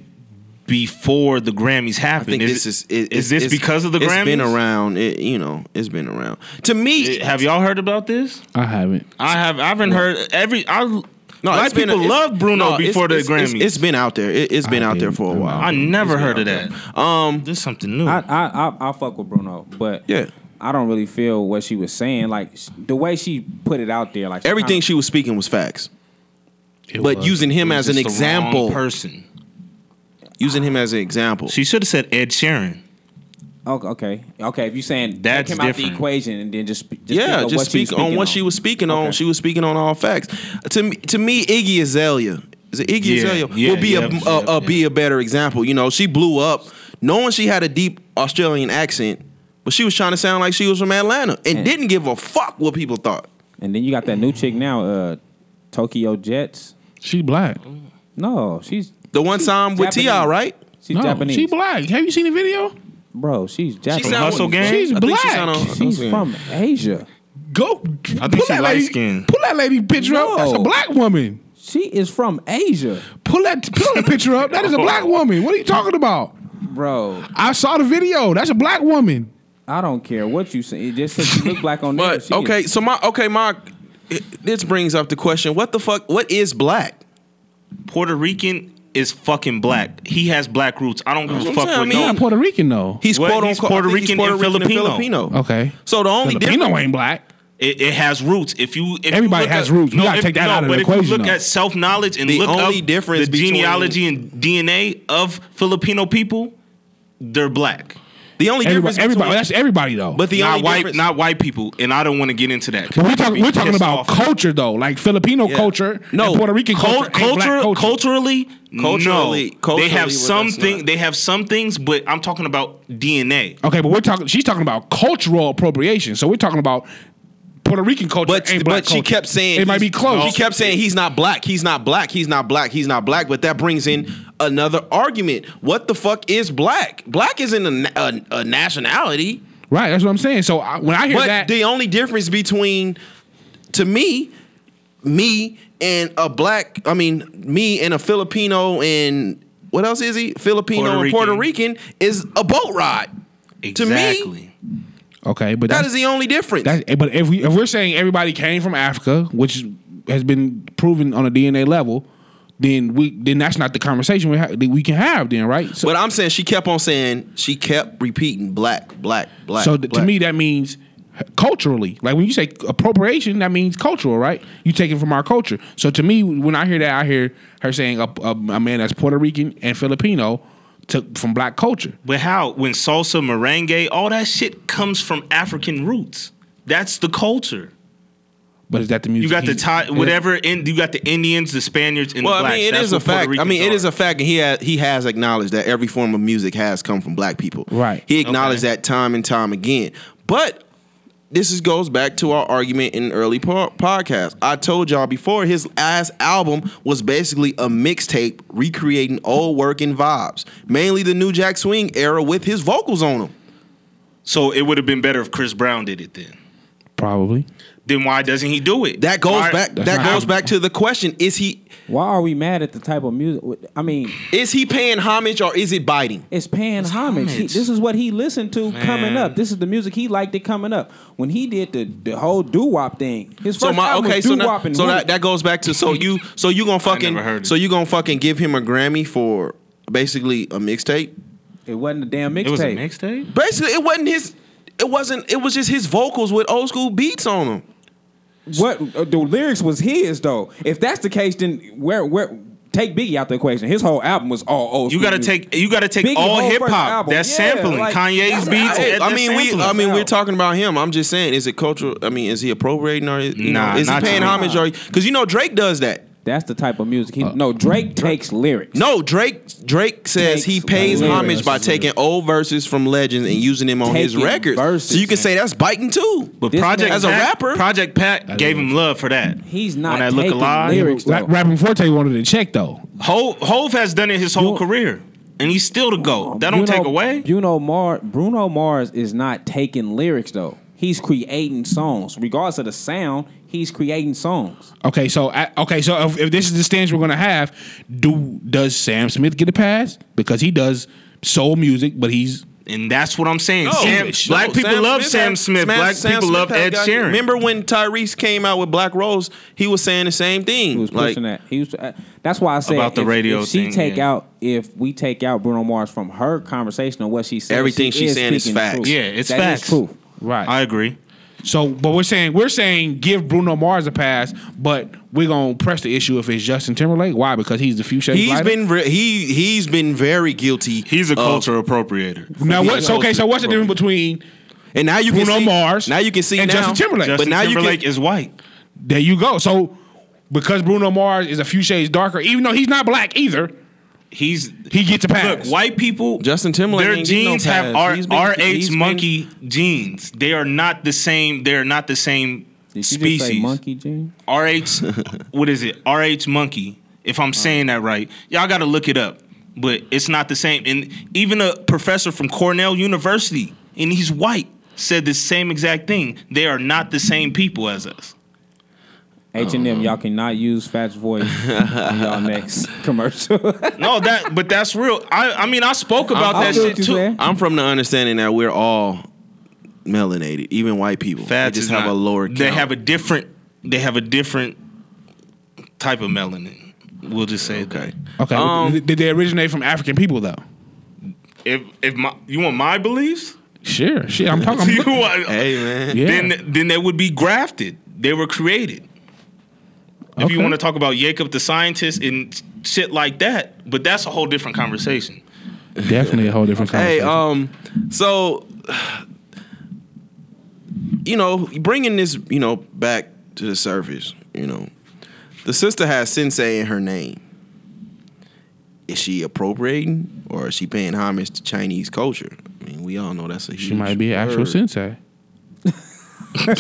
Speaker 7: before the Grammys
Speaker 1: I
Speaker 7: happened?
Speaker 1: think
Speaker 7: is
Speaker 1: this is
Speaker 7: is
Speaker 1: it, it's-
Speaker 7: this
Speaker 1: it's-
Speaker 7: because of the Grammys?
Speaker 1: It's been around, it, you know. It's been around. To me,
Speaker 7: Have y'all heard about this?
Speaker 4: I haven't.
Speaker 7: I have. I haven't heard every. I no,
Speaker 1: it's
Speaker 7: black
Speaker 1: been a-
Speaker 7: people
Speaker 1: it's-
Speaker 7: love Bruno
Speaker 1: no, it's-
Speaker 7: before
Speaker 1: it's-
Speaker 7: the Grammys.
Speaker 1: it's- it's been out there. It, it's been
Speaker 4: I
Speaker 1: out there
Speaker 4: didn't-
Speaker 1: for a
Speaker 4: I
Speaker 1: while.
Speaker 7: I never heard of that.
Speaker 1: Um,
Speaker 7: This is something new.
Speaker 5: I I I, I fuck with Bruno, but
Speaker 1: Yeah.
Speaker 5: I don't really feel what she was saying. Like s- the way she put it out there, like
Speaker 1: everything
Speaker 5: kinda-
Speaker 1: she was speaking was facts,
Speaker 4: It
Speaker 1: but
Speaker 4: was-
Speaker 1: using him
Speaker 7: It was
Speaker 1: as an
Speaker 7: just the wrong
Speaker 1: example,
Speaker 7: person.
Speaker 1: using him as an example.
Speaker 7: She should have said Ed Sheeran.
Speaker 5: Okay, okay, okay. If you saying
Speaker 7: That's
Speaker 5: take him out
Speaker 7: different.
Speaker 5: the equation and then just, sp- just
Speaker 1: yeah,
Speaker 5: think of
Speaker 1: just
Speaker 5: what
Speaker 1: speak
Speaker 5: she
Speaker 1: on what she was speaking on.
Speaker 5: Okay.
Speaker 1: She was speaking on all facts. To me, to me, Iggy Azalea is it Iggy
Speaker 7: Yeah,
Speaker 1: Azalea
Speaker 7: yeah,
Speaker 1: will be a,
Speaker 7: yeah,
Speaker 1: a, a-
Speaker 7: yeah.
Speaker 1: be a better example. You know, she blew up knowing she had a deep Australian accent, but she was trying to sound like she was from Atlanta and didn't give a fuck what people thought.
Speaker 5: And then you got that new chick now, uh, Tokyo Jets.
Speaker 4: she black.
Speaker 5: No, she's
Speaker 1: The one time with
Speaker 5: Japanese.
Speaker 1: Ti, right?
Speaker 5: she's
Speaker 4: no,
Speaker 5: Japanese,
Speaker 4: she black. Have you seen the video?
Speaker 5: bro. She's Japanese.
Speaker 1: sound-
Speaker 7: Hustle Gang?
Speaker 4: She's
Speaker 1: I think she
Speaker 4: black.
Speaker 1: sound on-
Speaker 5: She's from Asia.
Speaker 4: Go. I
Speaker 7: think she light-skinned.
Speaker 4: Pull that lady picture up. That's a
Speaker 5: No.
Speaker 4: black woman.
Speaker 5: She is from Asia,
Speaker 4: Pull that pull that picture up. That is a black woman. What are you talking about?
Speaker 5: bro.
Speaker 4: I saw the video. That's a black woman.
Speaker 5: I don't care what you say. Just because you look black on there,
Speaker 1: But
Speaker 5: she is-
Speaker 1: okay, so my okay, my this brings up the question: What the fuck? What is black?
Speaker 7: Puerto Rican is fucking black. He has black roots. I don't give a
Speaker 1: I'm
Speaker 7: fuck
Speaker 1: saying, I
Speaker 7: with
Speaker 1: mean,
Speaker 4: Not
Speaker 7: no.
Speaker 4: Puerto Rican though.
Speaker 1: He's
Speaker 7: Well,
Speaker 1: quote
Speaker 7: he's
Speaker 1: unquote
Speaker 7: Puerto
Speaker 1: I think he's
Speaker 7: Rican and Filipino.
Speaker 4: Okay.
Speaker 1: So the only difference
Speaker 4: Filipino ain't black.
Speaker 7: It, it has roots. If you if you
Speaker 4: Everybody
Speaker 7: look
Speaker 4: has
Speaker 7: at-
Speaker 4: roots. We gotta take that out of
Speaker 7: but
Speaker 4: the
Speaker 7: if you
Speaker 4: equation,
Speaker 7: Look
Speaker 4: though.
Speaker 7: at self knowledge and
Speaker 1: The
Speaker 7: look
Speaker 1: only
Speaker 7: up
Speaker 1: difference
Speaker 7: the
Speaker 1: between-
Speaker 7: genealogy and DNA of Filipino people. They're black,
Speaker 1: the only difference
Speaker 4: Everybody, everybody.
Speaker 1: between-
Speaker 4: That's everybody though.
Speaker 1: but the
Speaker 7: not
Speaker 1: only
Speaker 7: white,
Speaker 1: difference-
Speaker 7: not white people. And I don't want to get into that.
Speaker 4: But we're talking. We're talking
Speaker 7: Pissed
Speaker 4: about
Speaker 7: off.
Speaker 4: culture though, like Filipino
Speaker 1: Yeah.
Speaker 4: culture,
Speaker 1: No,
Speaker 4: and Puerto Rican culture,
Speaker 7: Cul-
Speaker 4: and black
Speaker 7: culture,
Speaker 4: culture.
Speaker 7: culturally,
Speaker 1: Culturally-
Speaker 7: no.
Speaker 1: culturally,
Speaker 7: they have
Speaker 1: well,
Speaker 7: some
Speaker 1: that's
Speaker 7: thing.
Speaker 1: not-
Speaker 7: They have some things, but I'm talking about DNA.
Speaker 4: Okay, but we're talking. She's talking about cultural appropriation. So we're talking about Puerto Rican culture
Speaker 1: But,
Speaker 4: and black
Speaker 1: but she
Speaker 4: culture.
Speaker 1: kept saying
Speaker 4: it might be
Speaker 1: he's-
Speaker 4: close.
Speaker 1: She kept saying he's not black, he's not black, he's not black, he's not black. But that brings in another argument. What the fuck is black? Black isn't a, na- a, a nationality.
Speaker 4: right. That's what I'm saying. So I, when I hear
Speaker 1: But
Speaker 4: that,
Speaker 1: the only difference between, to me, me and a black, I mean, me and a Filipino and what else is he? Filipino
Speaker 7: Puerto
Speaker 1: and Puerto Rican is a boat ride. To me,
Speaker 7: Exactly.
Speaker 4: okay, but
Speaker 1: that
Speaker 4: that's,
Speaker 1: is the only difference.
Speaker 4: That, but if we if we're saying everybody came from Africa, which has been proven on a DNA level, then we then that's not the conversation we ha- that we can have then, right? So,
Speaker 1: but I'm saying she kept on saying she kept repeating black, black, black.
Speaker 4: so th- to
Speaker 1: black.
Speaker 4: me that means culturally. Like when you say appropriation, that means cultural, right? You take it from our culture. So to me, when I hear that, I hear her saying a, a, a man that's Puerto Rican and Filipino took from black culture.
Speaker 7: But how? When salsa, merengue, all that shit comes from African roots. That's the culture.
Speaker 4: But is that the music?
Speaker 7: You got
Speaker 4: he-
Speaker 7: the Thai,
Speaker 4: is-
Speaker 7: whatever. In, you got the Indians, the Spaniards, and
Speaker 1: Well,
Speaker 7: the blacks.
Speaker 1: I mean, it
Speaker 7: That's
Speaker 1: is a
Speaker 7: what Puerto
Speaker 1: fact. I
Speaker 7: Ricans
Speaker 1: mean, it
Speaker 7: are.
Speaker 1: is a fact, and he has, he has acknowledged that every form of music has come from black people.
Speaker 4: Right.
Speaker 1: He acknowledged
Speaker 7: Okay.
Speaker 1: that time and time again. But this is, goes back to our argument in early po- podcast. I told y'all before his last album was basically a mixtape recreating old work and vibes, mainly the New Jack Swing era with his vocals on them.
Speaker 7: So it would have been better if Chris Brown did it then.
Speaker 4: probably.
Speaker 7: Then why doesn't he do it?
Speaker 1: That goes
Speaker 7: Why-
Speaker 1: back.
Speaker 4: That's
Speaker 1: That
Speaker 4: not-
Speaker 1: goes back to the question: Is he
Speaker 5: why are we mad at the type of music? I mean,
Speaker 1: is he paying homage or is it biting?
Speaker 5: it's paying homage. He-
Speaker 7: homage.
Speaker 5: this is what he listened to coming up. This is the music he liked it coming up. When he did the, the whole doo wop thing, his first
Speaker 1: So my
Speaker 5: album
Speaker 1: okay,
Speaker 5: was
Speaker 1: so
Speaker 5: doo
Speaker 1: now,
Speaker 5: wop and
Speaker 1: so
Speaker 5: Hoodie.
Speaker 1: that, that goes back to so you so you gonna
Speaker 7: never heard
Speaker 1: fucking
Speaker 7: it.
Speaker 1: so you gonna fucking give him a Grammy for basically a mixtape.
Speaker 5: it wasn't a damn
Speaker 7: It was a
Speaker 5: mixtape.
Speaker 7: mixtape.
Speaker 1: Basically, it wasn't his. It it wasn't. It was just his vocals with old school beats on them.
Speaker 5: What uh, the lyrics was his though. If that's the case, then where where take Biggie out the equation. His whole album was all old.
Speaker 7: You
Speaker 5: school
Speaker 7: gotta
Speaker 5: music.
Speaker 7: take you gotta take
Speaker 5: Biggie
Speaker 7: all
Speaker 5: whole
Speaker 7: hip
Speaker 5: first
Speaker 7: hop.
Speaker 5: album.
Speaker 7: That's
Speaker 5: Yeah,
Speaker 7: sampling.
Speaker 5: like,
Speaker 7: Kanye's
Speaker 5: that's-
Speaker 7: beats.
Speaker 5: I-
Speaker 7: that-
Speaker 1: I
Speaker 7: that's
Speaker 1: mean, we.
Speaker 7: sampling.
Speaker 1: I mean,
Speaker 5: now.
Speaker 1: we're talking about him. I'm just saying, is it cultural? I mean, is he appropriating or you know,
Speaker 7: Nah,
Speaker 1: is he
Speaker 7: not
Speaker 1: paying
Speaker 7: to me.
Speaker 1: homage or? Because you know Drake does that.
Speaker 5: That's the type of music.
Speaker 7: Uh,
Speaker 5: He, no, Drake takes lyrics.
Speaker 1: No, Drake. Drake says
Speaker 5: Takes
Speaker 1: he pays
Speaker 5: lyrics.
Speaker 1: homage by taking old verses from legends and using them on his
Speaker 5: Taking
Speaker 1: records.
Speaker 5: verses,
Speaker 1: so you can
Speaker 5: man.
Speaker 1: say that's biting too.
Speaker 7: But
Speaker 5: This
Speaker 7: Project
Speaker 5: man-
Speaker 1: As a
Speaker 7: Pat-
Speaker 1: rapper?
Speaker 7: Project Pat gave him love for that.
Speaker 5: He's not
Speaker 7: on that look
Speaker 5: taking
Speaker 7: alive.
Speaker 5: lyrics though.
Speaker 4: Ra- Rapping Forte wanted to check though.
Speaker 7: Hove, Hove has done it his whole
Speaker 5: You-
Speaker 7: career, and he's still the goat. That don't
Speaker 5: Bruno-
Speaker 7: take away.
Speaker 5: Bruno Mars. Bruno Mars is not taking lyrics though. He's creating songs, regardless of the sound. He's creating songs.
Speaker 4: Okay, so I, okay, so if, if this is the stance we're gonna have, do does Sam Smith get a pass because he does soul music, but he's
Speaker 7: And that's what I'm saying.
Speaker 1: No,
Speaker 7: Sam,
Speaker 1: English.
Speaker 7: black
Speaker 1: No,
Speaker 7: people love Sam
Speaker 1: had-
Speaker 7: Smith.
Speaker 1: Smash-
Speaker 7: black
Speaker 1: Sam
Speaker 7: people
Speaker 1: Smith
Speaker 7: love
Speaker 1: had
Speaker 7: Ed
Speaker 1: got-
Speaker 7: Sheeran.
Speaker 1: Remember when Tyrese came out with Black Rose? He was saying the same thing.
Speaker 5: He was
Speaker 1: like,
Speaker 5: pushing that. He was. Uh, that's why I said
Speaker 7: About the
Speaker 5: if,
Speaker 7: radio
Speaker 5: If she
Speaker 7: thing,
Speaker 5: take
Speaker 7: yeah.
Speaker 5: out, if we take out Bruno Mars from her conversation of what she said,
Speaker 1: Everything
Speaker 5: she
Speaker 1: she's
Speaker 5: is
Speaker 1: saying is
Speaker 5: speaking the
Speaker 1: facts.
Speaker 5: truth.
Speaker 7: Yeah, it's
Speaker 5: That is
Speaker 7: facts.
Speaker 5: proof.
Speaker 4: right.
Speaker 7: I agree.
Speaker 4: so, but we're saying we're saying give Bruno Mars a pass, but we're gonna press the issue if it's Justin Timberlake. Why? Because he's the few shades
Speaker 1: He's
Speaker 4: lighter?
Speaker 1: been re- he he's been very guilty.
Speaker 7: He's a
Speaker 1: of-
Speaker 7: culture appropriator.
Speaker 4: now
Speaker 1: he's
Speaker 4: what's okay? So what's the difference between
Speaker 1: and now you can
Speaker 4: Bruno
Speaker 1: see,
Speaker 4: Mars
Speaker 1: Now you can see
Speaker 4: and
Speaker 1: now,
Speaker 4: Justin Timberlake.
Speaker 1: But
Speaker 7: Justin
Speaker 1: now you
Speaker 7: Timberlake
Speaker 1: can
Speaker 7: is white.
Speaker 4: there? You go. So because Bruno Mars is a few shades darker, even though he's not black either,
Speaker 7: He's
Speaker 4: he gets a pass.
Speaker 7: look white people.
Speaker 1: Justin Timberlake
Speaker 7: Their
Speaker 1: ain't getting no
Speaker 7: genes
Speaker 1: pass.
Speaker 7: have R-
Speaker 1: He's been- he's
Speaker 7: RH
Speaker 1: been-
Speaker 7: monkey genes. They are not the same. They are not the same
Speaker 5: Did you
Speaker 7: species.
Speaker 5: just say monkey Gene?
Speaker 7: RH, what is it? RH Monkey, if I'm saying that right. Y'all got to look it up, but it's not the same. And even a professor from Cornell University, and he's white, said the same exact thing. They are not the same people as us.
Speaker 5: H and M,
Speaker 7: Um.
Speaker 5: y'all cannot use Fat's voice in y'all next commercial.
Speaker 7: No, that, but that's real. I, I mean, I spoke about
Speaker 5: I
Speaker 7: that
Speaker 5: feel
Speaker 7: shit
Speaker 5: what you
Speaker 7: too.
Speaker 5: saying.
Speaker 1: I'm from the understanding that we're all melanated, even white people.
Speaker 7: Fats
Speaker 1: they just
Speaker 7: is
Speaker 1: have a
Speaker 7: not-
Speaker 1: lower. Count.
Speaker 7: They have a different. They have a different type of melanin. We'll just say okay.
Speaker 4: okay,
Speaker 1: okay. Um,
Speaker 4: did they originate from African people though?
Speaker 7: If if my you want my beliefs,
Speaker 4: Sure, shit. I'm talking. I'm
Speaker 7: you
Speaker 4: looking-
Speaker 7: want,
Speaker 1: Hey man.
Speaker 4: Yeah.
Speaker 7: then then they would be grafted. They were created. If you
Speaker 4: Okay.
Speaker 7: want to talk about Jacob the scientist and shit like that, but that's a whole different conversation.
Speaker 4: Definitely a whole different
Speaker 1: Hey,
Speaker 4: conversation.
Speaker 1: um, so you know, bringing this, you know, back to the surface, you know, the sister has sensei in her name. Is she appropriating or is she paying homage to Chinese culture? I mean, we all know that's a huge.
Speaker 4: she might be an actual
Speaker 1: word.
Speaker 4: sensei.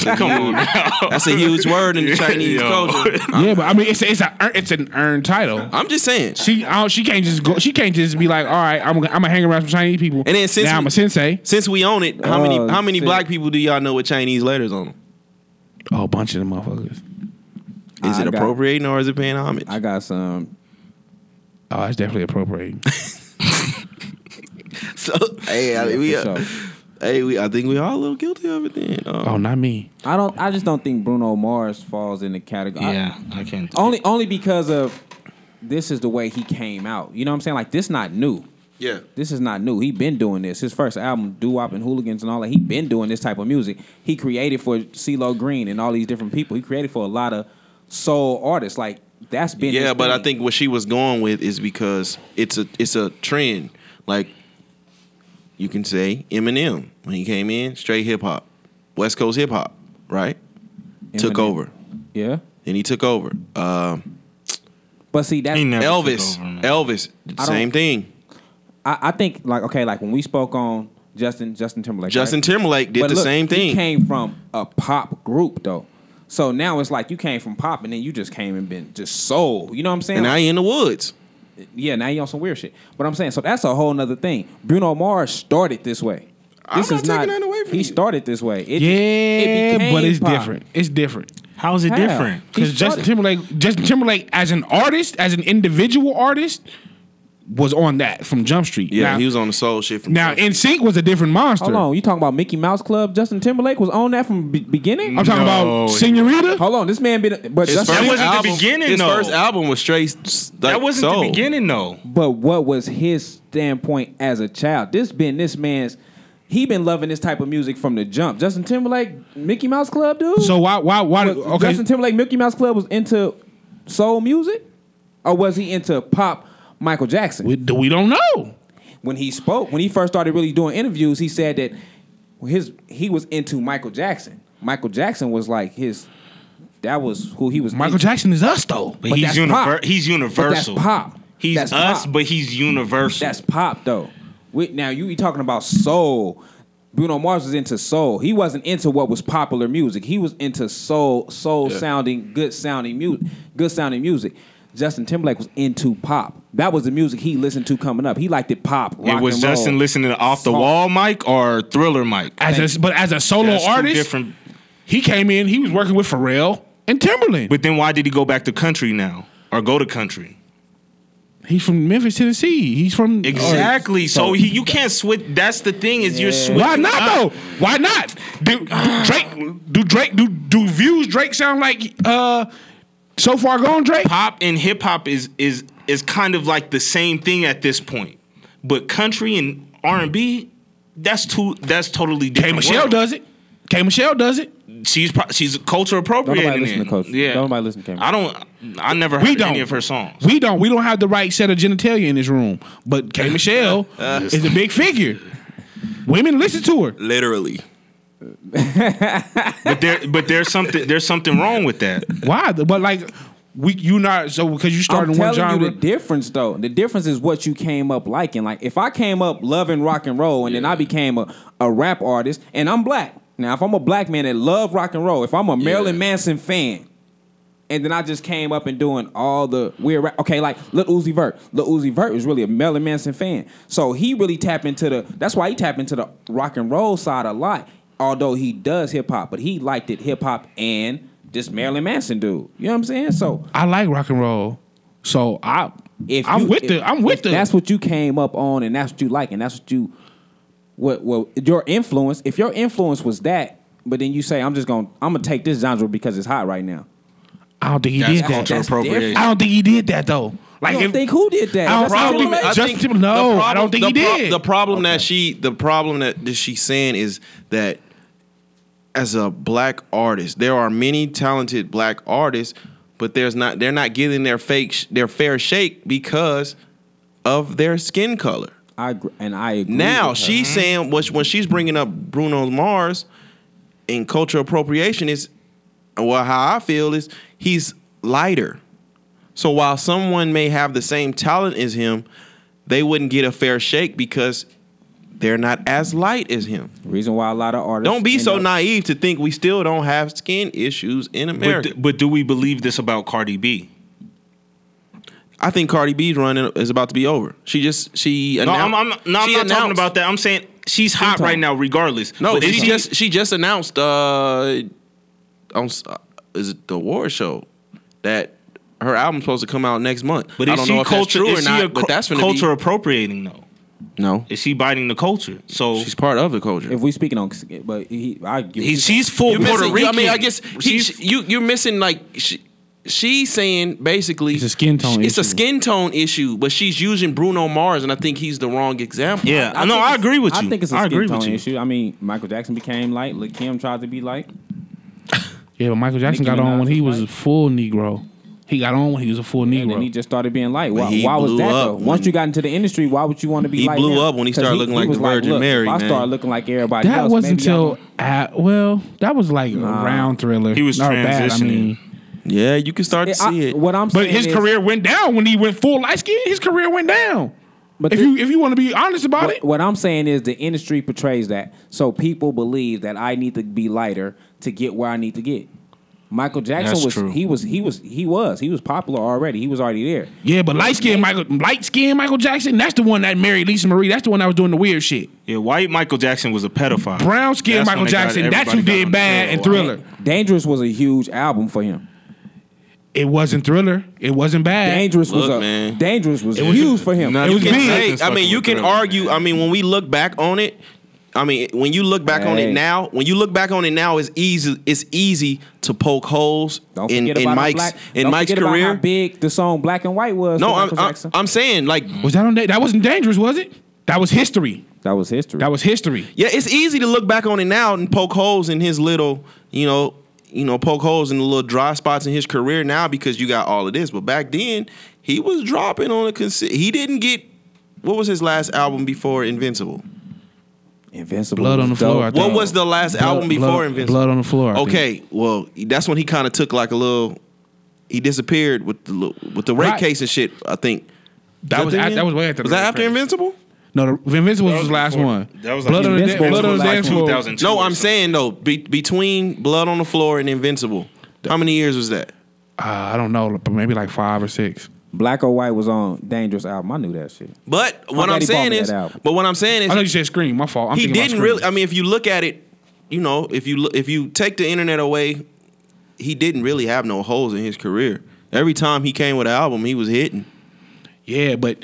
Speaker 7: Come on, now.
Speaker 1: That's a huge word in the Chinese
Speaker 7: Yo.
Speaker 1: culture.
Speaker 4: Yeah, but I mean, it's it's a ear- it's an earned title.
Speaker 1: I'm just saying.
Speaker 4: She I don't, she can't just go. She can't just be like, all right, I'm gonna- I'm gonna hang around some Chinese people.
Speaker 1: And then since
Speaker 4: now
Speaker 1: we-
Speaker 4: I'm a sensei.
Speaker 1: Since we own it, how many
Speaker 5: Oh,
Speaker 1: how many
Speaker 5: shit.
Speaker 1: black people do y'all know with Chinese letters on them?
Speaker 4: A whole Oh, bunch of them motherfuckers.
Speaker 1: Is
Speaker 5: I
Speaker 1: it
Speaker 5: got-
Speaker 1: appropriating or is it paying homage?
Speaker 5: I got some.
Speaker 4: Oh, that's definitely appropriating.
Speaker 1: so hey, I,
Speaker 5: Yeah,
Speaker 1: we,
Speaker 5: for
Speaker 1: uh,
Speaker 5: sure.
Speaker 1: hey, we, I think we all a little guilty of it then. Uh,
Speaker 4: oh, not me.
Speaker 5: I don't. I just don't think Bruno Mars falls in the category. I-
Speaker 7: Yeah, I can't.
Speaker 5: only only because of this is the way he came out. You know what I'm saying? Like this not new.
Speaker 1: Yeah.
Speaker 5: This is not new. He been doing this. His first album, Doo Wop and Hooligans and all that. He been doing this type of music. He created for CeeLo Green and all these different people. He created for a lot of soul artists. Like that's been.
Speaker 1: Yeah,
Speaker 5: his
Speaker 1: but I
Speaker 5: thing.
Speaker 1: think what she was going with is because it's a it's a trend. Like you can say Eminem when he came in, straight hip hop, West Coast hip hop, right? Took
Speaker 5: Eminem.
Speaker 1: over.
Speaker 5: Yeah,
Speaker 1: Then he took over. Uh,
Speaker 5: but see that's
Speaker 7: He never
Speaker 1: Elvis,
Speaker 7: took over, man.
Speaker 1: Elvis,
Speaker 5: I don't-
Speaker 1: same thing.
Speaker 5: I, I think like okay, like when we spoke on Justin Justin Timberlake.
Speaker 1: Justin
Speaker 5: right?
Speaker 1: Timberlake did
Speaker 5: But
Speaker 1: the
Speaker 5: look,
Speaker 1: same
Speaker 5: He
Speaker 1: thing.
Speaker 5: came from a pop group though. So now it's like you came from pop and then you just came and been just soul. You know what I'm saying?
Speaker 1: and now he in the woods.
Speaker 5: yeah, now you on some weird shit. But I'm saying, so that's a whole nother thing. Bruno Mars started this way.
Speaker 1: I'm
Speaker 5: This
Speaker 1: not
Speaker 5: is
Speaker 1: taking
Speaker 5: not
Speaker 1: nothing away from
Speaker 5: He
Speaker 1: you.
Speaker 5: started this way. It,
Speaker 4: Yeah,
Speaker 5: it became
Speaker 4: but it's
Speaker 5: pop.
Speaker 4: different. It's different
Speaker 7: How is it
Speaker 5: How?
Speaker 7: different?
Speaker 5: He
Speaker 4: because Justin
Speaker 5: started-
Speaker 4: Timberlake, Justin Timberlake as an artist, as an individual artist, was on that from Jump Street.
Speaker 1: Yeah,
Speaker 4: now,
Speaker 1: he was on the soul shit from
Speaker 4: Now, NSYNC was a different monster.
Speaker 5: Hold on, you talking about Mickey Mouse Club? Justin Timberlake was on that from be- beginning.
Speaker 4: I'm talking
Speaker 7: No,
Speaker 4: about
Speaker 7: he-
Speaker 4: Senorita.
Speaker 5: Hold on, this man been but
Speaker 1: His
Speaker 5: Justin,
Speaker 1: first
Speaker 7: wasn't the
Speaker 1: album-
Speaker 7: beginning,
Speaker 1: His
Speaker 7: though.
Speaker 1: first album was straight. s- Like,
Speaker 7: that wasn't
Speaker 1: soul.
Speaker 7: the beginning though.
Speaker 5: But what was his standpoint as a child? This been this man's. he been loving this type of music from the jump. Justin Timberlake, Mickey Mouse Club, dude.
Speaker 4: So why why why?
Speaker 5: Was
Speaker 4: Okay,
Speaker 5: Justin Timberlake, Mickey Mouse Club was into soul music, or was he into pop? Michael Jackson.
Speaker 4: we, we don't know.
Speaker 5: when he spoke, when he first started really doing interviews, he said that his he was into Michael Jackson. Michael Jackson was like his that was who he was.
Speaker 4: Michael
Speaker 5: into.
Speaker 4: Jackson is us though.
Speaker 7: But he's
Speaker 5: that's pop.
Speaker 7: univer- he's universal.
Speaker 5: But that's pop.
Speaker 7: He's
Speaker 5: That's
Speaker 7: us,
Speaker 5: pop.
Speaker 7: but he's universal.
Speaker 5: That's pop though. We, now you you talking about soul. Bruno Mars was into soul. He wasn't into what was popular music. He was into soul, soul sounding, good sounding music, good sounding music. Justin Timberlake was into pop. That was the music he listened to coming up. He liked it pop. Rock
Speaker 7: it was
Speaker 5: and roll.
Speaker 7: Justin listening to off the
Speaker 5: Soul.
Speaker 7: wall mic or thriller mic.
Speaker 4: As a, but as a solo
Speaker 7: That's two
Speaker 4: artist,
Speaker 7: different.
Speaker 4: he came in. He was working with Pharrell and Timberland.
Speaker 7: But then why did he go back to country now or go to country?
Speaker 4: he's from Memphis, Tennessee. He's from uh,
Speaker 7: Exactly. so he, you can't switch. That's the thing is you're switching.
Speaker 4: Why not
Speaker 7: up.
Speaker 4: though? Why not? Do, do Drake? Do Drake? Do do views? Drake sound like uh, so far gone Drake?
Speaker 7: pop and hip hop is is is kind of like the same thing at this point. But country and R and B, that's too that's totally
Speaker 4: K
Speaker 7: different.
Speaker 4: Michelle
Speaker 7: world.
Speaker 4: does it. K Michelle does it.
Speaker 7: She's pro- she's culture appropriating.
Speaker 5: Don't nobody listen
Speaker 7: it.
Speaker 5: to Coach.
Speaker 7: Yeah,
Speaker 5: Don't nobody listen to K.
Speaker 7: I don't. I never heard
Speaker 4: We don't.
Speaker 7: any of her songs.
Speaker 4: We don't. We don't have the right set of genitalia in this room. But K Michelle
Speaker 7: Uh,
Speaker 4: is a big figure. Women listen to her.
Speaker 1: Literally.
Speaker 7: But there but there's something there's something wrong with that.
Speaker 4: Why? But like we, you not so because you
Speaker 5: I'm
Speaker 4: starting one
Speaker 5: telling
Speaker 4: genre.
Speaker 5: you the difference, though. The difference is what you came up liking. Like if I came up loving rock and roll, and then I became a, a rap artist, and I'm black. Now, if I'm a black man that love rock and roll, if I'm a Marilyn Manson fan, and then I just came up and doing all the weird rap. Okay, like Lil Uzi Vert. Lil Uzi Vert was really a Marilyn Manson fan, so he really tapped into the. That's why he tapped into the rock and roll side a lot. Although he does hip hop, but he liked it hip hop and this Marilyn Manson dude. You know what I'm saying? So
Speaker 4: I like rock and roll. So I,
Speaker 5: if
Speaker 4: I'm
Speaker 5: you-
Speaker 4: with
Speaker 5: if-
Speaker 4: the, I'm with
Speaker 5: if
Speaker 4: the.
Speaker 5: That's what you came up on, and that's what you like, and that's what you, what, what your influence. If your influence was that, but then you say, I'm just gonna, I'm gonna take this genre because it's hot right now.
Speaker 4: I don't think he
Speaker 7: That's
Speaker 4: did that.
Speaker 7: culture
Speaker 5: That's
Speaker 7: appropriation.
Speaker 4: I don't think he did that though. Like
Speaker 5: I don't
Speaker 4: if
Speaker 5: think who did that.
Speaker 4: I don't
Speaker 5: That's not
Speaker 4: probably-
Speaker 5: Timberlake?
Speaker 4: I- Justin Timberlake- no,
Speaker 1: the
Speaker 4: I don't think
Speaker 1: the
Speaker 4: he did.
Speaker 1: The problem that she, the problem that, that she's saying is that as a black artist, there are many talented black artists, but there's not. They're not getting their fake, sh- their fair shake because of their skin color.
Speaker 5: I agree, and I agree.
Speaker 1: Now
Speaker 5: with her.
Speaker 1: she's saying what when she's bringing up Bruno Mars and cultural appropriation is well how I feel is he's lighter. So while someone may have the same talent as him, they wouldn't get a fair shake because they're not as light as him.
Speaker 5: reason why a lot of artists
Speaker 1: Don't be
Speaker 5: end
Speaker 1: so
Speaker 5: up-
Speaker 1: naive to think we still don't have skin issues in
Speaker 7: But,
Speaker 1: America.
Speaker 7: do- but do we believe this about Cardi B?
Speaker 1: I think Cardi B's run is about to be over. She just she
Speaker 7: No,
Speaker 1: annou-
Speaker 7: I'm, I'm, no, I'm
Speaker 1: she
Speaker 7: not talking
Speaker 1: announced-
Speaker 7: about that. I'm saying she's hot right now, regardless.
Speaker 1: No,
Speaker 7: But
Speaker 1: she
Speaker 7: is she-
Speaker 1: just she just announced uh on s- uh, is it the award show that her album's supposed to come out next month.
Speaker 7: But
Speaker 1: I
Speaker 7: is
Speaker 1: don't
Speaker 7: she
Speaker 1: know if
Speaker 7: culture?
Speaker 1: that's true
Speaker 7: is
Speaker 1: or
Speaker 7: she
Speaker 1: not.
Speaker 7: a
Speaker 1: but that's gonna
Speaker 7: culture appropriating though?
Speaker 1: Be, no,
Speaker 7: Is she biting the culture? So
Speaker 1: she's part of the culture.
Speaker 5: If we speaking on, but he, I give
Speaker 7: He-
Speaker 5: you-
Speaker 7: she's full
Speaker 1: You're
Speaker 7: Puerto
Speaker 1: missing-
Speaker 7: Rican.
Speaker 1: I mean, I guess he,
Speaker 7: She's-
Speaker 1: you you're missing like she, she's saying basically
Speaker 4: It's a skin tone
Speaker 1: It's a
Speaker 4: issue.
Speaker 1: skin tone issue, but she's using Bruno Mars, and I think he's the wrong example.
Speaker 7: yeah, I, know.
Speaker 5: think
Speaker 7: I
Speaker 5: it's-
Speaker 7: agree with you.
Speaker 5: I think it's a
Speaker 7: agree
Speaker 5: skin
Speaker 7: with
Speaker 5: tone
Speaker 7: you.
Speaker 5: issue. I mean, Michael Jackson became light. Lil Kim tried to be light.
Speaker 4: yeah, but Michael Jackson
Speaker 5: Nicki
Speaker 4: got on
Speaker 5: Minaj
Speaker 4: when he
Speaker 5: was
Speaker 4: was a full Negro. He got on when he was a full
Speaker 5: And then he
Speaker 4: Negro.
Speaker 5: just started being light. Why,
Speaker 1: he
Speaker 5: why was
Speaker 1: blew
Speaker 5: that
Speaker 1: up
Speaker 5: though? Once
Speaker 1: when-
Speaker 5: you got into the industry, why would you want to be?
Speaker 1: He
Speaker 5: like
Speaker 1: blew
Speaker 5: now?
Speaker 1: up when he
Speaker 5: 'Cause
Speaker 1: started looking like
Speaker 5: was
Speaker 1: the Virgin
Speaker 5: look,
Speaker 1: Mary,
Speaker 5: If I
Speaker 1: man.
Speaker 5: started looking like everybody
Speaker 4: That
Speaker 5: else,
Speaker 4: wasn't
Speaker 5: maybe I'm
Speaker 4: till I, well, that was like around Thriller.
Speaker 7: He was
Speaker 4: Not bad, I
Speaker 7: transitioning.
Speaker 4: mean.
Speaker 1: yeah, you can start
Speaker 5: not-
Speaker 1: to see
Speaker 5: I-
Speaker 1: it.
Speaker 5: What I'm
Speaker 4: But
Speaker 5: saying
Speaker 4: his
Speaker 5: is-
Speaker 4: career went down when he went full light skin. His career went down.
Speaker 5: But
Speaker 4: if
Speaker 5: the-
Speaker 4: you if you want to be honest about
Speaker 5: What,
Speaker 4: it,
Speaker 5: what I'm saying is the industry portrays that, so people believe that I need to be lighter to get where I need to get. Michael Jackson
Speaker 7: That's
Speaker 5: was
Speaker 7: true.
Speaker 5: he was he was he was he was popular already. He was already there.
Speaker 4: yeah. But light skin Michael, light skin Michael Jackson. That's the one that married Lisa Marie. That's the one that was doing the weird shit.
Speaker 7: Yeah, white Michael Jackson was a pedophile.
Speaker 4: Brown skin
Speaker 7: That's
Speaker 4: Michael
Speaker 7: when they got-
Speaker 4: Jackson. That's who
Speaker 7: everybody got
Speaker 4: did
Speaker 7: on
Speaker 4: bad
Speaker 7: the
Speaker 4: and
Speaker 7: trail.
Speaker 4: Thriller.
Speaker 5: Dangerous was a huge album for him.
Speaker 4: It wasn't Thriller. It wasn't bad.
Speaker 5: Dangerous was
Speaker 1: Look,
Speaker 5: a
Speaker 1: man.
Speaker 5: dangerous was, huge for him.
Speaker 7: No,
Speaker 4: It
Speaker 7: you
Speaker 4: was
Speaker 7: can't
Speaker 4: big.
Speaker 7: say
Speaker 1: Hey,
Speaker 7: this
Speaker 1: I mean,
Speaker 7: fucking
Speaker 1: you can
Speaker 7: Thriller.
Speaker 1: argue. I mean, when we look back on it, I mean, when you look back on
Speaker 5: Hey.
Speaker 1: it now, when you look back on it now, it's easy. It's easy to poke holes
Speaker 5: Don't
Speaker 1: in,
Speaker 5: forget
Speaker 1: in
Speaker 5: about how
Speaker 1: Mike's
Speaker 5: black,
Speaker 1: in
Speaker 5: don't
Speaker 1: Mike's
Speaker 5: forget
Speaker 1: career.
Speaker 5: About how big the song "Black and White" was.
Speaker 1: no,
Speaker 5: for
Speaker 1: I'm,
Speaker 5: Michael
Speaker 1: I'm
Speaker 5: Jackson.
Speaker 1: I'm saying like
Speaker 4: Was that on? Da- that wasn't dangerous, was it? That was history.
Speaker 5: That was history.
Speaker 4: That was history.
Speaker 1: Yeah, it's easy to look back on it now and poke holes in his little, you know, you know, poke holes in the little dry spots in his career now because you got all of this. But back then, he was dropping on a consi- he didn't get what was his last album before Invincible?
Speaker 5: Invincible.
Speaker 4: Blood
Speaker 5: was
Speaker 4: on the
Speaker 5: dope.
Speaker 4: floor. I
Speaker 1: What
Speaker 4: think.
Speaker 1: was the last
Speaker 4: Blood-
Speaker 1: album before
Speaker 4: blood,
Speaker 1: Invincible?
Speaker 4: Blood on the floor. I think.
Speaker 1: okay, well, that's when he kind of took like a little he disappeared with the li- with the rape
Speaker 4: Right.
Speaker 1: case and shit, I think.
Speaker 4: that was
Speaker 1: that,
Speaker 4: at,
Speaker 1: the
Speaker 4: that was
Speaker 1: end?
Speaker 4: way after.
Speaker 1: Was
Speaker 4: the
Speaker 1: that
Speaker 4: Red
Speaker 1: after
Speaker 4: Craze.
Speaker 1: Invincible?
Speaker 4: No, the Invincible was
Speaker 7: That
Speaker 4: his
Speaker 7: was
Speaker 4: last
Speaker 7: before-
Speaker 4: one.
Speaker 7: that was like
Speaker 4: Blood on the,
Speaker 5: Invincible
Speaker 4: blood on
Speaker 5: was
Speaker 4: the
Speaker 5: like
Speaker 4: dance floor.
Speaker 7: 2002.
Speaker 1: No,
Speaker 7: or
Speaker 1: I'm
Speaker 7: something.
Speaker 1: saying though, be, between Blood on the Floor and Invincible, how many years was that?
Speaker 4: Uh, I don't know, but maybe like five or six.
Speaker 5: Black or White was on Dangerous album. I knew that shit.
Speaker 1: But what
Speaker 5: daddy
Speaker 1: I'm
Speaker 5: bought
Speaker 1: saying
Speaker 5: me
Speaker 1: is,
Speaker 5: that album.
Speaker 1: but what I'm saying
Speaker 4: I know you
Speaker 1: is,
Speaker 4: said Scream. My fault. I'm
Speaker 1: he
Speaker 4: thinking about
Speaker 1: didn't
Speaker 4: Scream.
Speaker 1: really. I mean, if you look at it, you know, if you look, if you take the internet away, he didn't really have no holes in his career. Every time he came with an album, he was hitting.
Speaker 4: Yeah, but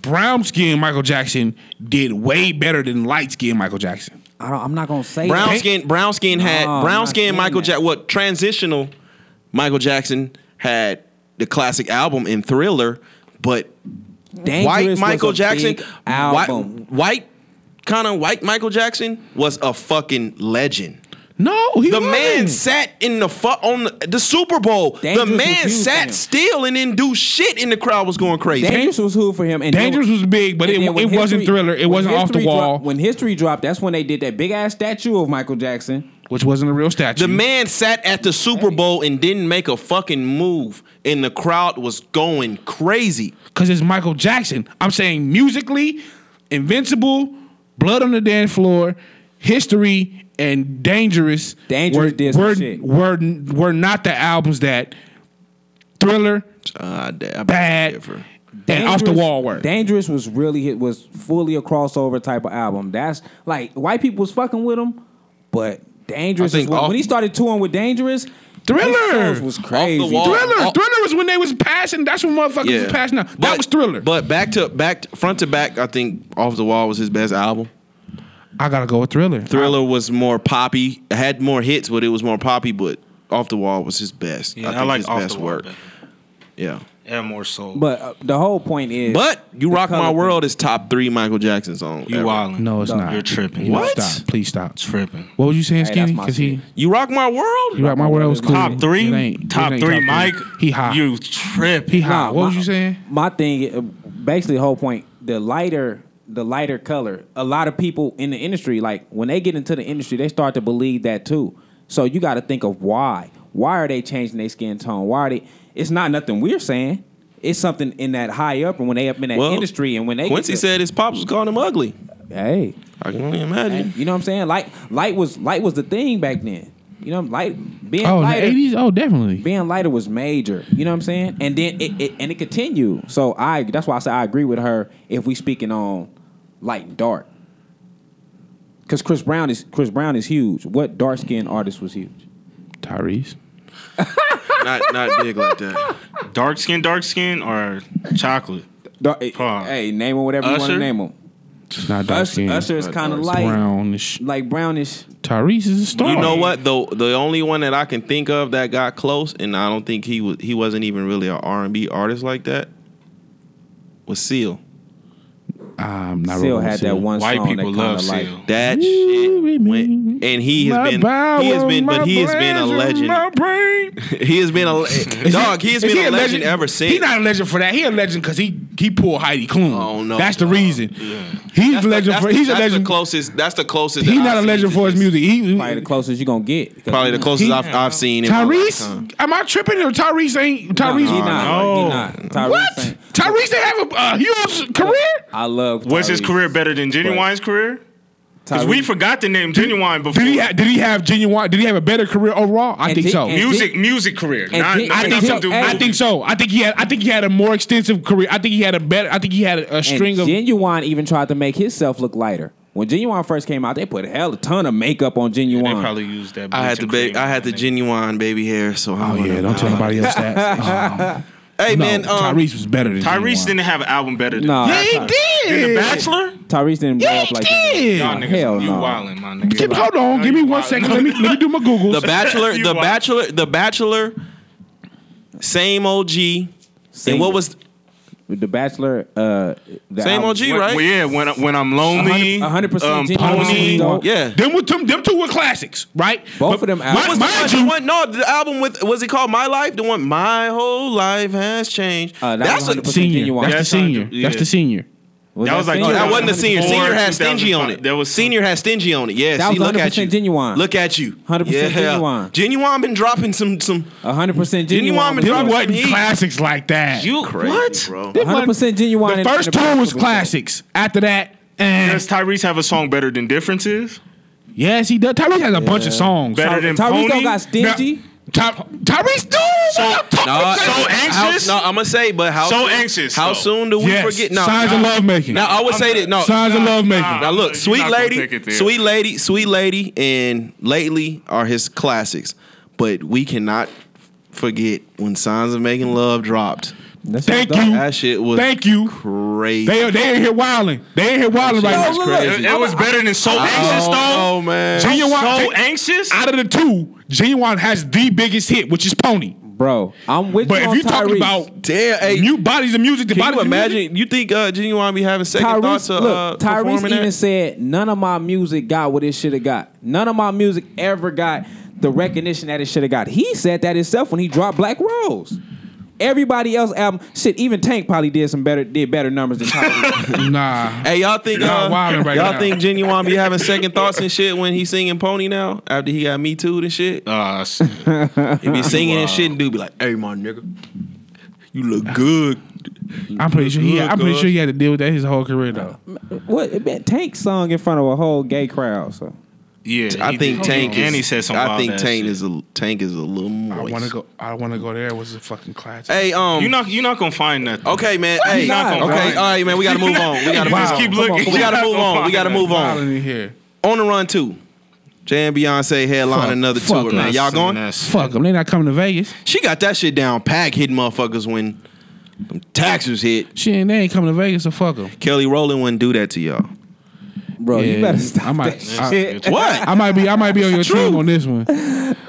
Speaker 4: brown skin Michael Jackson did way better than light skin Michael Jackson.
Speaker 5: I don't, I'm not gonna say
Speaker 1: Brown
Speaker 5: that.
Speaker 1: skin, brown skin had
Speaker 5: No, I'm
Speaker 1: brown
Speaker 5: not
Speaker 1: skin.
Speaker 5: saying
Speaker 1: Michael
Speaker 5: that.
Speaker 1: Jackson, what transitional? Michael Jackson had the classic album in Thriller, but
Speaker 5: Dangerous
Speaker 1: white
Speaker 5: was
Speaker 1: Michael
Speaker 5: a
Speaker 1: Jackson,
Speaker 5: big
Speaker 1: white,
Speaker 5: album.
Speaker 1: white kind of white Michael Jackson was a fucking legend.
Speaker 4: No, he
Speaker 1: The
Speaker 4: wasn't.
Speaker 1: man sat in the fu- on the, the Super Bowl.
Speaker 5: Dangerous
Speaker 1: the
Speaker 5: was
Speaker 1: man
Speaker 5: huge
Speaker 1: sat
Speaker 5: for him.
Speaker 1: still and didn't do shit, and the crowd was going crazy.
Speaker 5: Dangerous was who for him. And then-
Speaker 4: Dangerous was big, but it,
Speaker 5: and
Speaker 4: it
Speaker 5: then when
Speaker 4: wasn't
Speaker 5: History-
Speaker 4: thriller. It
Speaker 5: when
Speaker 4: wasn't off the
Speaker 5: History
Speaker 4: wall,
Speaker 5: Dropped, when history dropped, that's when they did that big ass statue of Michael Jackson.
Speaker 4: which wasn't a real statue.
Speaker 1: the man sat at the Super Bowl and didn't make a fucking move, and the crowd was going crazy.
Speaker 4: because it's Michael Jackson. I'm saying musically, Invincible, Blood on the Dance Floor, History, and Dangerous.
Speaker 5: Dangerous
Speaker 4: were,
Speaker 5: did some
Speaker 4: were,
Speaker 5: shit.
Speaker 4: were were not the albums that Thriller,
Speaker 1: Uh, da- I
Speaker 4: Bad,
Speaker 1: differ.
Speaker 4: and Off the Wall were.
Speaker 5: Dangerous was really it was fully a crossover type of album. That's like white people was fucking with him, but Dangerous
Speaker 1: I
Speaker 5: is
Speaker 1: think
Speaker 5: when,
Speaker 1: off-
Speaker 5: when he started touring with Dangerous.
Speaker 4: Thriller.
Speaker 5: his shows was crazy.
Speaker 1: Wall.
Speaker 4: Thriller,
Speaker 1: Oh.
Speaker 4: Thriller was when they was passing. That's when motherfuckers was passing out. That
Speaker 1: But-
Speaker 4: was Thriller.
Speaker 1: But back to back to- front to back, I think Off the Wall was his best album.
Speaker 4: I gotta go with Thriller.
Speaker 1: Thriller was more poppy, had more hits, but it was more poppy. But Off the Wall was his best.
Speaker 7: Yeah,
Speaker 1: I
Speaker 7: I,
Speaker 1: think
Speaker 7: like
Speaker 1: his
Speaker 7: off
Speaker 1: best
Speaker 7: the wall
Speaker 1: work.
Speaker 7: better.
Speaker 1: Yeah.
Speaker 7: Yeah, more soul.
Speaker 5: But uh, the whole point is,
Speaker 1: But You
Speaker 5: the
Speaker 1: Rock
Speaker 5: color
Speaker 1: My
Speaker 5: thing.
Speaker 1: World is top three Michael Jackson songs.
Speaker 7: you
Speaker 1: ever.
Speaker 7: wildin'.
Speaker 4: No, it's
Speaker 5: No.
Speaker 4: not.
Speaker 7: You're tripping.
Speaker 4: You
Speaker 1: What?
Speaker 4: Stop. Please stop.
Speaker 7: Tripping.
Speaker 4: What was you saying,
Speaker 5: Hey, that's
Speaker 4: Skinny?
Speaker 5: my
Speaker 4: Because he,
Speaker 5: shit.
Speaker 1: You Rock My World?
Speaker 4: you rock my world was cool.
Speaker 7: Top three,
Speaker 4: It ain't- it
Speaker 7: top
Speaker 4: ain't
Speaker 7: three, Mike.
Speaker 4: He hot.
Speaker 7: You
Speaker 4: he
Speaker 7: tripping?
Speaker 4: hot.
Speaker 5: Nah,
Speaker 4: what was
Speaker 5: my-
Speaker 4: you saying?
Speaker 5: My thing, uh, basically, the whole point: the lighter, the lighter color. A lot of people in the industry, like when they get into the industry, they start to believe that too. So you got to think of why. Why are they changing their skin tone? Why are they? It's not nothing we're saying. It's something in that high up, and when they up in that
Speaker 1: Well,
Speaker 5: industry, and when they get
Speaker 1: Quincy
Speaker 5: to-
Speaker 1: said his pops was calling him ugly.
Speaker 5: "Hey,
Speaker 1: I can only imagine.
Speaker 5: you know what I'm saying? Light, light was light was the thing back then. You know, light being
Speaker 4: Oh, in the
Speaker 5: lighter,
Speaker 4: eighties. Oh, definitely.
Speaker 5: being lighter was major. You know what I'm saying? And then it, it and it continued. So I that's why I say I agree with her if we speaking on light and dark. Cause Chris Brown is Chris Brown is huge. What dark skinned artist was huge?
Speaker 4: Tyrese.
Speaker 1: not not big like that.
Speaker 7: Dark skin, dark skin, or chocolate?
Speaker 5: Dar- eh,
Speaker 7: Huh.
Speaker 5: Hey, name him whatever you want
Speaker 7: Usher?
Speaker 5: to name him.
Speaker 4: It's not dark
Speaker 5: Usher,
Speaker 4: skin.
Speaker 5: Usher is
Speaker 1: Not
Speaker 5: kind of
Speaker 1: dark
Speaker 5: light,
Speaker 4: brownish.
Speaker 5: like brownish.
Speaker 4: Tyrese is a star.
Speaker 1: You know what? The the only one that I can think of that got close, and I don't think he was he wasn't even really an R and B artist like that. Was Seal.
Speaker 4: I'm not
Speaker 5: Still
Speaker 4: rolling
Speaker 5: had
Speaker 4: with
Speaker 5: that
Speaker 4: Seal.
Speaker 5: one
Speaker 7: White
Speaker 5: song
Speaker 7: people
Speaker 5: that kind
Speaker 7: love
Speaker 5: of like.
Speaker 7: Seal.
Speaker 1: That
Speaker 4: Ooh,
Speaker 1: shit went, and he has
Speaker 4: My
Speaker 1: been
Speaker 4: power,
Speaker 1: he has been, but
Speaker 4: my
Speaker 1: he has been a
Speaker 4: pleasure,
Speaker 1: legend.
Speaker 4: my brain.
Speaker 1: He has been a le- dog. He has
Speaker 4: Is
Speaker 1: been
Speaker 4: he
Speaker 1: a legend ever since.
Speaker 4: He's not a legend for that. He a legend because he he pulled Heidi Klum.
Speaker 1: Oh, no,
Speaker 4: that's the
Speaker 1: no.
Speaker 4: reason. He's
Speaker 1: That's
Speaker 4: a
Speaker 1: the-
Speaker 4: legend
Speaker 1: that's
Speaker 4: for.
Speaker 1: the-
Speaker 4: He's a
Speaker 1: that's
Speaker 4: legend.
Speaker 1: The closest. That's the closest.
Speaker 4: He's
Speaker 1: that
Speaker 4: not a
Speaker 1: I've
Speaker 4: legend
Speaker 1: seen
Speaker 4: for his
Speaker 1: to this.
Speaker 4: music. He
Speaker 5: Probably the closest you gonna get. 'Cause-
Speaker 1: Probably the closest
Speaker 4: He-
Speaker 1: I've, I've seen. in my lifetime.
Speaker 4: Tyrese. Am I tripping or Tyrese ain't
Speaker 5: Nah, he
Speaker 4: Tyrese?
Speaker 5: not.
Speaker 7: no.
Speaker 5: He not. Tyrese
Speaker 4: What?
Speaker 5: ain't-
Speaker 4: Tyrese didn't have a, a huge career.
Speaker 5: I love.
Speaker 7: Was his
Speaker 5: Tyrese.
Speaker 7: career better than Genuine's career? Because we
Speaker 5: Tyrese.
Speaker 7: forgot the name Genuine before.
Speaker 4: Did he have? Did he have genuine? Did he have a better career overall? I
Speaker 5: And
Speaker 4: think
Speaker 5: did-
Speaker 4: so.
Speaker 5: and-
Speaker 7: music, music career.
Speaker 5: And
Speaker 7: Not,
Speaker 5: did-
Speaker 7: not
Speaker 5: and
Speaker 7: nothing
Speaker 5: did-
Speaker 7: to do with-
Speaker 4: I think so. I think he had. I think he had a more extensive career. I think he had a better. I think he had a, a
Speaker 5: And
Speaker 4: string of.
Speaker 5: Genuine even tried to make himself look lighter. When Genuine first came out, they put a hell of a ton of makeup on Genuine.
Speaker 7: They probably used that.
Speaker 1: I had the
Speaker 7: bleaching
Speaker 1: ba-
Speaker 7: cream
Speaker 1: I had the
Speaker 7: on that nigga.
Speaker 1: genuine baby hair. So
Speaker 4: Oh yeah, don't tell nobody else that.
Speaker 1: Hey
Speaker 4: Um, no,
Speaker 1: man, um,
Speaker 4: Tyrese was better than
Speaker 7: Tyrese
Speaker 4: Genuine.
Speaker 7: didn't have an album better than.
Speaker 5: no,
Speaker 4: Yeah, he did.
Speaker 7: The Bachelor?
Speaker 5: Tyrese didn't blow
Speaker 4: Yeah,
Speaker 5: up
Speaker 4: he
Speaker 5: like
Speaker 4: did.
Speaker 7: Y'all
Speaker 5: Nah,
Speaker 7: niggas,
Speaker 5: hell
Speaker 7: you
Speaker 5: no.
Speaker 7: wildin', my nigga.
Speaker 4: Give- hold on,
Speaker 7: No,
Speaker 4: give me
Speaker 7: you
Speaker 4: one
Speaker 7: wildin'.
Speaker 4: second. Let me let me do my Googles.
Speaker 1: The Bachelor,
Speaker 7: You
Speaker 1: The
Speaker 7: wild.
Speaker 1: Bachelor, The Bachelor, same OG.
Speaker 5: Same.
Speaker 1: And what was
Speaker 5: The Bachelor, uh, the
Speaker 1: Same
Speaker 5: album-
Speaker 1: OG, right?
Speaker 6: Well, yeah, when I- when I'm
Speaker 5: A hundred-
Speaker 6: lonely,
Speaker 5: a hundred percent
Speaker 6: um,
Speaker 5: genuine
Speaker 6: pony.
Speaker 5: single.
Speaker 1: Yeah.
Speaker 4: Them, with them, them two were classics, right?
Speaker 5: Both of them
Speaker 4: Mind,
Speaker 5: albums.
Speaker 1: Mind
Speaker 4: mind
Speaker 1: you,
Speaker 4: you,
Speaker 1: one, no, the album with was it called My Life? The one My Whole Life Has Changed.
Speaker 5: Uh, that
Speaker 1: That's
Speaker 5: was
Speaker 1: a,
Speaker 5: 100%
Speaker 4: senior.
Speaker 5: genuine.
Speaker 4: That's the
Speaker 7: That's
Speaker 4: senior.
Speaker 7: hundred-
Speaker 4: That's
Speaker 7: yeah.
Speaker 4: the senior.
Speaker 7: That was like-
Speaker 5: single?
Speaker 7: No,
Speaker 1: oh, that wasn't the senior.
Speaker 7: 2004,
Speaker 1: Senior had stingy on it.
Speaker 7: That was-
Speaker 1: senior had stingy on it. Yes,
Speaker 5: That was
Speaker 1: see, look at you.
Speaker 5: 100% genuine.
Speaker 1: Look at you.
Speaker 5: 100% genuine.
Speaker 1: Genuine been dropping some some.
Speaker 5: A hundred percent
Speaker 1: Genuine
Speaker 5: genuine.
Speaker 1: and
Speaker 4: Them
Speaker 1: Drop
Speaker 4: wasn't
Speaker 1: some heat.
Speaker 4: classics like that.
Speaker 7: You
Speaker 1: Crazy,
Speaker 7: what?
Speaker 1: bro?
Speaker 4: Them
Speaker 5: 100%
Speaker 4: wasn't-
Speaker 5: genuine
Speaker 4: The
Speaker 5: and-
Speaker 4: first
Speaker 5: and
Speaker 4: two
Speaker 5: the
Speaker 4: was
Speaker 5: Bachelor was
Speaker 4: classics. After that, eh.
Speaker 7: Does Tyrese have a song better than Differences?
Speaker 4: yes, he does. Tyrese has a bunch of songs.
Speaker 7: Better than
Speaker 5: Tyrese
Speaker 7: Pony?
Speaker 5: don't got stingy.
Speaker 4: Ty- Tyrese do. So,
Speaker 1: so
Speaker 7: anxious?
Speaker 1: no, I'm gonna say, but how
Speaker 7: So
Speaker 1: soon,
Speaker 7: anxious,
Speaker 1: How
Speaker 7: though.
Speaker 1: soon do we
Speaker 4: yes,
Speaker 1: forget? No,
Speaker 4: signs
Speaker 1: no,
Speaker 4: of love making.
Speaker 1: Now uh, I would say that no.
Speaker 4: signs of love making.
Speaker 1: Now look,
Speaker 7: You're
Speaker 1: sweet
Speaker 7: not gonna take it
Speaker 1: lady,
Speaker 7: there.
Speaker 1: sweet lady, sweet lady, and lately are his classics, but we cannot forget when Signs of Making Love dropped.
Speaker 5: That's
Speaker 4: Thank
Speaker 5: what I
Speaker 4: you.
Speaker 5: thought.
Speaker 1: That shit was
Speaker 4: Thank you.
Speaker 1: crazy.
Speaker 4: They they ain't here wilding. They ain't here wilding
Speaker 1: That
Speaker 4: right
Speaker 1: shit
Speaker 4: now.
Speaker 1: was
Speaker 5: look,
Speaker 1: crazy.
Speaker 7: It, it was better than So Anxious,
Speaker 1: Oh,
Speaker 7: though.
Speaker 1: oh, man,
Speaker 4: Genuine.
Speaker 7: So
Speaker 4: Gen-
Speaker 7: Anxious?
Speaker 4: out of the two, Genuine has the biggest hit, which is Pony.
Speaker 5: bro. I'm with
Speaker 4: But
Speaker 5: you.
Speaker 4: if
Speaker 5: on
Speaker 4: you're talking
Speaker 5: Tyrese.
Speaker 4: about
Speaker 1: damn. Hey,
Speaker 4: new bodies of music, the
Speaker 1: can
Speaker 4: bodies
Speaker 1: you
Speaker 4: of music-
Speaker 1: imagine? You think uh, Genuine be having second thoughts of uh,
Speaker 5: look, Tyrese
Speaker 1: performing
Speaker 5: even
Speaker 1: that?
Speaker 5: said none of my music got what it should have got. None of my music ever got the recognition that it should have got. He said that himself when he dropped Black Rose. Everybody else album, shit. Even Tank probably did some better, did better numbers than Tyrese.
Speaker 4: Nah.
Speaker 1: Hey, y'all think
Speaker 4: Y'all
Speaker 1: uh,
Speaker 4: wildin' right
Speaker 1: y'all
Speaker 4: now.
Speaker 1: think Genuine be having second thoughts and shit when he's singing Pony now after he got Me Too and shit?
Speaker 6: Uh, s-
Speaker 1: He be singing and shit and dude be like, "Hey, my nigga, you look good."
Speaker 4: I'm pretty sure he.
Speaker 1: Good,
Speaker 4: I'm pretty
Speaker 1: good.
Speaker 4: sure he had to deal with that his whole career though.
Speaker 5: what man, Tank sung in front of a whole gay crowd. So
Speaker 7: yeah,
Speaker 1: I
Speaker 7: he
Speaker 1: think
Speaker 7: did.
Speaker 1: Tank is.
Speaker 7: And he said some
Speaker 1: I
Speaker 7: wild
Speaker 1: think
Speaker 7: ass
Speaker 1: Tank
Speaker 7: shit.
Speaker 1: is a Tank is a little moist.
Speaker 4: I want to go. I want to go there. Was a fucking classic.
Speaker 1: Hey, um,
Speaker 7: You're not you're not gonna find nothing.
Speaker 1: okay, man. Hey,
Speaker 5: not
Speaker 1: okay,
Speaker 5: gonna
Speaker 1: all
Speaker 5: find it.
Speaker 1: right, man. We gotta move on. We gotta
Speaker 7: You
Speaker 1: move
Speaker 7: just
Speaker 1: on.
Speaker 7: keep
Speaker 1: Come on,
Speaker 7: looking.
Speaker 1: We gotta
Speaker 7: You're
Speaker 1: move
Speaker 7: not gonna
Speaker 1: on. We
Speaker 7: find
Speaker 1: gotta
Speaker 7: nothing.
Speaker 1: move on.
Speaker 4: Wildin' in here.
Speaker 1: On the run too. Jay and Beyonce headline
Speaker 4: Fuck,
Speaker 1: another
Speaker 4: fuck
Speaker 1: tour, man.
Speaker 4: us.
Speaker 1: Y'all going?
Speaker 4: Fuck them. They not coming to Vegas.
Speaker 1: She got that shit down pack, hitting motherfuckers when them taxes hit.
Speaker 4: Shit, and they ain't coming to Vegas. So fuck them.
Speaker 1: Kelly Rowland wouldn't do that to y'all.
Speaker 5: bro,
Speaker 4: Yeah,
Speaker 5: you better stop
Speaker 4: I might-
Speaker 5: that
Speaker 4: I-
Speaker 5: shit.
Speaker 1: What?
Speaker 4: I might be. I might be on your team on this one.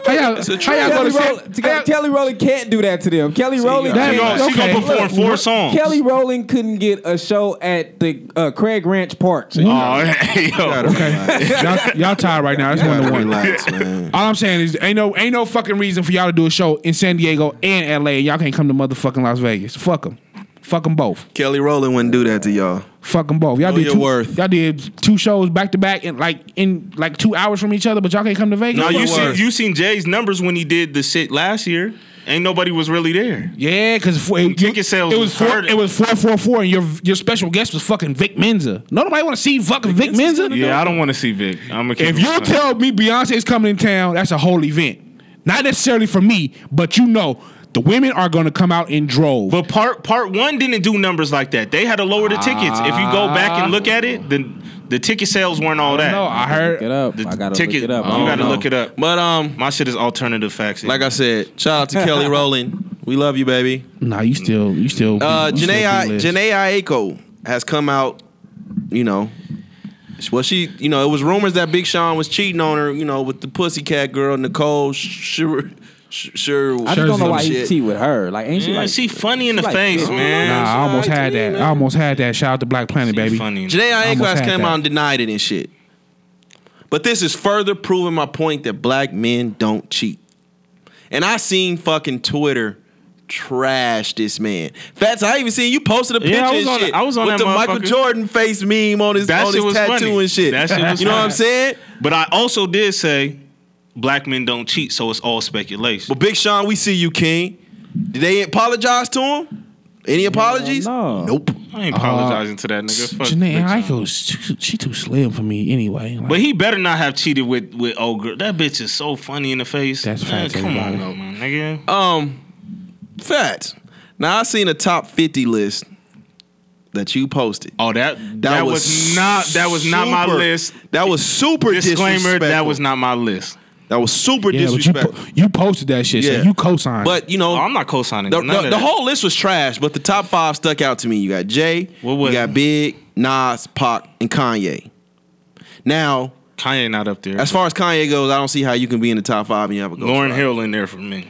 Speaker 4: How y'all,
Speaker 1: It's a
Speaker 4: how y'all go
Speaker 5: Kelly,
Speaker 4: to
Speaker 5: Roll-
Speaker 4: San- how y'all-
Speaker 5: Kelly Rowland can't do that to them. Kelly Rowland
Speaker 1: got-
Speaker 7: She
Speaker 5: can't.
Speaker 7: gonna, she
Speaker 4: Okay.
Speaker 7: gonna perform
Speaker 4: Look,
Speaker 7: four
Speaker 4: what-
Speaker 7: songs.
Speaker 5: Kelly Rowland couldn't get a show at the uh, Craig Ranch Park.
Speaker 6: oh, hey, yo.
Speaker 4: Okay, y'all, y'all tied right now. It's one to one.
Speaker 1: Relax, man.
Speaker 4: All I'm saying is, ain't no, ain't no fucking reason for y'all to do a show in San Diego and LA, and y'all can't come to motherfucking Las Vegas. Fuck them, fuck them both,
Speaker 1: Kelly Rowland wouldn't do that to y'all.
Speaker 4: fuck them both. Y'all
Speaker 1: Know
Speaker 4: did
Speaker 1: your
Speaker 4: two,
Speaker 1: worth.
Speaker 4: y'all did two shows back to back in like in like two hours from each other, but y'all can't come to Vegas.
Speaker 7: Now you
Speaker 1: Word.
Speaker 7: seen you seen Jay's numbers when he did the shit last year. Ain't nobody was really there.
Speaker 4: yeah, because it,
Speaker 7: Ticket sales
Speaker 4: it was
Speaker 7: was
Speaker 4: four,
Speaker 7: hurting.
Speaker 4: it was four four four, and your your special guest was fucking Vic Menza. No, nobody want to see fucking Vic Menza.
Speaker 6: Yeah, I don't want to see Vic. I'm gonna keep
Speaker 4: If
Speaker 6: it
Speaker 4: you
Speaker 6: fun.
Speaker 4: tell me Beyonce's coming in town, that's a whole event. Not necessarily for me, but you know, the women are going to come out in droves.
Speaker 7: But part part one didn't do numbers like that. They had to lower the tickets. If you go back and look at it, the the ticket sales weren't all that.
Speaker 4: no, I heard.
Speaker 5: Look it up.
Speaker 7: The
Speaker 5: I gotta
Speaker 7: ticket,
Speaker 5: look it
Speaker 1: Oh.
Speaker 5: up. I
Speaker 7: You
Speaker 5: don't
Speaker 7: gotta
Speaker 5: know.
Speaker 7: look it up.
Speaker 1: But um,
Speaker 7: My shit is alternative facts.
Speaker 1: like I said, shout out to Kelly Rowland. We love you, baby.
Speaker 4: Nah, you still, you still.
Speaker 1: Uh,
Speaker 4: you still
Speaker 1: Janae I,
Speaker 4: do this.
Speaker 1: Janae Aiko has come out. You know, well, she, you know, it was rumors that Big Sean was cheating on her. You know, with the pussycat girl Nicole Sure. Sure,
Speaker 5: I just don't know why he cheat with her. Like, ain't she
Speaker 7: Yeah,
Speaker 5: like
Speaker 7: she funny in the
Speaker 5: like-
Speaker 7: face, man.
Speaker 4: Nah, I almost had that. I almost had that. Shout out to Black Planet,
Speaker 7: She
Speaker 4: baby.
Speaker 7: funny.
Speaker 1: Janae
Speaker 4: I
Speaker 1: Aiko
Speaker 4: almost
Speaker 1: has
Speaker 4: had
Speaker 1: came
Speaker 4: that.
Speaker 1: out and denied it and shit. But this is further proving my point that black men don't cheat. And I seen fucking Twitter trash this man. Fats, I even seen you posted a picture
Speaker 7: Yeah, I was
Speaker 1: and
Speaker 7: on-
Speaker 1: shit
Speaker 7: I was on
Speaker 1: with
Speaker 7: that
Speaker 1: the Michael
Speaker 7: motherfucker.
Speaker 1: Jordan face meme on his,
Speaker 7: That
Speaker 1: on
Speaker 7: shit
Speaker 1: his
Speaker 7: was
Speaker 1: tattoo
Speaker 7: funny.
Speaker 1: and shit.
Speaker 7: That shit was
Speaker 1: you know what I'm
Speaker 7: funny.
Speaker 1: saying?
Speaker 7: But I also did say black men don't cheat, so it's all speculation.
Speaker 1: But Big Sean, we see you, King. Did they apologize to him? Any apologies?
Speaker 5: no.
Speaker 1: Nope.
Speaker 7: I ain't apologizing to that nigga. Fuck
Speaker 4: Janae
Speaker 7: Big Sean.
Speaker 4: Aiko's too, she too slim for me anyway. Like,
Speaker 7: But he better not have cheated with with old girl. That bitch is so funny in the face.
Speaker 4: That's
Speaker 7: Man,
Speaker 4: facts,
Speaker 7: Come on,
Speaker 4: everybody.
Speaker 7: though, man, nigga.
Speaker 1: Um, Fats. Now I seen a top fifty list that you posted.
Speaker 7: Oh, that that, was, not that was not my
Speaker 1: super-
Speaker 7: list.
Speaker 1: That was super
Speaker 7: Disclaimer: That
Speaker 1: disrespectful.
Speaker 7: was not my list.
Speaker 1: that was super
Speaker 4: yeah, but you,
Speaker 1: disrespectful.
Speaker 4: po- you posted that shit,
Speaker 1: Yeah.
Speaker 4: so you co-signed.
Speaker 1: But you know,
Speaker 7: Oh, I'm not co-signing
Speaker 1: the,
Speaker 7: none of
Speaker 1: the, the
Speaker 7: that.
Speaker 1: whole list was trash. But the top five stuck out to me. You got Jay,
Speaker 7: What was
Speaker 1: you got
Speaker 7: it?
Speaker 1: Big, Nas, Pac, and Kanye. Now,
Speaker 7: Kanye not up there.
Speaker 1: as far as Kanye goes, I don't see how you can be in the top five and you have a go.
Speaker 7: Lauren Hill in there for me.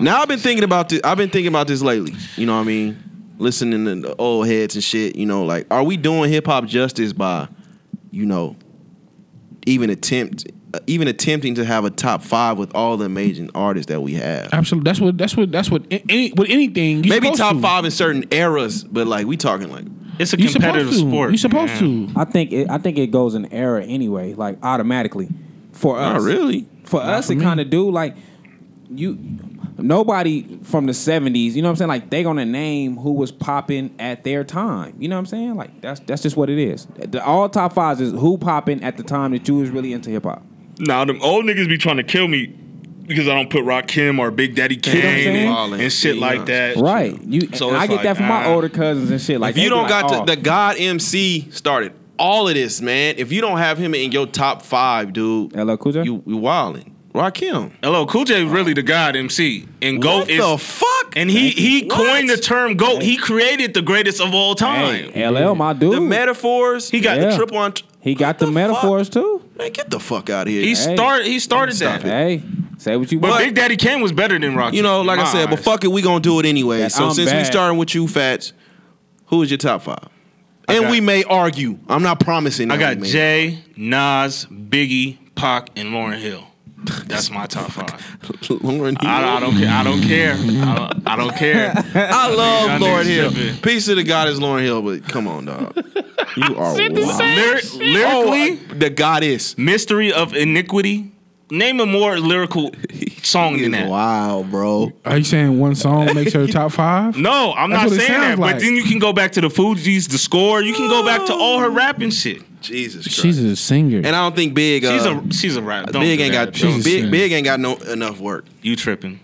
Speaker 1: Now I've been thinking about this. I've been thinking about this lately. You know what I mean? listening to the old heads and shit, you know, like, are we doing hip hop justice by, you know, even attempt, uh, even attempting to have a top five with all the amazing artists that we have?
Speaker 4: Absolutely. That's what. That's what. That's what. a- Any with anything. you
Speaker 1: Maybe
Speaker 4: supposed
Speaker 1: top
Speaker 4: to.
Speaker 1: five in certain eras, but like we talking like
Speaker 7: It's a
Speaker 4: You
Speaker 7: competitive
Speaker 4: supposed to.
Speaker 7: sport.
Speaker 4: You supposed
Speaker 7: man.
Speaker 4: to.
Speaker 5: I think it, I think it goes in error anyway, like automatically for us.
Speaker 1: not really.
Speaker 5: For us, it kind of do like you. Nobody from the '70s, you know what I'm saying? Like they gonna name who was popping at their time. You know what I'm saying? Like that's that's just what it is. The all top fives is who popping at the time that you was really into hip hop.
Speaker 7: Now them old niggas be trying to kill me because I don't put Rakim or Big Daddy
Speaker 5: what I'm
Speaker 7: Kane and,
Speaker 1: saying?
Speaker 7: and shit
Speaker 1: Yeah.
Speaker 7: like that.
Speaker 5: Right? You,
Speaker 7: So
Speaker 5: and
Speaker 7: it's
Speaker 5: I get that
Speaker 7: like,
Speaker 5: from my
Speaker 7: ah.
Speaker 5: older cousins and shit. Like oh,
Speaker 1: If you don't got
Speaker 5: to,
Speaker 7: Oh.
Speaker 1: the, the God MC started all of this, man. If you don't have him in your top five, dude,
Speaker 5: LL Cool J?
Speaker 1: you you wildin'. Rakim.
Speaker 7: Hello, Cool J is really the god MC and
Speaker 1: What
Speaker 7: GOAT is
Speaker 1: the fuck?
Speaker 7: and he he
Speaker 1: What?
Speaker 7: coined the term GOAT. He created the greatest of all time.
Speaker 5: hey, LL, my dude,
Speaker 1: the metaphors. He got
Speaker 5: Yeah.
Speaker 1: the triple on.
Speaker 5: he got the, metaphors too.
Speaker 1: Man, get the fuck out of here.
Speaker 7: He
Speaker 5: Hey.
Speaker 7: started he started
Speaker 1: Stop
Speaker 7: that.
Speaker 1: it.
Speaker 5: Hey, say what you
Speaker 7: But,
Speaker 5: want.
Speaker 7: Big Daddy Kane was better than Rocky.
Speaker 1: you know, like I said, but fuck it, we gonna do it anyway.
Speaker 5: Yeah,
Speaker 1: so
Speaker 5: I'm
Speaker 1: since we
Speaker 5: bad.
Speaker 1: starting with you, Fats, who is your top five? And
Speaker 7: got-
Speaker 1: we may argue. I'm not promising.
Speaker 7: I
Speaker 1: that
Speaker 7: got
Speaker 1: we may.
Speaker 7: Jay, Nas, Biggie, Pac, and Lauren Hill. That's my top five.
Speaker 1: Lauren Hill.
Speaker 7: I, I don't care. I don't care. I don't, I don't care.
Speaker 1: I love
Speaker 7: Y'all
Speaker 1: Lauren
Speaker 7: niggas
Speaker 1: Hill.
Speaker 7: tripping.
Speaker 1: Peace to the God is Lauren Hill, but come on, dog. You are wild.
Speaker 7: Lyric,
Speaker 1: Oh,
Speaker 7: lyrically,
Speaker 1: the goddess.
Speaker 7: Mystery of Iniquity. Name a more lyrical song than that.
Speaker 1: Wow, bro.
Speaker 4: Are you saying one song makes her top five?
Speaker 7: No, I'm
Speaker 4: That's
Speaker 7: not
Speaker 4: what it
Speaker 7: saying that.
Speaker 4: sounds
Speaker 7: But
Speaker 4: like.
Speaker 7: then you can go back to the Fugees, the score. You can go back to all her rapping shit.
Speaker 1: Jesus Christ.
Speaker 4: She's a singer.
Speaker 1: and I don't think Big. Uh,
Speaker 7: She's a she's a rap. Don't
Speaker 1: Big
Speaker 7: do
Speaker 1: ain't
Speaker 7: that.
Speaker 1: got
Speaker 4: She's a
Speaker 1: big,
Speaker 4: singer.
Speaker 1: big ain't got no enough work.
Speaker 7: you tripping.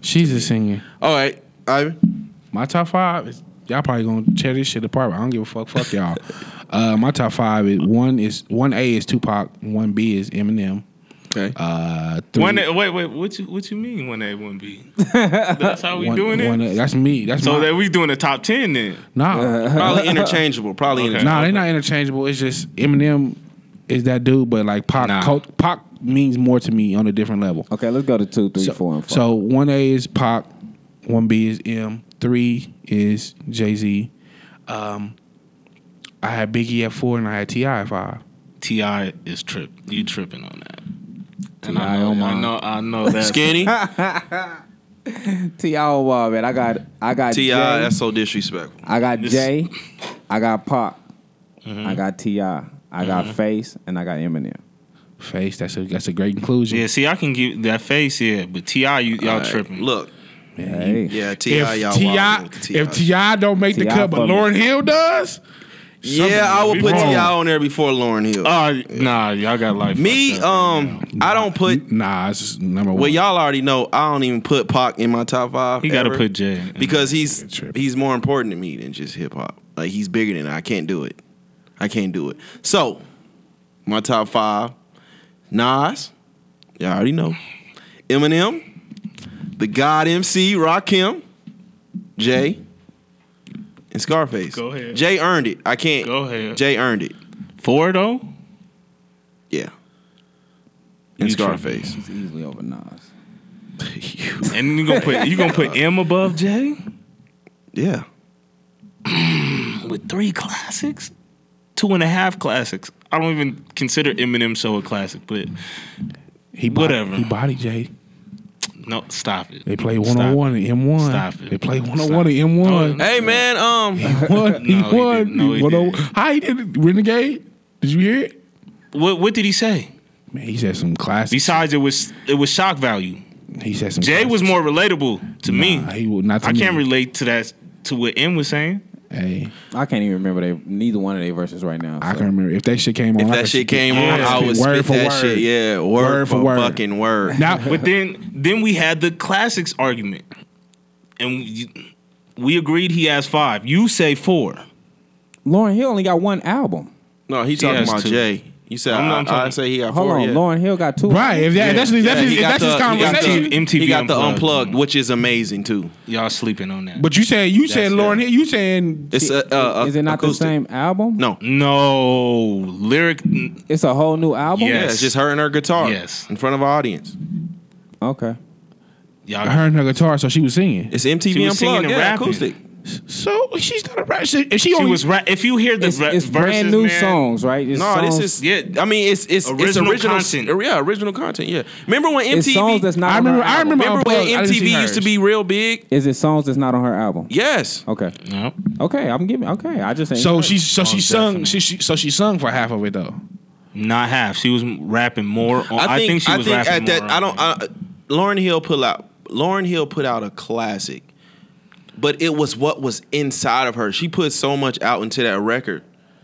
Speaker 4: She's a singer.
Speaker 1: All right, Ivan.
Speaker 4: My top five is y'all probably gonna tear this shit apart. But I don't give a fuck. Fuck y'all. Uh, my top five is one is one A is Tupac, one B is Eminem.
Speaker 1: Okay.
Speaker 4: Uh, three,
Speaker 7: One A- wait wait what you what you mean one A one B? That's how we
Speaker 4: one-
Speaker 7: doing
Speaker 4: one
Speaker 7: it.
Speaker 4: A. That's me. That's
Speaker 7: So
Speaker 4: my,
Speaker 7: that we doing the top ten then.
Speaker 4: nah.
Speaker 1: probably interchangeable. Probably
Speaker 7: Okay.
Speaker 1: interchangeable.
Speaker 4: Nah, they're not interchangeable. It's just Eminem is that dude, but like Pac,
Speaker 7: Nah.
Speaker 4: Col- Pac means more to me on a different level.
Speaker 5: Okay, let's go to two, three,
Speaker 4: So,
Speaker 5: four, and five.
Speaker 4: so one A is Pac, one B is M, three is Jay Z. Um, I had Biggie at four, and I had Ti at five.
Speaker 7: Ti is trip. You tripping on that? And
Speaker 5: T.I.
Speaker 7: I know,
Speaker 5: on
Speaker 7: I
Speaker 5: mine.
Speaker 7: know, I know that.
Speaker 1: Skinny.
Speaker 5: Ti on wall, man. I got I got
Speaker 1: Ti.
Speaker 5: Jay.
Speaker 1: That's so disrespectful.
Speaker 5: I got
Speaker 7: This-
Speaker 5: Jay. I got Pop.
Speaker 1: Mm-hmm.
Speaker 5: I got Ti. I got Face, and I got Eminem.
Speaker 4: Face. That's a that's a great inclusion.
Speaker 7: Yeah, see, I can give that face here, but Ti, you, y'all
Speaker 1: All right,
Speaker 7: tripping.
Speaker 1: Look.
Speaker 5: Hey,
Speaker 1: Yeah. Ti. y'all
Speaker 4: If Ti
Speaker 1: wild.
Speaker 4: if Ti don't make the
Speaker 5: T.I.
Speaker 4: cut, but
Speaker 5: fucking-
Speaker 4: Lauren Hill does,
Speaker 1: Yeah, I would put
Speaker 7: Something wrong.
Speaker 1: Ti on there before Lauren Hill.
Speaker 7: Uh, nah, y'all got life.
Speaker 1: Me,
Speaker 7: fucked up.
Speaker 1: um, I don't put.
Speaker 4: nah, it's just number one.
Speaker 1: Well, y'all already know I don't even put Pac in my top five.
Speaker 7: you got to
Speaker 1: ever.
Speaker 7: put Jay in.
Speaker 1: Mm-hmm. because he's
Speaker 4: Trip.
Speaker 1: he's more important to me than just hip hop. Like he's bigger than I. I can't do it. I can't do it. So my top five: Nas, y'all already know, Eminem, the God MC Rakim, Jay, and Scarface.
Speaker 7: Go ahead.
Speaker 1: Jay earned it. I can't.
Speaker 7: Go ahead.
Speaker 1: Jay earned it.
Speaker 7: four though.
Speaker 1: Yeah. And
Speaker 7: You tripping.
Speaker 1: Scarface.
Speaker 5: he's easily over Nas.
Speaker 7: And you gonna put you gonna put M above Jay
Speaker 1: yeah.
Speaker 7: with three classics, two and a half classics. I don't even consider Eminem so a classic, but
Speaker 4: he bod-
Speaker 7: whatever.
Speaker 4: he body Jay.
Speaker 7: no, stop it.
Speaker 4: They play
Speaker 7: Stop
Speaker 4: one on one in M one.
Speaker 7: Stop it.
Speaker 4: They play one on
Speaker 7: Stop
Speaker 4: one in M one.
Speaker 7: No,
Speaker 1: Hey man, um,
Speaker 4: What he
Speaker 7: No, he
Speaker 4: won?
Speaker 7: didn't. No, he
Speaker 4: He won on-
Speaker 7: didn't.
Speaker 4: How he did it? Renegade? Did you hear it?
Speaker 7: it. What what did he say?
Speaker 4: Man, he said some classics.
Speaker 7: Besides, it was it was shock value.
Speaker 4: He said some.
Speaker 7: Jay
Speaker 4: classics.
Speaker 7: was more relatable to me.
Speaker 4: Nah, he would not. To
Speaker 7: I can't
Speaker 4: me.
Speaker 7: relate to that to what M was saying.
Speaker 4: Hey,
Speaker 5: I can't even remember they neither one of their verses right now.
Speaker 4: I
Speaker 5: so.
Speaker 4: can remember if that shit came on.
Speaker 1: if
Speaker 4: I
Speaker 1: that
Speaker 4: could
Speaker 1: shit
Speaker 4: spit-
Speaker 1: came
Speaker 4: I
Speaker 1: on,
Speaker 4: could
Speaker 1: I
Speaker 4: spit
Speaker 1: would
Speaker 4: word
Speaker 1: spit
Speaker 4: for
Speaker 1: that
Speaker 4: word.
Speaker 1: shit. Yeah, word,
Speaker 4: Word for
Speaker 1: for,
Speaker 4: word.
Speaker 1: fucking word.
Speaker 4: Now,
Speaker 7: But then then we had the classics argument, and you, we agreed he has five. You say four.
Speaker 5: Lauren Hill only got one album.
Speaker 1: No, he's talking
Speaker 7: has
Speaker 1: about
Speaker 7: two.
Speaker 1: Jay. You said
Speaker 7: I'm
Speaker 1: i
Speaker 7: not- I'm
Speaker 1: I,
Speaker 7: talking-
Speaker 1: say he got
Speaker 5: Hold
Speaker 1: four.
Speaker 5: on,
Speaker 1: yeah.
Speaker 5: Lauren Hill got two.
Speaker 4: right? If that,
Speaker 7: Yeah.
Speaker 4: that's that's,
Speaker 1: Yeah, he
Speaker 4: if
Speaker 1: got
Speaker 4: that's his
Speaker 1: the- he got the-
Speaker 4: conversation.
Speaker 7: MTV
Speaker 1: He got the
Speaker 7: Unplugged.
Speaker 1: unplugged, which is amazing too.
Speaker 7: Y'all sleeping on that?
Speaker 4: But you saying you saying
Speaker 1: it.
Speaker 4: Lauren Hill, you saying
Speaker 1: It's uh, uh,
Speaker 5: is it not
Speaker 1: acoustic.
Speaker 5: the same album?
Speaker 1: No,
Speaker 7: no lyric. n-
Speaker 5: it's a whole new album.
Speaker 1: yeah,
Speaker 7: Yes.
Speaker 1: it's just her and her guitar.
Speaker 7: Yes.
Speaker 1: in front of an audience.
Speaker 5: Okay.
Speaker 7: Y'all
Speaker 4: her and her guitar, so she was singing.
Speaker 1: It's MTV
Speaker 7: She was singing
Speaker 1: unplugged.
Speaker 7: and
Speaker 1: Yeah,
Speaker 7: rapping.
Speaker 1: acoustic.
Speaker 4: So she's not a rapper. She, if she,
Speaker 7: She
Speaker 4: only,
Speaker 7: was ra- if you hear the
Speaker 5: It's,
Speaker 7: ra-
Speaker 5: it's
Speaker 7: verses,
Speaker 5: brand new
Speaker 7: man,
Speaker 5: songs, right? It's
Speaker 1: No,
Speaker 5: songs,
Speaker 1: this is yeah. I mean, it's it's it's
Speaker 7: Original
Speaker 1: original
Speaker 7: content.
Speaker 1: Yeah, original content. Yeah. Remember when
Speaker 5: it's songs
Speaker 1: MTV?
Speaker 5: that's not.
Speaker 4: I
Speaker 5: on
Speaker 4: remember-
Speaker 5: Her
Speaker 4: I
Speaker 5: album.
Speaker 4: remember-
Speaker 1: Remember
Speaker 4: Unplugged.
Speaker 1: when
Speaker 4: I didn't see
Speaker 1: MTV used to
Speaker 4: hers.
Speaker 1: be real big?
Speaker 5: Is it songs that's not on her album?
Speaker 1: Yes.
Speaker 5: Okay.
Speaker 7: No.
Speaker 5: Okay. I'm giving. Okay. I just. ain't
Speaker 4: so
Speaker 5: heard.
Speaker 4: she so she
Speaker 7: Oh,
Speaker 4: sung she,
Speaker 7: definitely.
Speaker 4: she so she sung for half of it though.
Speaker 7: Not half. She was rapping more. On, I, think, she was rapping
Speaker 1: at that
Speaker 7: more.
Speaker 1: I
Speaker 7: on
Speaker 1: don't.
Speaker 7: it.
Speaker 1: I, Lauren Hill put out. Lauren Hill put out a classic, but it was what was inside of her. She put so much out into that record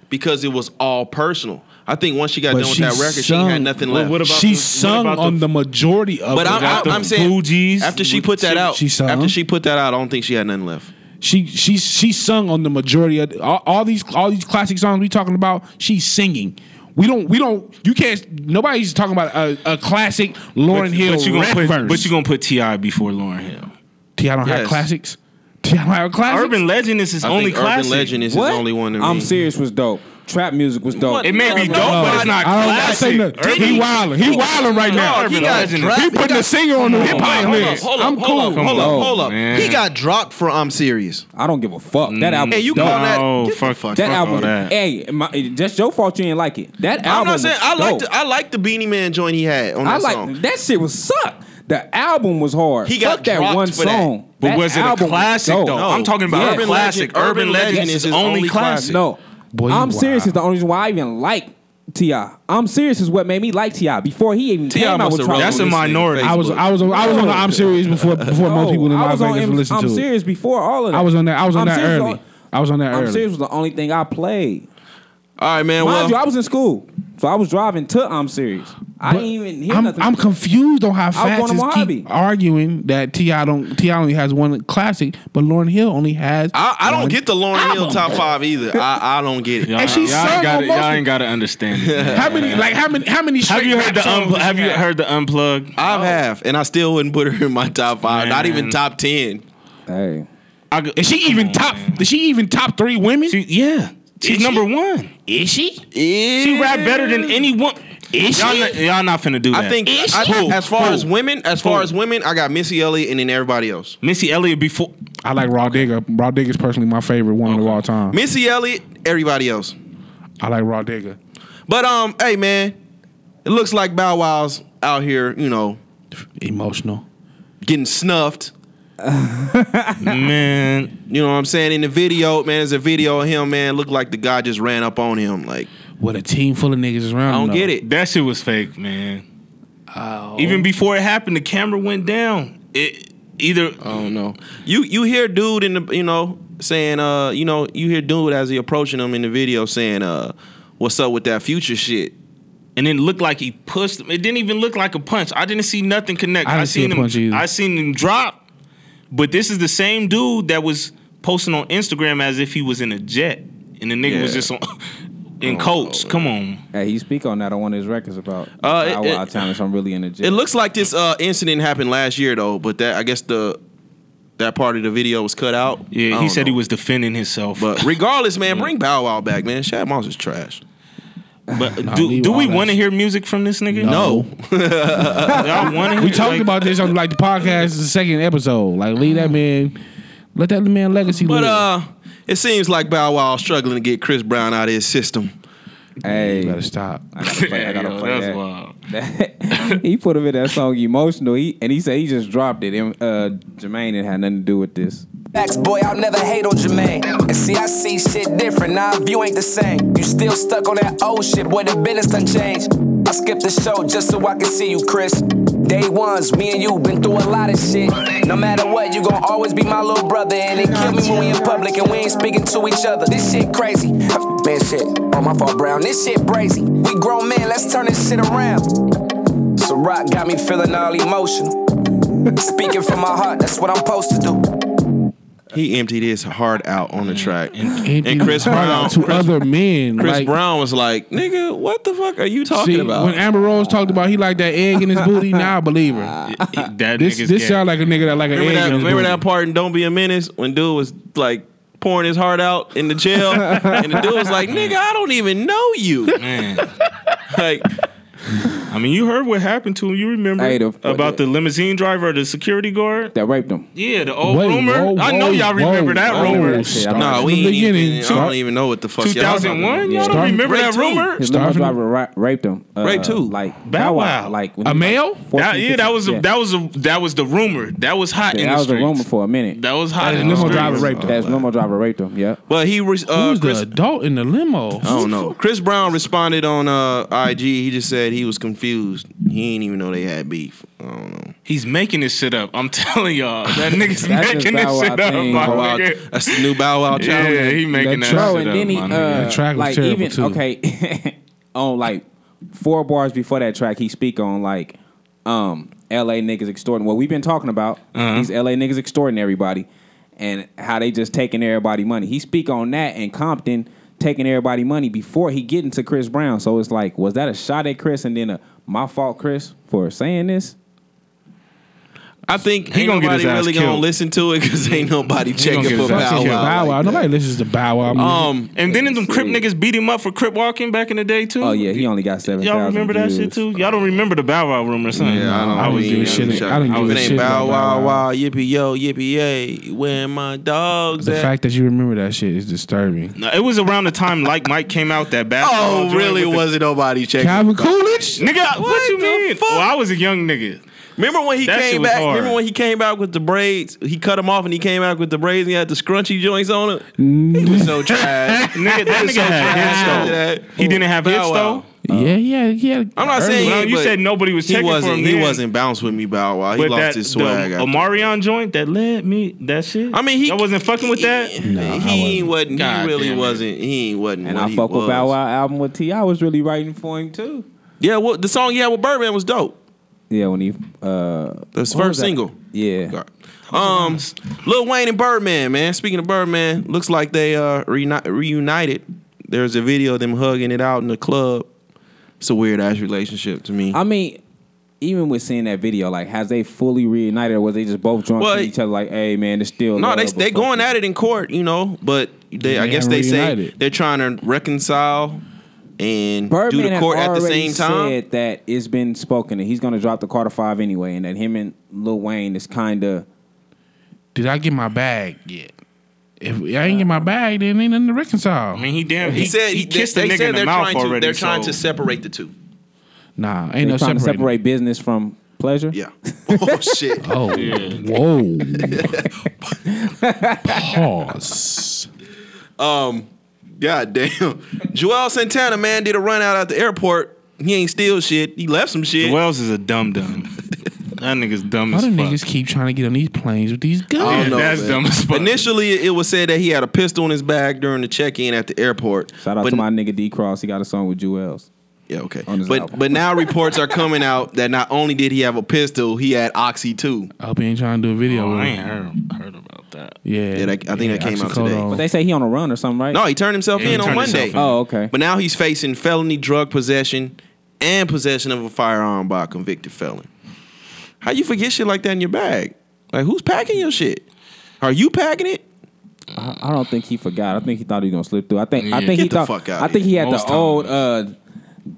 Speaker 1: because it was all personal. I think once she got
Speaker 4: But
Speaker 1: done with
Speaker 4: she
Speaker 1: that record, she had
Speaker 4: sung-
Speaker 1: nothing
Speaker 7: Well,
Speaker 1: left.
Speaker 7: what about
Speaker 4: She
Speaker 7: the- what
Speaker 4: sung
Speaker 7: about the-
Speaker 4: on the majority of
Speaker 1: but
Speaker 4: it.
Speaker 1: I'm,
Speaker 7: got
Speaker 1: I'm, I'm
Speaker 7: the
Speaker 1: saying
Speaker 7: Fugees
Speaker 1: after she
Speaker 7: with
Speaker 1: put that
Speaker 7: the-
Speaker 1: out,
Speaker 4: she sung?
Speaker 1: after she put that out, I don't think she had nothing left.
Speaker 4: she she she sung on the majority of all, all these all these classic songs we talking about. She's singing. We don't we don't you can't nobody's talking about a, a classic Lauren Hill
Speaker 7: But you
Speaker 4: rap
Speaker 7: gonna put
Speaker 4: verse.
Speaker 7: but you gonna put Ti before Lauren Hill.
Speaker 4: T, I don't have
Speaker 1: Yes.
Speaker 4: classics. T, I don't have classics.
Speaker 7: Urban Legend is his
Speaker 1: I
Speaker 7: only
Speaker 1: think
Speaker 7: classic.
Speaker 1: Urban Legend is
Speaker 5: What?
Speaker 1: his only one. To
Speaker 5: I'm
Speaker 1: me.
Speaker 5: serious. Was dope. Trap music was dope.
Speaker 1: What?
Speaker 7: It may be
Speaker 1: No,
Speaker 7: dope, but it's not
Speaker 4: I don't gotta
Speaker 7: classic.
Speaker 4: say nothing.
Speaker 7: Urban-
Speaker 4: He wildin'. He wildin' right now.
Speaker 1: He
Speaker 7: Urban
Speaker 1: got
Speaker 7: Legend is-
Speaker 1: drafted.
Speaker 4: He putting the singer on the hip hop
Speaker 1: Hold up,
Speaker 4: list.
Speaker 1: hold up,
Speaker 4: I'm
Speaker 1: hold up,
Speaker 4: cool.
Speaker 1: hold
Speaker 7: Come
Speaker 1: up,
Speaker 7: on,
Speaker 1: hold up.
Speaker 7: man.
Speaker 1: He got dropped for I'm serious.
Speaker 5: I don't give a fuck. That album.
Speaker 1: Hey, you
Speaker 5: dope.
Speaker 1: call that?
Speaker 7: No,
Speaker 1: get the
Speaker 7: fuck,
Speaker 1: fuck
Speaker 7: fuck
Speaker 5: That
Speaker 7: all
Speaker 5: album.
Speaker 7: that.
Speaker 5: Hey, my, that's your fault. You ain't like it. That album.
Speaker 1: I'm not saying
Speaker 5: was
Speaker 1: I like
Speaker 5: dope.
Speaker 1: the I like the Beanie Man joint he had on that
Speaker 5: I like
Speaker 1: song.
Speaker 5: that shit was suck. The album was hard.
Speaker 1: He got
Speaker 5: Fuck that
Speaker 1: dropped
Speaker 5: one
Speaker 1: for that.
Speaker 5: song.
Speaker 7: But
Speaker 5: That
Speaker 7: was it a
Speaker 5: album was
Speaker 7: classic
Speaker 5: dope.
Speaker 7: though?
Speaker 1: No.
Speaker 7: I'm talking about
Speaker 5: Yeah.
Speaker 7: urban classic.
Speaker 1: Legend-
Speaker 7: Urban Legend is his only classic.
Speaker 5: No,
Speaker 4: Boy, you
Speaker 5: I'm serious.
Speaker 4: wild.
Speaker 5: Is the only reason why I even like Ti. I'm serious. Is what made me like Ti before he even
Speaker 1: T.I.
Speaker 5: came out
Speaker 1: must
Speaker 5: with
Speaker 1: have wrote
Speaker 5: Trap
Speaker 7: That's a
Speaker 5: Music.
Speaker 1: this nigga
Speaker 7: minority.
Speaker 1: Facebook.
Speaker 4: I was I was on, I was on the I'm serious before before
Speaker 5: No,
Speaker 4: most people in
Speaker 5: Oh, I
Speaker 4: Las
Speaker 5: was on
Speaker 4: Vegas
Speaker 5: M-
Speaker 4: were listening
Speaker 5: I'm
Speaker 4: to it.
Speaker 5: serious before all of that.
Speaker 4: I was on that I was on
Speaker 5: I'm
Speaker 4: that
Speaker 5: serious
Speaker 4: early.
Speaker 5: on-
Speaker 4: I was on that
Speaker 5: I'm serious
Speaker 4: early.
Speaker 5: was the only thing I played.
Speaker 1: All right, man.
Speaker 7: Oh,
Speaker 5: Mind
Speaker 1: Well,
Speaker 5: you, I was in school, so I was driving to I'm serious. I
Speaker 4: But
Speaker 5: didn't even hear
Speaker 4: I'm,
Speaker 5: nothing.
Speaker 4: I'm confused on how
Speaker 5: going
Speaker 4: fast
Speaker 5: to
Speaker 4: is
Speaker 5: Mojave.
Speaker 4: keep arguing that Ti don't Ti only has one classic, but Lauren Hill only has.
Speaker 1: I, I don't
Speaker 4: one
Speaker 1: get the Lauren Hill
Speaker 4: album.
Speaker 1: top five either. I, I don't get it.
Speaker 4: And she
Speaker 6: y'all
Speaker 4: sung
Speaker 6: ain't gotta,
Speaker 4: on most
Speaker 6: y'all
Speaker 4: of-
Speaker 6: ain't gotta understand. it.
Speaker 4: How many like how many how many?
Speaker 7: Have
Speaker 4: straight
Speaker 7: you
Speaker 4: rap
Speaker 7: heard the um,
Speaker 4: songs
Speaker 7: unplug?
Speaker 4: does
Speaker 7: Have
Speaker 4: she
Speaker 7: you
Speaker 4: have?
Speaker 7: heard the unplug?
Speaker 1: I have, and I still wouldn't put her in my top five. Not even
Speaker 7: Man.
Speaker 1: top ten.
Speaker 5: hey,
Speaker 7: I go-
Speaker 4: Is she even top? Is she even top three women?
Speaker 7: She- yeah, she's
Speaker 4: she?
Speaker 7: number one.
Speaker 4: is she?
Speaker 7: She rap better than anyone.
Speaker 4: Is
Speaker 7: Y'all
Speaker 4: she?
Speaker 7: not, y'all not finna do that.
Speaker 1: I think.
Speaker 4: Is
Speaker 1: I,
Speaker 4: she?
Speaker 1: as far
Speaker 7: Who?
Speaker 1: as women, as far
Speaker 7: Who?
Speaker 1: as women, I got Missy Elliott and then everybody else.
Speaker 7: Missy Elliott before.
Speaker 4: I like Raw Digger. Raw Digger is personally my favorite woman of all time.
Speaker 1: Missy Elliott, everybody else.
Speaker 4: I like Raw Digger.
Speaker 1: But um, hey man, it looks like Bow Wow's out here, you know,
Speaker 4: Emotional.
Speaker 1: getting snuffed.
Speaker 7: Man,
Speaker 1: You know what I'm saying? In the video, man, there's a video of him, man. Looked like the guy just ran up on him. Like,
Speaker 4: With a team full of niggas around.
Speaker 1: I don't
Speaker 4: though.
Speaker 1: get it.
Speaker 7: that shit was fake, man. Even before it happened, the camera went down. It either
Speaker 1: I don't know. You you hear dude in the you know saying uh you know you hear dude as he approaching him in the video saying uh what's up with that future shit.
Speaker 7: and it looked like he pushed him. It didn't even look like a punch. I didn't see nothing connect.
Speaker 4: I didn't see
Speaker 7: seen
Speaker 4: a
Speaker 7: him.
Speaker 4: punch either.
Speaker 7: I seen him drop. But this is the same dude that was posting on Instagram as if he was in a jet, and the nigga was
Speaker 1: Yeah.
Speaker 7: just on in coats. Come on,
Speaker 5: hey, he speak on that on one of his records about
Speaker 1: Uh, it-
Speaker 5: Bow Wow
Speaker 1: it-
Speaker 5: Challenge. I'm really in the
Speaker 1: It
Speaker 5: gym.
Speaker 1: looks like this uh incident happened last year though, but that I guess the that part of the video was cut out. I
Speaker 7: yeah. He
Speaker 1: don't
Speaker 7: said
Speaker 1: know.
Speaker 7: he was defending himself.
Speaker 1: But regardless, man, bring Bow Wow back, man. Shad Moss is trash.
Speaker 7: But
Speaker 4: Nah,
Speaker 7: do
Speaker 4: leave
Speaker 7: do we
Speaker 4: all that
Speaker 7: want to
Speaker 4: shit.
Speaker 7: hear music from this nigga?
Speaker 4: No.
Speaker 7: Y'all want to hear?
Speaker 4: We talked
Speaker 7: like,
Speaker 4: about this on like the podcast, the second episode. Like leave that man, let that man legacy
Speaker 1: But
Speaker 4: live.
Speaker 1: uh, it seems like Bow Wow is struggling to get Chris Brown out of his system.
Speaker 5: Hey,
Speaker 4: you gotta stop.
Speaker 5: I gotta play, I gotta
Speaker 7: Yo,
Speaker 5: play
Speaker 7: that's
Speaker 5: that.
Speaker 7: wild.
Speaker 5: he put him in that song emotional. He and he said he just dropped it. And uh, Jermaine didn't have nothing to do with this.
Speaker 8: Facts, boy, I'll never hate on Jermaine. And see, I see shit different. Now, nah, view ain't the same. You still stuck on that old shit, boy, the business done changed. I skipped the show just so I could see you, Chris. Day ones, me and you been through a lot of shit. No matter what, you gon' always be my little brother. And it kill me when we in public and we ain't speaking to each other. This shit crazy. Man, shit. Oh, my fault, Brown. This shit brazy. We grown men, let's turn this shit around. So rock got me feeling all emotional. Speaking from my heart, that's what I'm supposed to do.
Speaker 1: He emptied his heart out on the track, and,
Speaker 4: Empty his
Speaker 1: Chris
Speaker 4: heart
Speaker 1: Brown-
Speaker 4: out to
Speaker 1: Chris-
Speaker 4: other men.
Speaker 1: Chris
Speaker 4: like,
Speaker 1: Brown was like, "Nigga, what the fuck are you talking
Speaker 4: See,
Speaker 1: about?"
Speaker 4: when Amber Rose talked about he like that egg in his booty, now I believe her.
Speaker 7: That
Speaker 4: This
Speaker 7: nigga's
Speaker 4: this
Speaker 7: gay.
Speaker 4: sound like a nigga that like an
Speaker 1: remember
Speaker 4: egg
Speaker 1: that,
Speaker 4: in his
Speaker 1: remember
Speaker 4: booty.
Speaker 1: that part in "Don't Be a Menace" when dude was like pouring his heart out in the jail, and the dude was like, "Nigga, I don't even know you."
Speaker 7: Man,
Speaker 1: Like,
Speaker 7: I mean, you heard what happened to him. You remember
Speaker 5: Hey, the-
Speaker 7: about the limousine driver, or the security guard?
Speaker 5: that raped him.
Speaker 7: Yeah, the old
Speaker 4: Wait,
Speaker 7: rumor.
Speaker 4: whoa,
Speaker 7: I know
Speaker 4: whoa,
Speaker 7: y'all remember
Speaker 4: whoa,
Speaker 7: that
Speaker 4: whoa.
Speaker 7: rumor.
Speaker 5: Stop.
Speaker 1: Nah,
Speaker 4: From
Speaker 1: we
Speaker 4: the
Speaker 1: ain't even,
Speaker 4: beginning,
Speaker 1: I don't
Speaker 4: start-
Speaker 1: even know what the fuck. y'all talking about.
Speaker 7: 2001? Y'all don't
Speaker 4: Start-
Speaker 7: remember
Speaker 1: Rape
Speaker 7: that
Speaker 1: two.
Speaker 7: rumor?
Speaker 5: His limo
Speaker 4: Starving-
Speaker 5: driver ra- raped him. Uh,
Speaker 1: Raped who?
Speaker 5: Like
Speaker 7: Bow Wow.
Speaker 5: Like when
Speaker 4: A
Speaker 5: he was
Speaker 4: male?
Speaker 5: like 14,
Speaker 7: That, yeah, that was a,
Speaker 5: 15.
Speaker 7: that was a, that was the rumor. That was hot
Speaker 5: Yeah,
Speaker 7: in
Speaker 5: that
Speaker 7: the
Speaker 5: was a
Speaker 7: streets.
Speaker 5: rumor for a minute.
Speaker 7: That was hot.
Speaker 4: That
Speaker 7: in the
Speaker 4: limo
Speaker 7: streets.
Speaker 4: driver raped him.
Speaker 5: That's limo driver raped him. Yeah.
Speaker 1: Well, he re- uh,
Speaker 4: Who's
Speaker 1: Chris,
Speaker 4: the adult in the limo?
Speaker 1: I don't know. Chris Brown responded on uh, IG. He just said he was confused. He didn't even know they had beef. I don't know.
Speaker 7: He's making this shit up. I'm telling y'all, that nigga's
Speaker 5: That's just
Speaker 7: making this
Speaker 5: Bow
Speaker 7: shit
Speaker 5: Wow
Speaker 7: up.
Speaker 5: thing,
Speaker 7: my
Speaker 5: Bow
Speaker 1: Wow,
Speaker 7: nigga.
Speaker 1: that's the new Bow Wow challenge.
Speaker 7: Yeah, he making that,
Speaker 5: Bro,
Speaker 7: shit
Speaker 5: and
Speaker 7: up.
Speaker 5: then he,
Speaker 7: my nigga.
Speaker 5: uh,
Speaker 4: That track was
Speaker 5: like
Speaker 4: terrible,
Speaker 5: even
Speaker 4: too.
Speaker 5: okay, on like four bars before that track, he speak on like um L.A. niggas extorting. What we've been talking about
Speaker 4: Uh-huh.
Speaker 5: these L.A. niggas extorting everybody, and how they just taking everybody money. He speak on that and Compton taking everybody money before he get into Chris Brown. So it's like, was that a shot at Chris and then a my fault, Chris, for saying this?
Speaker 1: I think
Speaker 6: He
Speaker 1: ain't
Speaker 6: gonna get
Speaker 1: nobody
Speaker 6: his ass
Speaker 1: really gonna
Speaker 6: killed.
Speaker 1: listen to it because ain't nobody
Speaker 6: gonna
Speaker 1: checking
Speaker 6: get
Speaker 1: for
Speaker 6: his ass
Speaker 1: Bow
Speaker 6: killed.
Speaker 1: Wow.
Speaker 4: Bow Wow.
Speaker 1: like
Speaker 4: Nobody listens to Bow Wow.
Speaker 1: that.
Speaker 4: music.
Speaker 1: Um,
Speaker 7: and then them Crip niggas beat him up for Crip walking back in the day too.
Speaker 5: Oh yeah, he only got seven.
Speaker 7: Y'all remember that shit too? Y'all don't remember the Bow Wow rumor, son?
Speaker 1: yeah, I don't
Speaker 7: was
Speaker 1: even
Speaker 7: doing
Speaker 4: shit.
Speaker 7: shit.
Speaker 4: I didn't
Speaker 1: If
Speaker 4: give
Speaker 1: it
Speaker 4: a
Speaker 1: ain't
Speaker 4: shit
Speaker 1: Bow
Speaker 4: about
Speaker 1: Wow,
Speaker 4: Bow
Speaker 1: wow, yippee yo, yippee yay, where my dogs
Speaker 4: the
Speaker 1: at?
Speaker 4: fact that you remember that shit is disturbing.
Speaker 7: No, It was around the time like Mike came out that bad.
Speaker 1: oh, really? Wasn't nobody checking?
Speaker 4: Calvin Coolidge?
Speaker 1: Uh,
Speaker 7: Nigga, what, you
Speaker 1: the
Speaker 7: mean?
Speaker 1: fuck?
Speaker 7: Well, I was a young nigga.
Speaker 1: Remember when he
Speaker 7: That shit
Speaker 1: came
Speaker 7: was
Speaker 1: back?
Speaker 7: hard.
Speaker 1: Remember when he came back with the braids? He cut him off and he came back with the braids and he had the scrunchy joints on him. He was so trash.
Speaker 7: Nigga, that nigga
Speaker 1: After
Speaker 7: had hits
Speaker 1: that,
Speaker 7: though. He didn't have
Speaker 1: Bow
Speaker 7: hits
Speaker 1: Wow.
Speaker 7: though.
Speaker 4: Yeah, yeah, yeah.
Speaker 1: I'm not saying
Speaker 7: Well,
Speaker 1: he,
Speaker 7: you
Speaker 1: but
Speaker 7: said nobody was
Speaker 1: he
Speaker 7: checking for him.
Speaker 1: wasn't. He
Speaker 7: then.
Speaker 1: wasn't bounced with me Bow Wow. He
Speaker 7: But
Speaker 1: lost
Speaker 7: that
Speaker 1: his swag.
Speaker 7: the
Speaker 1: after that.
Speaker 7: Omarion joint that led me that shit.
Speaker 1: I mean, he
Speaker 7: I wasn't fucking with that.
Speaker 1: He, he ain't wasn't.
Speaker 7: God
Speaker 1: he really
Speaker 7: damn it.
Speaker 1: wasn't. He ain't wasn't.
Speaker 5: And
Speaker 1: what
Speaker 5: I
Speaker 1: he
Speaker 5: fuck with
Speaker 1: was.
Speaker 5: Bow Wow album with T. I was really writing for him too.
Speaker 1: Yeah, well, the song he had with Birdman was dope.
Speaker 5: Yeah, when he uh
Speaker 1: The
Speaker 5: what was
Speaker 1: first
Speaker 5: that?
Speaker 1: single.
Speaker 5: Yeah.
Speaker 1: God. Um, Lil Wayne and Birdman, man. Speaking of Birdman, looks like they uh reuni- reunited. There's a video of them hugging it out in the club. It's a weird ass relationship to me.
Speaker 5: I mean, even with seeing that video, like, has they fully reunited or was they just both drunk
Speaker 1: Well,
Speaker 5: to each other? Like, hey man, it's still
Speaker 1: no,
Speaker 5: love,
Speaker 1: they
Speaker 5: but
Speaker 1: they
Speaker 5: fuck
Speaker 1: going
Speaker 5: it."
Speaker 1: at it in court, you know. But they, I
Speaker 4: They
Speaker 1: guess
Speaker 4: haven't
Speaker 1: they say
Speaker 4: reunited.
Speaker 1: they're trying to reconcile and do
Speaker 5: Birdman
Speaker 1: the
Speaker 5: had
Speaker 1: court at the
Speaker 5: already
Speaker 1: same time.
Speaker 5: Said that it's been spoken that he's going to drop the Carter Five anyway, and that him and Lil Wayne is kind of
Speaker 4: Did I get my bag yet? If I ain't get my bag, then ain't nothing to reconcile.
Speaker 7: I mean, he damn. He,
Speaker 1: he said
Speaker 7: he
Speaker 1: they-
Speaker 7: kissed
Speaker 1: they
Speaker 7: the nigga
Speaker 1: said
Speaker 7: in
Speaker 1: they're
Speaker 7: the mouth
Speaker 1: trying to-
Speaker 7: already.
Speaker 1: They're trying
Speaker 7: so-
Speaker 1: to separate the two.
Speaker 4: Nah, ain't no
Speaker 5: trying to
Speaker 4: separating.
Speaker 5: separate business from pleasure.
Speaker 1: Yeah. Oh shit.
Speaker 4: Oh, whoa. Pause.
Speaker 1: God damn. Joel Santana, man, did a run out at the airport. He ain't steal shit. He left some shit.
Speaker 7: Wells is a dumb dumb. that nigga's dumb
Speaker 4: How
Speaker 7: as
Speaker 4: do
Speaker 7: fuck.
Speaker 4: niggas keep trying to get on these planes with these guns?
Speaker 1: I don't know,
Speaker 7: That's
Speaker 1: man.
Speaker 7: dumb as fuck.
Speaker 1: Initially, it was said that he had a pistol in his bag during the check-in at the airport.
Speaker 5: Shout out
Speaker 1: but,
Speaker 5: to my nigga D Cross. He got a song with Jewels.
Speaker 1: yeah, okay.
Speaker 5: on his
Speaker 1: But
Speaker 5: album.
Speaker 1: but now reports are coming out that not only did he have a pistol, he had oxy too.
Speaker 4: I hope you ain't trying to do a video.
Speaker 7: Oh,
Speaker 4: with
Speaker 7: I
Speaker 4: it.
Speaker 7: ain't heard, heard about that.
Speaker 4: Yeah,
Speaker 1: Yeah, that- I think that came out today.
Speaker 4: oxycodone.
Speaker 5: But they say he on a run or something, right?
Speaker 1: No, he turned himself
Speaker 7: Yeah, he
Speaker 1: in on
Speaker 7: turned
Speaker 1: Monday.
Speaker 7: himself in.
Speaker 5: Oh, okay.
Speaker 1: But now he's facing felony drug possession and possession of a firearm by a convicted felon. How you forget shit like that in your bag? Like who's packing your shit? Are you packing it?
Speaker 5: I- I don't think he forgot. I think he thought he was gonna slip through. I think I think
Speaker 1: Get
Speaker 5: he
Speaker 1: the
Speaker 5: thought.
Speaker 1: fuck out
Speaker 5: I
Speaker 1: of
Speaker 5: think
Speaker 1: here.
Speaker 5: he had
Speaker 7: Most
Speaker 5: the old uh,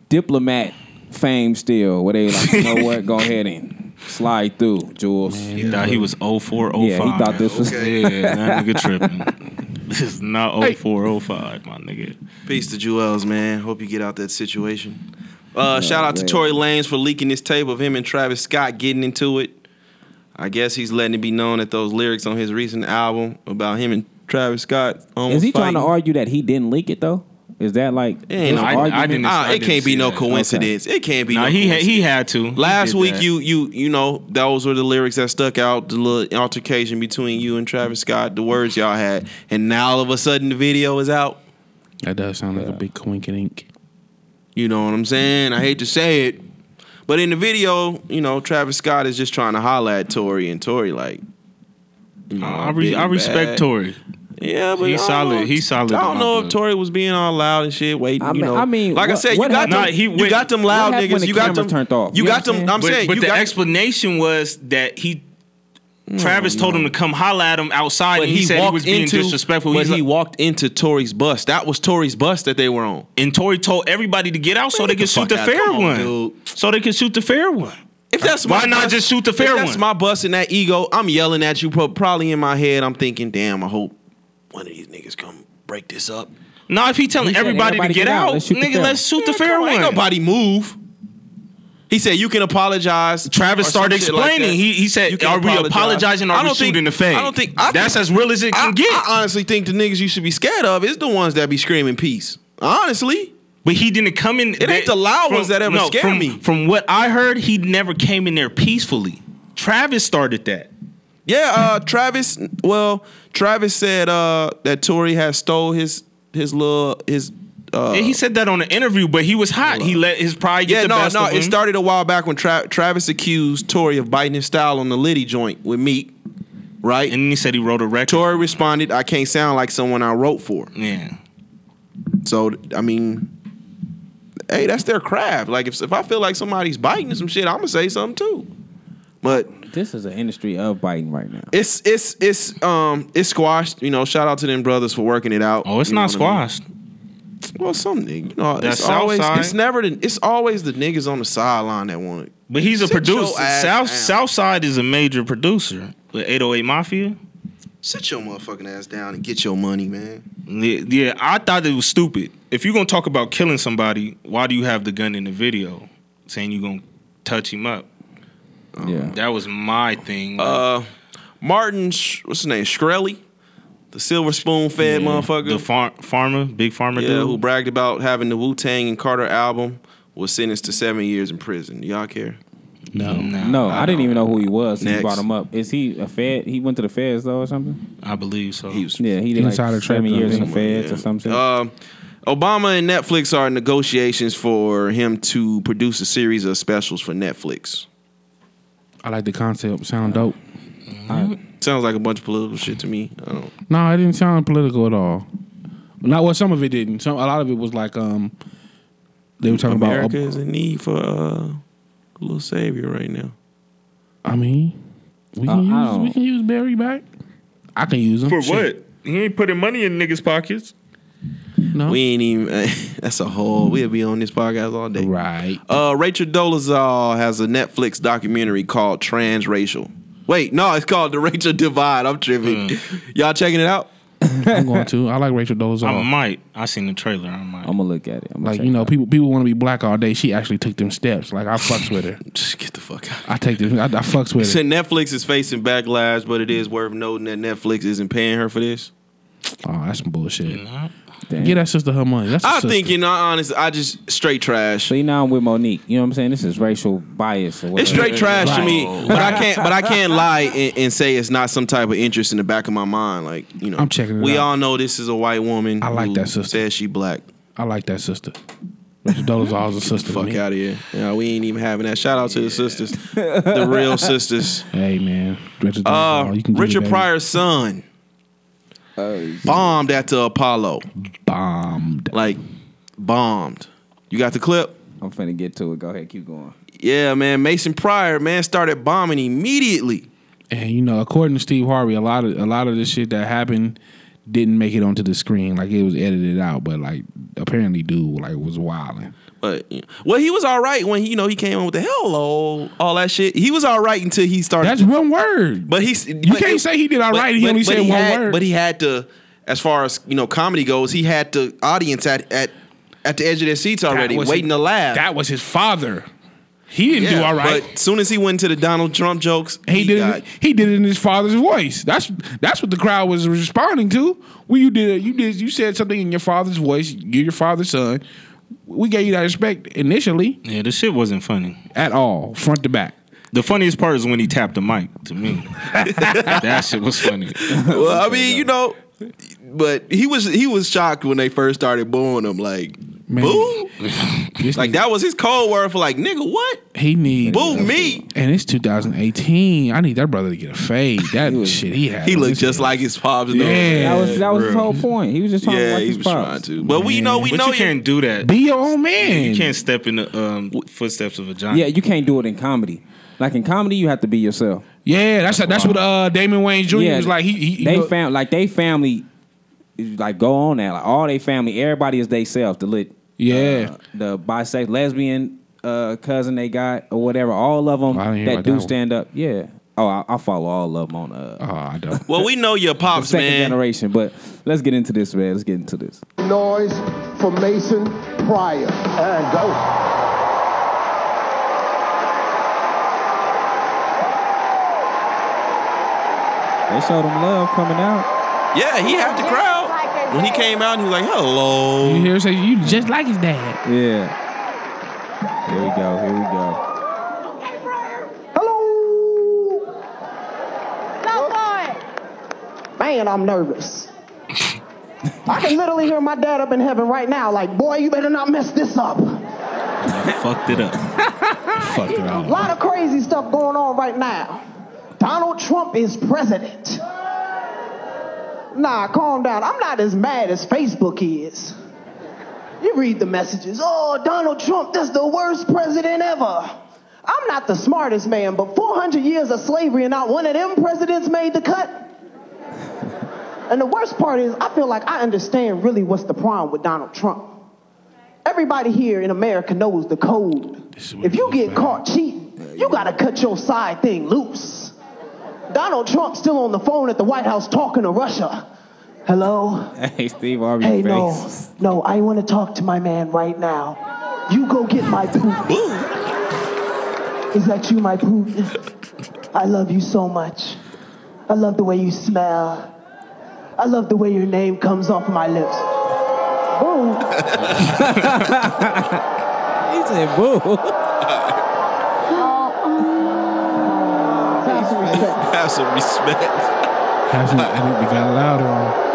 Speaker 5: diplomat fame still, where they like, you know what, go ahead and slide through, Jules.
Speaker 7: He thought he was 04, 05.
Speaker 5: Yeah, he thought this was-
Speaker 7: Yeah, that nigga tripping. This is not 04, 05, my nigga.
Speaker 1: Peace to Jewels, man. Hope you get out that situation. Uh, shout out to
Speaker 5: man.
Speaker 1: Tory Lanez for leaking this tape of him and Travis Scott getting into it. I guess he's letting it be known that those lyrics on his recent album about him and Travis Scott. Almost
Speaker 5: Is he trying to
Speaker 1: fighting-
Speaker 5: argue that he didn't leak it though? Is that like
Speaker 1: It ain't
Speaker 5: his
Speaker 1: no-
Speaker 7: I- I
Speaker 5: argument?
Speaker 7: didn't-
Speaker 1: Ah,
Speaker 7: I
Speaker 1: it can't
Speaker 7: see
Speaker 1: be no
Speaker 7: that.
Speaker 1: coincidence. It can't be.
Speaker 7: Nah,
Speaker 1: no
Speaker 7: he had,
Speaker 1: coincidence.
Speaker 7: he had to. He
Speaker 1: Last
Speaker 7: did
Speaker 1: week,
Speaker 7: that.
Speaker 1: you you you know those were the lyrics that stuck out, the little altercation between you and Travis Scott, the words y'all had, and now all of a sudden the video is out.
Speaker 4: That does sound like a big coinkydink.
Speaker 1: You know what I'm saying? I hate to say it, but in the video, you know Travis Scott is just trying to holler at Tori, and Tori like, you know,
Speaker 7: I, re- I
Speaker 1: big
Speaker 7: respect
Speaker 1: bad.
Speaker 7: Tory.
Speaker 1: Yeah, but
Speaker 7: He's
Speaker 1: I don't
Speaker 7: solid.
Speaker 1: know-
Speaker 7: He's solid
Speaker 1: I
Speaker 7: in
Speaker 1: don't
Speaker 7: my
Speaker 1: know if
Speaker 7: book.
Speaker 1: Tori was being all loud and shit. Waiting,
Speaker 5: I
Speaker 1: you
Speaker 5: mean-
Speaker 1: know.
Speaker 5: I mean,
Speaker 1: like I
Speaker 5: what-
Speaker 1: said, you
Speaker 5: what
Speaker 1: got them.
Speaker 5: happened-
Speaker 7: Nah, he
Speaker 1: you
Speaker 7: went-
Speaker 1: got them loud
Speaker 5: what happened
Speaker 1: niggas.
Speaker 5: when
Speaker 1: You
Speaker 5: the
Speaker 1: got them.
Speaker 5: camera turned off?
Speaker 1: You
Speaker 5: You
Speaker 1: got
Speaker 5: know what
Speaker 1: them.
Speaker 5: I'm
Speaker 1: I'm
Speaker 7: But,
Speaker 1: saying
Speaker 7: but
Speaker 1: you
Speaker 7: the
Speaker 1: got
Speaker 7: explanation was that he
Speaker 1: Mm,
Speaker 7: Travis told him to come holla at him outside, and he, said he was being disrespectful.
Speaker 1: But
Speaker 7: He's
Speaker 1: he
Speaker 7: like-
Speaker 1: walked into Tory's bus. That was Tory's bus that they were on.
Speaker 7: and Tory told everybody to get out so
Speaker 1: Man,
Speaker 7: they
Speaker 1: get
Speaker 7: could
Speaker 1: the
Speaker 7: shoot
Speaker 1: fuck
Speaker 7: the
Speaker 1: out.
Speaker 7: fair
Speaker 1: Come on,
Speaker 7: one.
Speaker 1: dude.
Speaker 7: So they could shoot the fair one.
Speaker 1: If that's
Speaker 7: Why
Speaker 1: my
Speaker 7: not
Speaker 1: bus-
Speaker 7: just shoot the
Speaker 1: if
Speaker 7: fair
Speaker 1: That's
Speaker 7: one?
Speaker 1: my bus and that ego. I'm yelling at you. prob- Probably in my head, I'm thinking, damn. I hope one of these niggas come break this up.
Speaker 7: No, if he telling
Speaker 5: said
Speaker 7: everybody,
Speaker 5: everybody
Speaker 7: to get,
Speaker 5: get out,
Speaker 7: out,
Speaker 5: let's shoot the
Speaker 7: nigga,
Speaker 5: fair
Speaker 7: let's shoot the fair
Speaker 1: Ain't
Speaker 7: one.
Speaker 1: nobody move. He said you can apologize.
Speaker 7: Travis
Speaker 1: or some
Speaker 7: started
Speaker 1: shit like
Speaker 7: explaining.
Speaker 1: that.
Speaker 7: he he said,
Speaker 1: You can
Speaker 7: "Are we
Speaker 1: apologize.
Speaker 7: apologizing? Or
Speaker 1: I
Speaker 7: are we
Speaker 1: don't think-
Speaker 7: shooting the fair?"
Speaker 1: I don't think- I
Speaker 7: that's
Speaker 1: think-
Speaker 7: as real as it
Speaker 1: I,
Speaker 7: can get.
Speaker 1: I honestly think the niggas you should be scared of is the ones that be screaming peace. Honestly,
Speaker 7: But he didn't come in. It
Speaker 1: ain't the loud ones that ever scare
Speaker 7: from,
Speaker 1: me.
Speaker 7: From what I heard, he never came in there peacefully. Travis started that.
Speaker 1: yeah. Uh, Travis. Well, Travis said uh, that Tory has stole his his little his. Uh,
Speaker 7: And he said that on the interview, but he was hot. He let his pride get
Speaker 1: yeah,
Speaker 7: the
Speaker 1: no,
Speaker 7: best
Speaker 1: no.
Speaker 7: of him.
Speaker 1: It started a while back when Tra- Travis accused Tory of biting his style on the Liddy joint with Meek, right?
Speaker 7: and he said he wrote a record.
Speaker 1: Tory responded, "I can't sound like someone I wrote for."
Speaker 7: yeah.
Speaker 1: So I mean, hey, that's their craft. Like if if I feel like somebody's biting some shit, I'm gonna say something too. But
Speaker 5: This is an industry of biting right now.
Speaker 1: it's it's it's um it's squashed. You know, shout out to them brothers for working it out.
Speaker 7: Oh, it's
Speaker 1: You know
Speaker 7: not
Speaker 1: what I mean?
Speaker 7: squashed.
Speaker 1: Well, something. You know,
Speaker 7: That
Speaker 1: it's
Speaker 7: South
Speaker 1: always
Speaker 7: side.
Speaker 1: it's never the it's always the niggas on the sideline that want it.
Speaker 7: But he's a
Speaker 1: Sit your
Speaker 7: producer.
Speaker 1: ass down.
Speaker 7: South Southside is a major producer. The 808 Mafia.
Speaker 1: Sit your motherfucking ass down and get your money, man.
Speaker 7: Yeah, yeah, I thought it was stupid. If you're gonna talk about killing somebody, why do you have the gun in the video saying you're gonna touch him up?
Speaker 5: yeah.
Speaker 7: That was my thing. Like,
Speaker 1: Uh, Martin, Sh- what's his name? Shkreli, the silver spoon fed motherfucker.
Speaker 7: the far- farmer, big farmer
Speaker 1: Yeah,
Speaker 7: dude.
Speaker 1: who bragged about having the Wu Tang and Carter album was sentenced to seven years in prison. Y'all care?
Speaker 7: no,
Speaker 5: No, I, didn't even know who he was. You
Speaker 1: Next.
Speaker 5: brought him up. Is he a Fed? He went to the Feds though, or something.
Speaker 7: I believe so.
Speaker 1: He was.
Speaker 5: Yeah, he did like
Speaker 4: Inside the
Speaker 5: seven
Speaker 4: trap,
Speaker 5: years
Speaker 4: I
Speaker 5: in the
Speaker 4: think.
Speaker 5: Feds or something.
Speaker 1: Um, Obama and Netflix are in negotiations for him to produce a series of specials for Netflix.
Speaker 4: I like the concept. Sound dope.
Speaker 1: Sounds like a bunch of political shit to me. Um, I don't.
Speaker 4: No, it didn't sound political at all. Not well, some of it didn't. Some a lot of it was like um they were talking
Speaker 1: America
Speaker 4: about
Speaker 1: is in need for uh, a little savior right now.
Speaker 4: I mean we
Speaker 5: Uh, I
Speaker 4: can use
Speaker 5: don't-
Speaker 4: we can use Barry back. I can use him.
Speaker 7: For
Speaker 4: Shit.
Speaker 7: what? He ain't putting money in niggas' pockets.
Speaker 4: No.
Speaker 1: We ain't even. that's a whole. We'll be on this podcast all day.
Speaker 4: right.
Speaker 1: Uh, Rachel Dolezal has a Netflix documentary called Transracial. Wait, no, it's called The Rachel Divide. I'm tripping.
Speaker 4: Hmm.
Speaker 1: Y'all checking it out?
Speaker 4: I'm going to. I like Rachel
Speaker 7: I
Speaker 4: Dolezal.
Speaker 7: might. I seen the trailer. I might.
Speaker 5: I'm gonna look at it. I'm
Speaker 4: Like you know, people people want to be black all day. She actually took them steps. Like I fucks with her.
Speaker 1: Just get the fuck out.
Speaker 4: I take them. I, I fucks with her.
Speaker 1: Said Netflix is facing backlash, but it is worth noting that Netflix isn't paying her for this.
Speaker 4: Oh, that's some bullshit. Get that sister her money. That's a
Speaker 1: I'm
Speaker 4: sister.
Speaker 1: thinking, uh, honest, I just straight trash.
Speaker 5: See now I'm with Monique. You know what I'm saying? This is racial bias or whatever.
Speaker 1: It's straight trash to me,
Speaker 7: Right.
Speaker 1: but I can't. But I can't lie and, and say it's not some type of interest in the back of my mind. Like you know,
Speaker 4: I'm checking it
Speaker 1: we
Speaker 4: out.
Speaker 1: all know this is a white woman.
Speaker 4: I like
Speaker 1: who
Speaker 4: that sister.
Speaker 1: Says she black.
Speaker 4: I like that sister. Rachel Dolezal is a sister. to
Speaker 1: Fuck
Speaker 4: me.
Speaker 1: out of here. Yeah, we ain't even having that. Shout out to the sisters, the real sisters.
Speaker 4: Hey man, Richard,
Speaker 1: Uh,
Speaker 4: Oh, you can do it,
Speaker 1: Richard
Speaker 4: baby.
Speaker 1: Pryor's son bombed at the Apollo.
Speaker 4: bombed.
Speaker 1: Like, bombed. You got the clip?
Speaker 5: I'm finna get to it. Go ahead, keep going.
Speaker 1: Yeah, man. Mason Pryor, man, started bombing immediately.
Speaker 4: And you know, according to Steve Harvey, a lot of a lot of the shit that happened didn't make it onto the screen. Like it was edited out, but like apparently, dude, like was wilding.
Speaker 1: But you know, well, he was all right when he, you know he came in with the hello, all that shit. He was all right until he started.
Speaker 4: That's one word.
Speaker 1: but he's
Speaker 4: You can't say he did all right. He only said one
Speaker 1: had,
Speaker 4: word.
Speaker 1: But he had to, as far as you know, comedy goes, he had the audience at at at the edge of their seats already,
Speaker 4: was
Speaker 1: waiting
Speaker 4: his-
Speaker 1: to laugh.
Speaker 4: that was his father. He didn't do all right.
Speaker 1: But soon as he went to the Donald Trump jokes,
Speaker 4: he, did
Speaker 1: got-
Speaker 4: it. He did it in his father's voice. That's that's what the crowd was responding to. Well, you did. You did. You said something in your father's voice. You're your father's son. We gave you that respect initially
Speaker 7: yeah, the shit wasn't funny.
Speaker 4: at all, front to back.
Speaker 7: The funniest part is when he tapped the mic to me. that shit was funny.
Speaker 1: Well, I mean, you know, but he was he was shocked when they first started booing him. Like,
Speaker 4: Man.
Speaker 1: boo,
Speaker 4: This
Speaker 1: like
Speaker 4: nigga-
Speaker 1: that was his code word for like, nigga, what?
Speaker 4: He need
Speaker 1: Boo me.
Speaker 4: And it's 2018. I need that brother to get a fade. That shit he had.
Speaker 1: He
Speaker 4: on
Speaker 1: looked
Speaker 4: this
Speaker 1: just
Speaker 4: nigga.
Speaker 1: like his pops. though.
Speaker 4: Yeah.
Speaker 5: That was that was his whole point. He was just trying to
Speaker 1: yeah,
Speaker 5: like
Speaker 1: he
Speaker 5: his
Speaker 1: was trying
Speaker 5: pops.
Speaker 1: to. But we know, we
Speaker 7: but
Speaker 1: know,
Speaker 7: you can't do that.
Speaker 4: Be your own man.
Speaker 7: you can't step in the um, footsteps of a giant.
Speaker 5: Yeah, you can't do it in comedy. Like in comedy, you have to be yourself.
Speaker 4: Yeah, that's that's what uh, Damon Wayne Jr.
Speaker 5: Yeah,
Speaker 4: was like. He, he- he
Speaker 5: they
Speaker 4: go-
Speaker 5: fam- like they family, is, like go on now. Like all they family, everybody is they self. The lit,
Speaker 4: Yeah.
Speaker 5: uh, the bisexual, lesbian uh, cousin they got or whatever. All of them
Speaker 4: Oh, I didn't hear
Speaker 5: that
Speaker 4: about
Speaker 5: do
Speaker 4: that one.
Speaker 5: stand up. Yeah. Oh, I, I follow all of them on uh,
Speaker 4: oh, I don't.
Speaker 1: Well, we know your
Speaker 5: the
Speaker 1: pops,
Speaker 5: second
Speaker 1: man.
Speaker 5: generation. But let's get into this, man. Let's get into this.
Speaker 9: noise for Mason Pryor. And go.
Speaker 5: They showed them love coming out.
Speaker 1: Yeah, he had the crowd when he came out. He was like, "Hello."
Speaker 4: You hear say you just like his dad.
Speaker 5: Yeah. Here we go. Here we go.
Speaker 9: Man, I'm nervous. I can literally hear my dad up in heaven right now, like, boy, you better not mess this up. A
Speaker 7: Fucked it up.
Speaker 4: Fuck it all.
Speaker 9: lot of crazy stuff going on right now. Donald Trump is president. Nah, calm down. I'm not as mad as Facebook is. You read the messages. Oh, Donald Trump, that's the worst president ever. I'm not the smartest man, but 400 years of slavery and not one of them presidents made the cut. And the worst part is, I feel like I understand really what's the problem with Donald Trump. Everybody here in America knows the code.
Speaker 4: This is what
Speaker 9: If you
Speaker 4: it is,
Speaker 9: get
Speaker 4: man.
Speaker 9: caught cheating, you gotta cut your side thing loose. Donald Trump's still on the phone at the White House talking to Russia. Hello?
Speaker 5: Hey, Steve Harvey
Speaker 9: Hey,
Speaker 5: face.
Speaker 9: no, no, I wanna talk to my man right now. You go get my Putin. Is that you, my Putin? I love you so much. I love the way you smell. I love the way your name comes off my lips. Boom.
Speaker 5: He said, "Boo."
Speaker 9: Have some respect.
Speaker 1: Have some respect.
Speaker 4: That's what- I think we got louder on.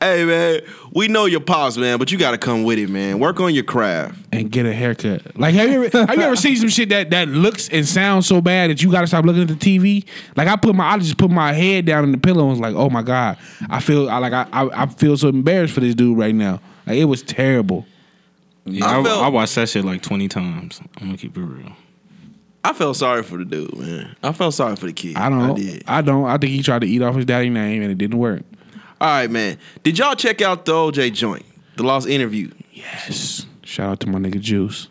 Speaker 1: Hey, man, we know your pops, man, but you got to come with it, man. Work on your craft.
Speaker 4: and get a haircut. Like, have you ever have you ever seen some shit that that looks and sounds so bad that you gotta stop looking at the TV? Like, I put my I just put my head down in the pillow and was like, oh my god, I feel I like I I, I feel so embarrassed for this dude right now. Like, it was terrible.
Speaker 7: Yeah,
Speaker 1: I
Speaker 7: I,
Speaker 1: felt-
Speaker 7: I watched that shit like twenty times. I'm gonna keep it real.
Speaker 1: I felt sorry for the dude, man. I felt sorry for the kid.
Speaker 4: I don't. I,
Speaker 1: did.
Speaker 4: don't. I think he tried to eat off his daddy name and it didn't work.
Speaker 1: All right, man. Did y'all check out the OJ joint, the lost interview?
Speaker 4: Yes. Shout out to my nigga Juice.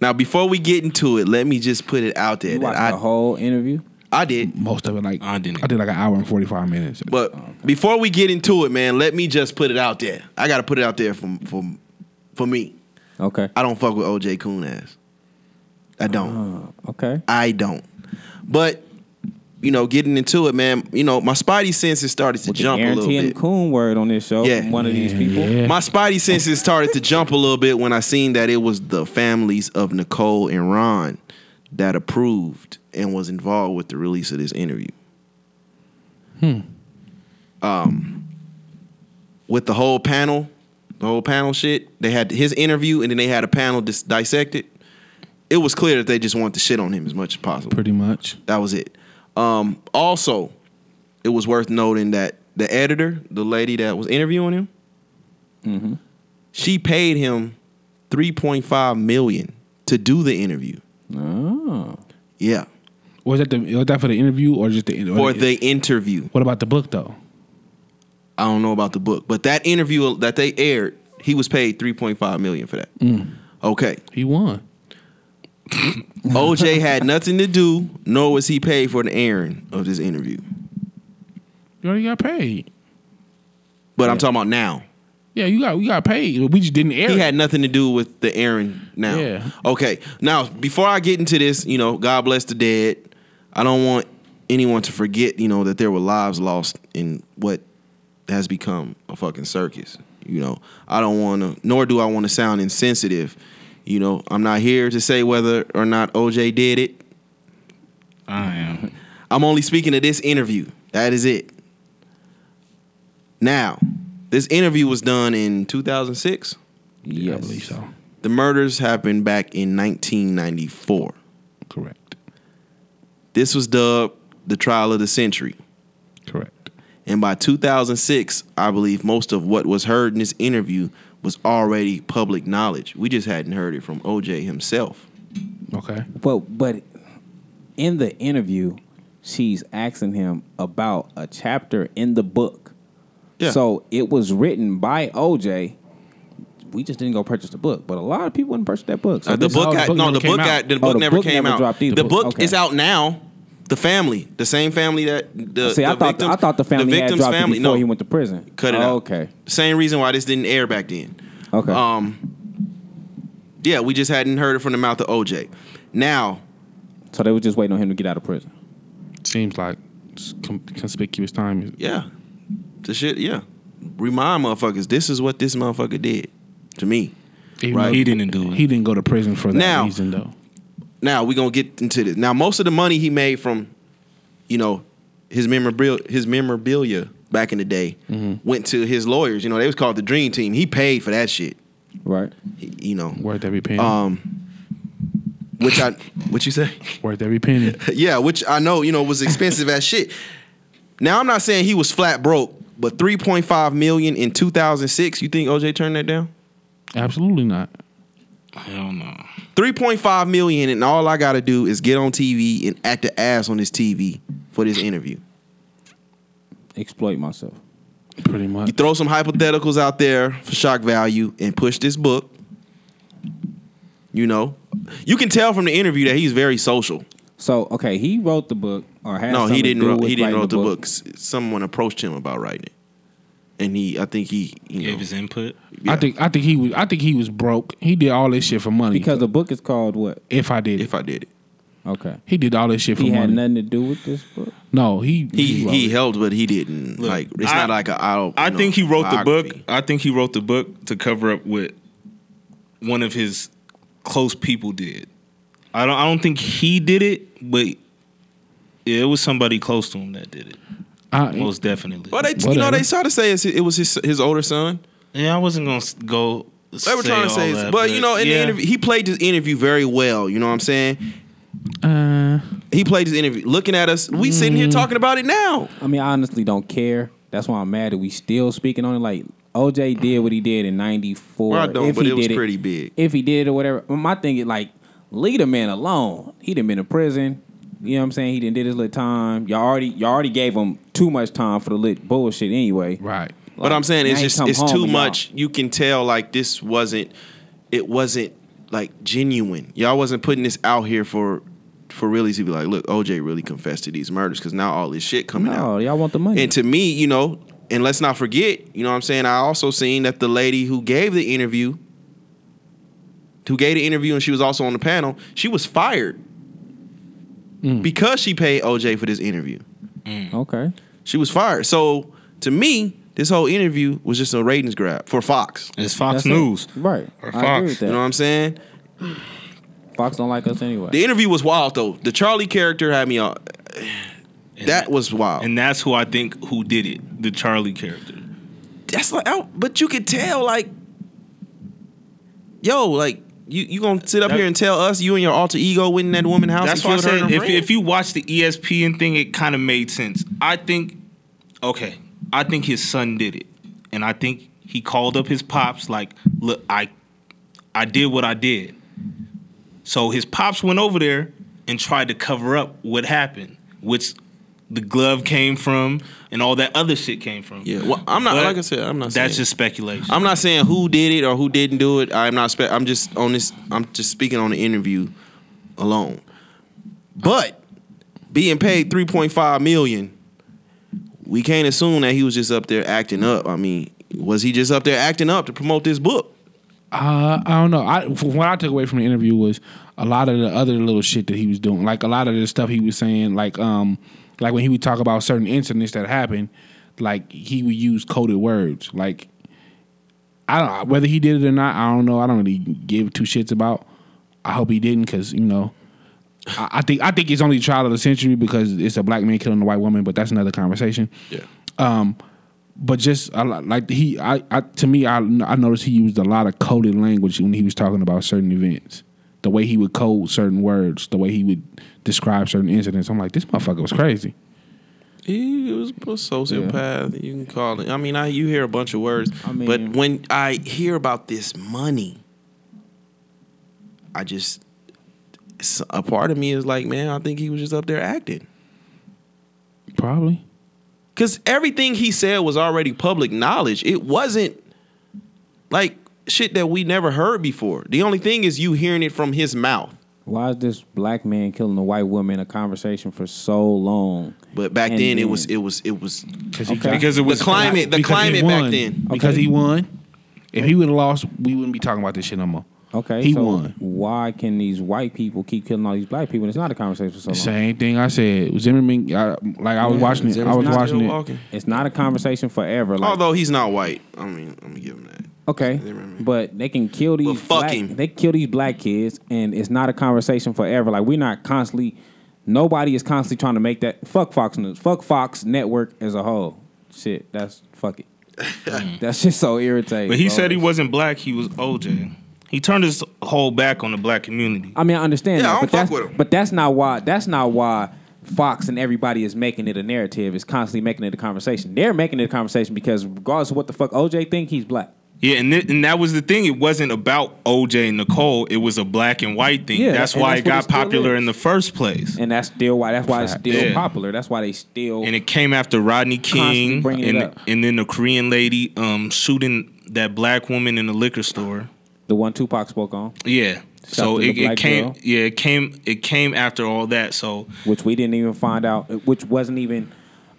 Speaker 1: Now, before we get into it, let me just put it out there
Speaker 5: You
Speaker 1: that
Speaker 5: watched the
Speaker 1: I,
Speaker 5: whole interview.
Speaker 1: I did.
Speaker 4: Most of it, like
Speaker 7: I didn't.
Speaker 4: I did like an hour and forty five minutes.
Speaker 1: But before we get into it, man, let me just put it out there. I got to put it out there for, for, for me.
Speaker 5: Okay.
Speaker 1: I don't fuck with OJ Coon ass. I don't.
Speaker 5: Uh-huh. Okay.
Speaker 1: I don't. But, you know, getting into it, man, you know, my spidey senses started to
Speaker 5: With the
Speaker 1: jump a little
Speaker 5: guarantee and
Speaker 1: bit.
Speaker 5: coon word on this show
Speaker 1: Yeah.
Speaker 5: from one of these people.
Speaker 4: yeah.
Speaker 1: My spidey senses started to jump a little bit when I seen that it was the families of Nicole and Ron that approved and was involved with the release of this interview. Hmm. Um, with the whole panel, the whole panel shit, they had his interview and then they had a panel dis- dissected. It was clear that they just wanted to shit on him as much as possible.
Speaker 4: pretty much.
Speaker 1: That was it. Um, also, it was worth noting that the editor, the lady that was interviewing him, she paid him three point five million to do the interview.
Speaker 5: Oh.
Speaker 1: Yeah,
Speaker 4: Was that the was that for the interview or just the
Speaker 1: for the interview.
Speaker 4: What about the book though?
Speaker 1: I don't know about the book, but that interview that they aired, he was paid three point five million for that. Okay,
Speaker 4: He won.
Speaker 1: OJ had nothing to do, nor was he paid for the airing of this interview.
Speaker 4: You already got paid.
Speaker 1: But I'm talking about now.
Speaker 4: Yeah, you got we got paid. We just didn't air.
Speaker 1: He
Speaker 4: it.
Speaker 1: had nothing to do with the Aaron now.
Speaker 4: Yeah.
Speaker 1: Okay. Now, before I get into this, you know, God bless the dead. I don't want anyone to forget, you know, that there were lives lost in what has become a fucking circus. You know, I don't want to, nor do I want to sound insensitive. You know, I'm not here to say whether or not OJ did it.
Speaker 7: I am.
Speaker 1: I'm only speaking of this interview. That is it. Now, this interview was done in 2006.
Speaker 5: Yes.
Speaker 4: I believe so.
Speaker 1: The murders happened back in 1994.
Speaker 4: Correct.
Speaker 1: This was dubbed the trial of the century.
Speaker 4: Correct.
Speaker 1: And by 2006, I believe most of what was heard in this interview was already public knowledge. We just hadn't heard it from OJ himself.
Speaker 4: Okay.
Speaker 5: But but in the interview, she's asking him about a chapter in the book.
Speaker 1: Yeah.
Speaker 5: So it was written by OJ. We just didn't go purchase the book, but a lot of people didn't purchase that book. So
Speaker 1: Uh, the
Speaker 5: this-
Speaker 1: book
Speaker 4: oh, the
Speaker 1: got
Speaker 4: book
Speaker 1: no.
Speaker 4: never
Speaker 1: The
Speaker 4: came
Speaker 1: book
Speaker 4: out.
Speaker 1: got the
Speaker 5: Oh,
Speaker 1: book
Speaker 5: the
Speaker 1: never
Speaker 5: book
Speaker 1: came
Speaker 5: never
Speaker 1: out.
Speaker 5: dropped either.
Speaker 1: The book
Speaker 5: Okay.
Speaker 1: is out now. The family, the same family that the
Speaker 5: See,
Speaker 1: the
Speaker 5: I thought
Speaker 1: victim,
Speaker 5: I thought the family
Speaker 1: the victim's
Speaker 5: had dropped it
Speaker 1: family.
Speaker 5: before
Speaker 1: no,
Speaker 5: he went to prison.
Speaker 1: cut it
Speaker 5: oh,
Speaker 1: out.
Speaker 5: Okay.
Speaker 1: Same reason why this didn't air back then.
Speaker 5: Okay.
Speaker 1: Um, yeah, we just hadn't heard it from the mouth of OJ. Now,
Speaker 5: so they were just waiting on him to get out of prison.
Speaker 4: Seems like it's com- conspicuous time.
Speaker 1: yeah, the shit. Yeah, remind motherfuckers. This is what this motherfucker did to me.
Speaker 4: Even
Speaker 1: Right.
Speaker 4: though
Speaker 7: He didn't do it.
Speaker 4: He didn't go to prison for that
Speaker 1: Now-
Speaker 4: reason, though.
Speaker 1: Now we gonna get into this. Now most of the money he made from, you know, his memorabilia, his memorabilia back in the day went to his lawyers. You know, they was called the Dream Team. He paid for that shit.
Speaker 5: Right.
Speaker 1: He- You know,
Speaker 4: Worth every penny.
Speaker 1: um, which I, what you say?
Speaker 4: Worth every penny.
Speaker 1: yeah, which I know, you know, was expensive as shit. Now I'm not saying he was flat broke, but 3.5 million in 2006. You think OJ turned that down?
Speaker 4: Absolutely not.
Speaker 7: Hell no.
Speaker 1: 3.5 million, and all I gotta do is get on TV and act the ass on this TV for this interview.
Speaker 5: Exploit myself.
Speaker 4: Pretty much.
Speaker 1: You throw some hypotheticals out there for shock value and push this book. You know, you can tell from the interview that he's very social.
Speaker 5: So okay, he wrote the book or had
Speaker 1: no,
Speaker 5: something
Speaker 1: he didn't.
Speaker 5: To do
Speaker 1: Wrote,
Speaker 5: with
Speaker 1: he didn't
Speaker 5: writing
Speaker 1: wrote the book. S- Someone approached him about writing it, and he. I think he. You
Speaker 7: Gave
Speaker 1: know,
Speaker 7: his input.
Speaker 1: yeah.
Speaker 4: I think I think he was I think he was broke. He did all this shit for money.
Speaker 5: because the book is called what?
Speaker 4: if I did,
Speaker 1: if I did it,
Speaker 5: Okay.
Speaker 4: he did all this shit for
Speaker 5: He had
Speaker 4: money.
Speaker 5: nothing to do with this book.
Speaker 4: no, he
Speaker 1: he
Speaker 4: wrote
Speaker 1: he
Speaker 4: it.
Speaker 1: helped, but he didn't.
Speaker 7: Look,
Speaker 1: like it's
Speaker 7: I-
Speaker 1: not like a. I, don't-
Speaker 7: I
Speaker 1: you
Speaker 7: think
Speaker 1: know,
Speaker 7: he wrote the book.
Speaker 1: biography.
Speaker 7: I think he wrote the book to cover up what one of his close people did. I don't. I don't think he did it, but yeah, it was somebody close to him that did it.
Speaker 4: I,
Speaker 7: Most definitely.
Speaker 1: Well, Mm-hmm. they you know
Speaker 4: Whatever.
Speaker 1: they tried to say it's, it was his his older son.
Speaker 7: yeah, I wasn't gonna s- go.
Speaker 1: They were trying to say, it's-
Speaker 7: that,
Speaker 1: but you know, in the
Speaker 7: yeah.
Speaker 1: interview, he played this interview very well. You know what I'm saying?
Speaker 4: uh,
Speaker 1: He played this interview, looking at us. We sitting here talking about it now.
Speaker 5: I mean, I honestly don't care. That's why I'm mad that we still speaking on it. Like OJ did what he did in '94.
Speaker 1: Well, I don't,
Speaker 5: if
Speaker 1: but
Speaker 5: he
Speaker 1: it was
Speaker 5: did
Speaker 1: pretty big.
Speaker 5: If he did or whatever, my thing is like, leave the man alone. He done been in prison. You know what I'm saying? He didn't did his little time. Y'all already, y'all already gave him too much time for the lit bullshit anyway.
Speaker 4: right.
Speaker 1: but I'm saying it's
Speaker 5: now he
Speaker 1: just
Speaker 5: come
Speaker 1: it's
Speaker 5: home
Speaker 1: too
Speaker 5: and
Speaker 1: much. You can tell like this wasn't it wasn't like genuine. Y'all wasn't putting this out here for for really to be like, look, OJ really confessed to these murders because now all this shit coming out.
Speaker 5: No, Oh, y'all want the money.
Speaker 1: And to me, you know, and let's not forget, you know what I'm saying? I also seen that the lady who gave the interview, who gave the interview and she was also on the panel, she was fired
Speaker 7: Mm.
Speaker 1: because she paid OJ for this interview.
Speaker 5: okay.
Speaker 1: She was fired. So to me, this whole interview was just a ratings grab for Fox.
Speaker 7: it's Fox
Speaker 5: That's it.
Speaker 7: News.
Speaker 5: Right.
Speaker 7: Or
Speaker 5: I agree with
Speaker 7: Fox,
Speaker 5: that.
Speaker 1: You know what I'm saying?
Speaker 5: Fox don't like us anyway.
Speaker 1: The interview was wild though. The Charlie character had me on. That was wild.
Speaker 7: And that's who I think who did it, the Charlie character.
Speaker 1: that's like out, but you could tell like, yo, like you you gonna sit up
Speaker 7: That-
Speaker 1: here and tell us you and your alter ego went in that woman's house?
Speaker 7: That's
Speaker 1: and
Speaker 7: why I
Speaker 1: killed her
Speaker 7: said
Speaker 1: and her
Speaker 7: if,
Speaker 1: friend?
Speaker 7: if you watch the E ESPN thing, it kind of made sense. I think, okay, I think his son did it, and I think he called up his pops like, look, I, I did what I did. So his pops went over there and tried to cover up what happened, which the glove came from and all that other shit came from.
Speaker 1: yeah, well, I'm not
Speaker 7: But
Speaker 1: like I said, I'm not.
Speaker 7: That's
Speaker 1: saying,
Speaker 7: just speculation.
Speaker 1: I'm not saying who did it or who didn't do it. I'm not. Spe- I'm just on this. I'm just speaking on the interview alone. But being paid 3.5 million, we can't assume that he was just up there acting up. I mean, was he just up there acting up to promote this book?
Speaker 4: Uh, I don't know. I from what I took away from the interview was a lot of the other little shit that he was doing, like a lot of the stuff he was saying, like um, like when he would talk about certain incidents that happened, like he would use coded words. Like I don't whether he did it or not. I don't know. I don't really give two shits about. I hope he didn't, because you know, I, I think I think it's only trial of the century because it's a black man killing a white woman, but that's another conversation
Speaker 1: Yeah.
Speaker 4: but just a lot, like he, I, I, to me, I, I noticed he used a lot of coded language when he was talking about certain events. The way he would code certain words, the way he would describe certain incidents. I'm like, this motherfucker was crazy.
Speaker 1: He was a sociopath. You can call it. I mean, I you hear a bunch of words,
Speaker 5: I mean-
Speaker 1: but when I hear about this money, I just s- a part of me is like, man, I think he was just up there acting.
Speaker 4: Probably.
Speaker 1: Cause everything he said was already public knowledge. It wasn't like shit that we never heard before. The only thing is you hearing it from his mouth.
Speaker 5: Why is this black man killing a white woman in a conversation for so long?
Speaker 1: But back
Speaker 5: And
Speaker 1: then, it
Speaker 5: then-
Speaker 1: was it was it was
Speaker 4: Because he
Speaker 5: Okay.
Speaker 4: got-
Speaker 5: Because
Speaker 1: it was the climate
Speaker 4: because
Speaker 1: the
Speaker 4: he
Speaker 1: climate
Speaker 4: won.
Speaker 1: back then.
Speaker 4: Because
Speaker 5: Okay.
Speaker 4: he won. If he would have lost, we wouldn't be talking about this shit no more.
Speaker 5: Okay,
Speaker 4: He
Speaker 5: so
Speaker 4: won.
Speaker 5: Why can these white people keep killing all these black people? And it's not a conversation for so long.
Speaker 4: Same thing I said. Zimmerman, I, like I was watching it. I was
Speaker 5: not
Speaker 4: watching it.
Speaker 1: Walking.
Speaker 5: It's not a conversation forever. Like,
Speaker 1: Although he's not white, I mean, I'm gonna give him that.
Speaker 5: okay,
Speaker 1: Zimmerman.
Speaker 5: but they can kill these.
Speaker 1: fuck
Speaker 5: black,
Speaker 1: him.
Speaker 5: They kill these black kids, and it's not a conversation forever. Like we're not constantly. Nobody is constantly trying to make that. Fuck Fox News. Fuck Fox Network as a whole. Shit, that's fuck it. that's just so irritating.
Speaker 7: But he
Speaker 5: bro.
Speaker 7: said he wasn't black. He was OJ. He turned his whole back on the black community.
Speaker 5: I mean, I understand
Speaker 1: Yeah,
Speaker 5: that,
Speaker 1: I don't
Speaker 5: but
Speaker 1: fuck
Speaker 5: that's
Speaker 1: with 'em.
Speaker 5: but that's not why. That's not why Fox and everybody is making it a narrative. Is constantly making it a conversation. They're making it a conversation because regardless of what the fuck OJ think, he's black.
Speaker 7: Yeah, and, th- and that was the thing. It wasn't about OJ and Nicole. It was a black and white thing.
Speaker 5: Yeah,
Speaker 7: that's
Speaker 5: and
Speaker 7: why
Speaker 5: that's
Speaker 7: it
Speaker 5: what it
Speaker 7: got
Speaker 5: still
Speaker 7: popular
Speaker 5: is.
Speaker 7: in the first place.
Speaker 5: and that's still why. That's why it's
Speaker 4: Fact.
Speaker 5: still
Speaker 7: Yeah.
Speaker 5: popular. That's why they still.
Speaker 7: and it came after Rodney
Speaker 5: Constantly
Speaker 7: King
Speaker 5: bringing it
Speaker 7: and
Speaker 5: up.
Speaker 7: and then the Korean lady um, shooting that black woman in the liquor store.
Speaker 5: the one Tupac spoke on,
Speaker 7: Yeah. So
Speaker 5: Shot the
Speaker 7: it, it
Speaker 5: black
Speaker 7: came
Speaker 5: girl.
Speaker 7: yeah, it came it came after all that. So
Speaker 5: which we didn't even find out, which wasn't even.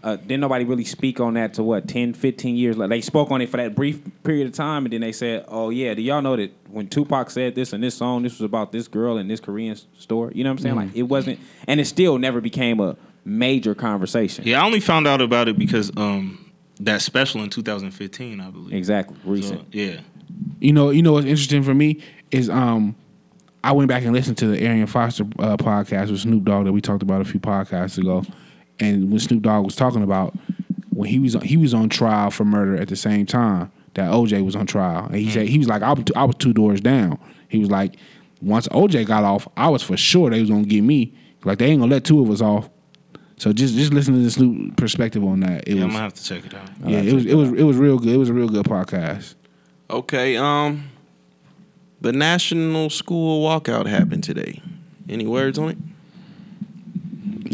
Speaker 5: Uh, didn't nobody really speak on that to what 10, 15 years later? They spoke on it for that brief period of time, and then they said, "Oh yeah, do y'all know that when Tupac said this and this song, this was about this girl in this Korean s- store?" You know what I'm saying? Like it wasn't, and it still never became a major conversation.
Speaker 7: yeah, I only found out about it because um that special in 2015, I believe.
Speaker 5: Exactly.
Speaker 7: So,
Speaker 5: Recent.
Speaker 7: yeah.
Speaker 4: You know, you know what's interesting for me is um, I went back and listened to the Arian Foster uh, podcast with Snoop Dogg that we talked about a few podcasts ago, and when Snoop Dogg was talking about when he was he was on trial for murder at the same time that OJ was on trial, and he
Speaker 7: Mm-hmm.
Speaker 4: said he was like I was, I was two doors down. He was like, once OJ got off, I was for sure they was gonna get me. Like they ain't gonna let two of us off. So just just listen to the Snoop perspective on that. It
Speaker 7: Yeah, I'm
Speaker 4: was
Speaker 7: gonna have to check it out.
Speaker 4: yeah, it was it was it was real good. It was a real good podcast.
Speaker 1: Okay, um, the national school walkout happened today. Any words on it?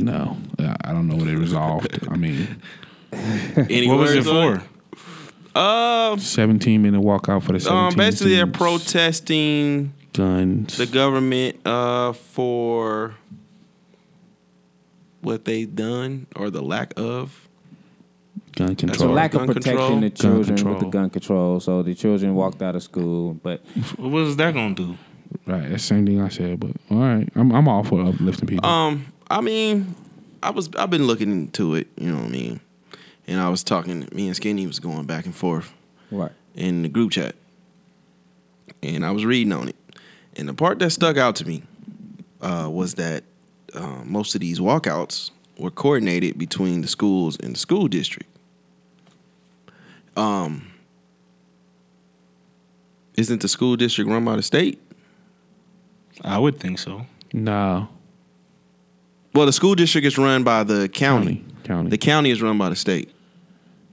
Speaker 4: No, I I don't know what it resolved. I mean,
Speaker 1: Any
Speaker 7: What was it
Speaker 1: words on
Speaker 7: for?
Speaker 1: Uh,
Speaker 4: 17 minute walkout for the 17
Speaker 1: um, basically they're
Speaker 4: teams.
Speaker 1: protesting
Speaker 4: guns.
Speaker 1: the government uh for what they done or the lack of.
Speaker 4: gun
Speaker 1: a
Speaker 5: The
Speaker 4: control.
Speaker 5: lack of
Speaker 1: Gun
Speaker 5: protecting
Speaker 1: control.
Speaker 5: the
Speaker 1: Gun
Speaker 5: children with the
Speaker 4: control.
Speaker 5: gun control, so the children walked out of school. But
Speaker 7: What was that gonna do?
Speaker 4: right, that's the same thing I said. But all right, I'm I'm all for uplifting people.
Speaker 1: Um, I mean, I was I've been looking into it. You know what I mean? And I was talking. Me and Skinny was going back and forth.
Speaker 5: right,
Speaker 1: in the group chat. And I was reading on it. And the part that stuck out to me uh, was that uh, most of these walkouts were coordinated between the schools and the school district. Um, isn't the school district run by the state?
Speaker 7: I would think so.
Speaker 4: no,
Speaker 1: Well, the school district is run by the county.
Speaker 4: county,
Speaker 1: The county is run by the state.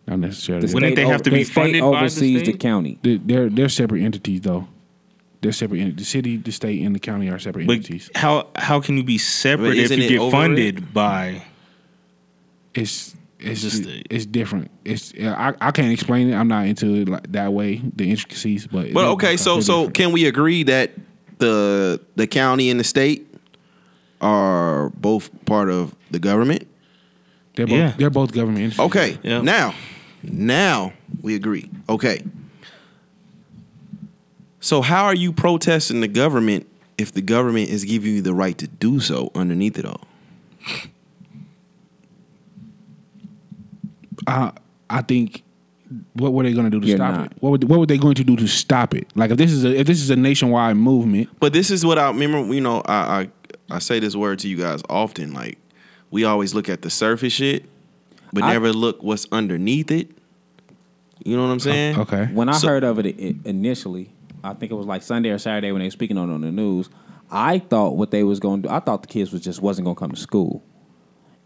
Speaker 4: not necessarily.
Speaker 7: Wouldn't
Speaker 5: state
Speaker 7: they have
Speaker 5: o-
Speaker 7: to be
Speaker 5: the state
Speaker 7: funded by the
Speaker 5: oversees the
Speaker 7: state?
Speaker 5: county.
Speaker 4: They- they're they're separate entities though. They're separate. ent- The city, the state, and the county are separate
Speaker 7: But
Speaker 4: entities.
Speaker 7: how how can you be separate if
Speaker 1: isn't
Speaker 7: you
Speaker 1: it
Speaker 7: get
Speaker 1: over
Speaker 7: funded by
Speaker 4: It's it's
Speaker 7: Just
Speaker 4: just
Speaker 7: the-
Speaker 4: it's different. It's I, I can't explain it. I'm not into it like that way. The intricacies, but
Speaker 1: But okay, so
Speaker 4: they're
Speaker 1: so
Speaker 4: different.
Speaker 1: can we agree that the the county and the state are both part of the government?
Speaker 4: they're both
Speaker 7: Yeah.
Speaker 4: they're both government entities.
Speaker 1: Okay.
Speaker 7: Yeah.
Speaker 1: Now, now we agree. Okay. So how are you protesting the government if the government is giving you the right to do so underneath it all?
Speaker 4: I think what were they going to do to
Speaker 5: You're
Speaker 4: stop
Speaker 5: not.
Speaker 4: it? What would, what were they going to do to stop it? Like if this is a if this is a nationwide movement,
Speaker 1: But this is what I remember. You know, I I, I say this word to you guys often. Like we always look at the surface shit, but
Speaker 5: I-
Speaker 1: never look what's underneath it. You know what I'm saying?
Speaker 4: okay.
Speaker 5: When I
Speaker 1: So-
Speaker 5: heard of it i- initially, I think it was like Sunday or Saturday when they were speaking on it on the news. I thought what they was going to do. I thought the kids was just wasn't going to come to school,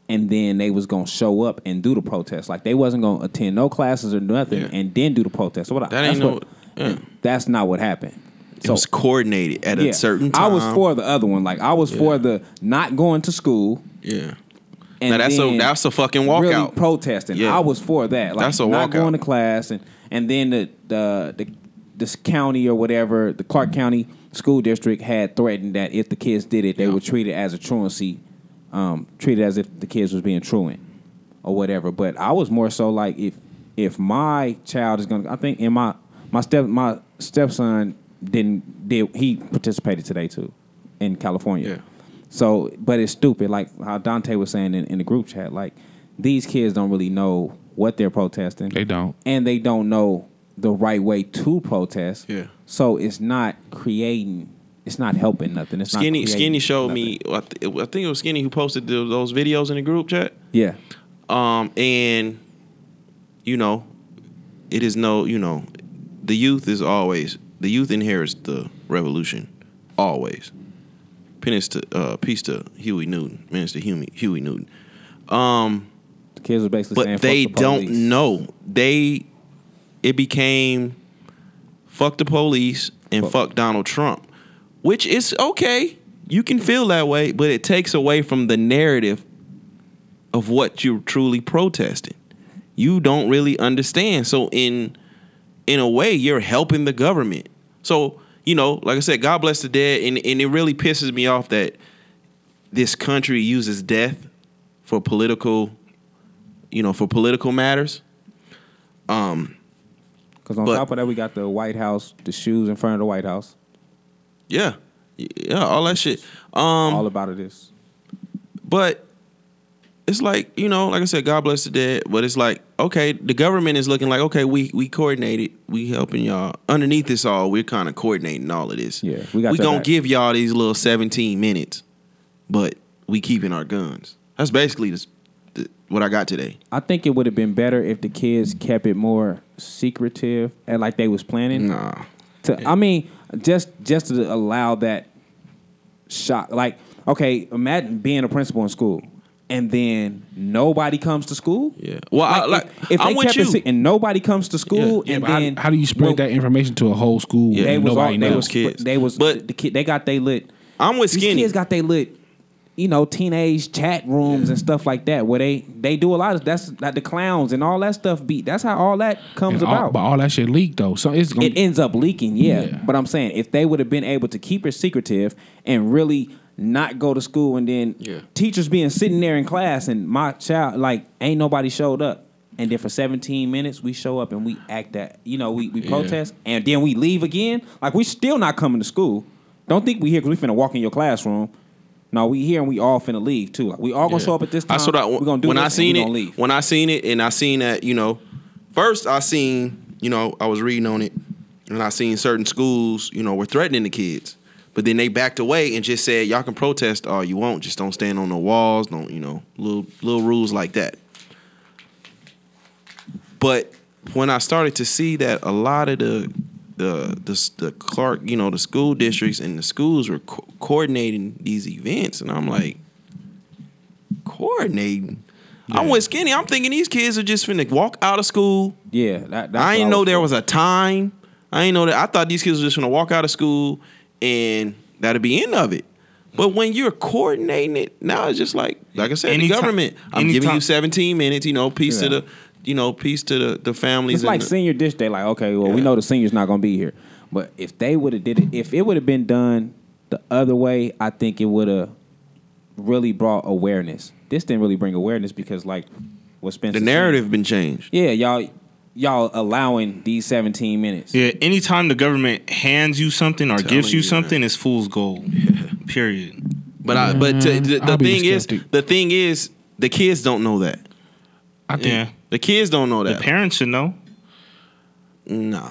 Speaker 5: and then they was going to show up and do the protest. Like they wasn't going to attend no classes or nothing,
Speaker 1: Yeah.
Speaker 5: and then do the protest. So what I-
Speaker 1: That
Speaker 5: that's
Speaker 1: ain't no-
Speaker 5: what-
Speaker 1: yeah.
Speaker 5: That's not what happened.
Speaker 1: it was coordinated at a certain time.
Speaker 5: I was for the other one. Like I was for the not going to school.
Speaker 1: yeah.
Speaker 5: And
Speaker 1: Now, that's a-
Speaker 5: then
Speaker 1: that's a fucking
Speaker 5: Really
Speaker 1: walkout.
Speaker 5: protesting.
Speaker 1: Yeah.
Speaker 5: I was for that. Like,
Speaker 1: That's a
Speaker 5: not
Speaker 1: walkout.
Speaker 5: going to class, and and then the the the this county or whatever, the Clark County school district had threatened that if the kids did it, they would treat it as a truancy, um, treated as if the kids was being truant or whatever. But I was more so like if if my child is gonna, I think in my my step my stepson didn't did he participated today too in California. So, but it's stupid. Like how Dante was saying in, in the group chat, like these kids don't really know what they're protesting.
Speaker 4: They don't.
Speaker 5: and they don't know the right way to protest.
Speaker 1: Yeah.
Speaker 5: So it's not creating. It's not helping nothing. It's
Speaker 1: Skinny
Speaker 5: not creating
Speaker 1: Skinny showed me.
Speaker 5: nothing.
Speaker 1: I, th- I think it was Skinny who posted th- those videos in the group chat.
Speaker 5: Yeah.
Speaker 1: Um, and you know, it is no, you know, the youth is always the youth inherits the revolution, always. Penis to uh, peace to Huey Newton, Minister Huey Huey Newton.
Speaker 5: The kids are basically saying,
Speaker 1: But
Speaker 5: "Fuck
Speaker 1: they
Speaker 5: the
Speaker 1: don't
Speaker 5: police."
Speaker 1: know. They it became fuck the police and fuck.
Speaker 5: Fuck.
Speaker 1: Donald Trump, which is okay. You can feel that way, but it takes away from the narrative of what you're truly protesting. You don't really understand. So in in a way, you're helping the government. So, you know, like I said, God bless the dead and, and it really pisses me off that this country uses death for political you know, for political matters.
Speaker 5: Because on
Speaker 1: But-
Speaker 5: top of that, we got the White House, the shoes in front of the White House.
Speaker 1: Yeah. Yeah, all that shit. Um,
Speaker 5: all about it is.
Speaker 1: But it's like, you know, like I said, God bless the dead. But it's like, okay, the government is looking like, okay, we we coordinated, we helping y'all. Underneath this all, we're kind of coordinating all of this.
Speaker 5: Yeah, we got
Speaker 1: We
Speaker 5: your
Speaker 1: gonna
Speaker 5: back.
Speaker 1: give y'all these little 17 minutes, but we keeping our guns. That's basically this, the, what I got today.
Speaker 5: I think it would have been better if the kids kept it more secretive and like they was planning.
Speaker 1: Nah.
Speaker 5: To, I mean, just just to allow that shock. Like, okay, imagine being a principal in school, and then nobody comes to school.
Speaker 1: Yeah. Well, I- like,
Speaker 5: if, if
Speaker 1: I'm
Speaker 5: they
Speaker 1: with
Speaker 5: kept it
Speaker 1: you.
Speaker 5: se- and nobody comes to school,
Speaker 4: Yeah,
Speaker 5: and
Speaker 4: but how-
Speaker 5: then
Speaker 4: how, do you spread
Speaker 5: well,
Speaker 4: that information to a whole school?
Speaker 1: Yeah.
Speaker 4: Yeah,
Speaker 5: They was all,
Speaker 4: nobody
Speaker 5: they
Speaker 4: knows.
Speaker 5: was
Speaker 1: kids.
Speaker 5: They was
Speaker 1: But-
Speaker 5: the kid. They got they lit.
Speaker 1: I'm with
Speaker 5: These
Speaker 1: Skinny.
Speaker 5: kids got they lit. You know, teenage chat rooms and stuff like that, where they they do a lot of that's like the clowns and all that stuff. Beat that's how all that comes
Speaker 4: And all-
Speaker 5: about.
Speaker 4: but all that shit leaked though, so it's gonna.
Speaker 5: it ends up leaking, yeah.
Speaker 4: Yeah.
Speaker 5: But I'm saying if they would have been able to keep it secretive and really not go to school, and then teachers being sitting there in class and my child like ain't nobody showed up, and then for 17 minutes we show up and we act that you know we we protest and then we leave again. Like we still not coming to school. Don't think we here because we finna walk in your classroom. No, we here and we all finna leave too. Like we all gonna show up at this time.
Speaker 1: That's what I
Speaker 5: we gonna do
Speaker 1: when
Speaker 5: this
Speaker 1: I
Speaker 5: and
Speaker 1: seen
Speaker 5: we
Speaker 1: it.
Speaker 5: gonna leave.
Speaker 1: When I seen it, and I seen that you know, first I seen you know I was reading on it, and I seen certain schools you know were threatening the kids, but then they backed away and just said y'all can protest all you want, just don't stand on the walls, don't you know little little rules like that. But when I started to see that a lot of the the the, the Clark, you know, the school districts and the schools were co- coordinating these events, and I'm like, coordinating. I'm with Skinny. I'm thinking these kids are just finna walk out of school.
Speaker 5: yeah, that, that's
Speaker 1: I
Speaker 5: what
Speaker 1: didn't
Speaker 5: was
Speaker 1: know there
Speaker 5: for.
Speaker 1: was a time. I didn't know that. I thought these kids were just gonna walk out of school and that'd be end of it. But when you're coordinating it, now it's just like, like I said, the
Speaker 7: Anytime-
Speaker 1: government. I'm giving
Speaker 7: anytime-
Speaker 1: you 17 minutes. You know, peace
Speaker 5: Yeah.
Speaker 1: to the, you know, peace to the the families.
Speaker 5: It's
Speaker 1: and
Speaker 5: like
Speaker 1: the-
Speaker 5: senior dish day. Like, okay, well, we know the senior's not gonna be here, but if they would have did it, if it would have been done the other way, I think it would have really brought awareness. This didn't really bring awareness because, like, what Spencer
Speaker 1: the
Speaker 5: said-
Speaker 1: narrative been changed.
Speaker 5: Yeah, y'all, y'all allowing these seventeen minutes.
Speaker 7: Yeah, anytime the government hands you something or gives you,
Speaker 1: you, man.
Speaker 7: something, it's fool's gold. Period.
Speaker 1: But I, but to, the, the
Speaker 4: I'll be
Speaker 1: thing is,
Speaker 4: skeptic.
Speaker 1: the thing is, the kids don't know that.
Speaker 4: I think
Speaker 7: Yeah.
Speaker 1: The kids don't know
Speaker 7: The
Speaker 1: that.
Speaker 7: parents should know.
Speaker 1: nah.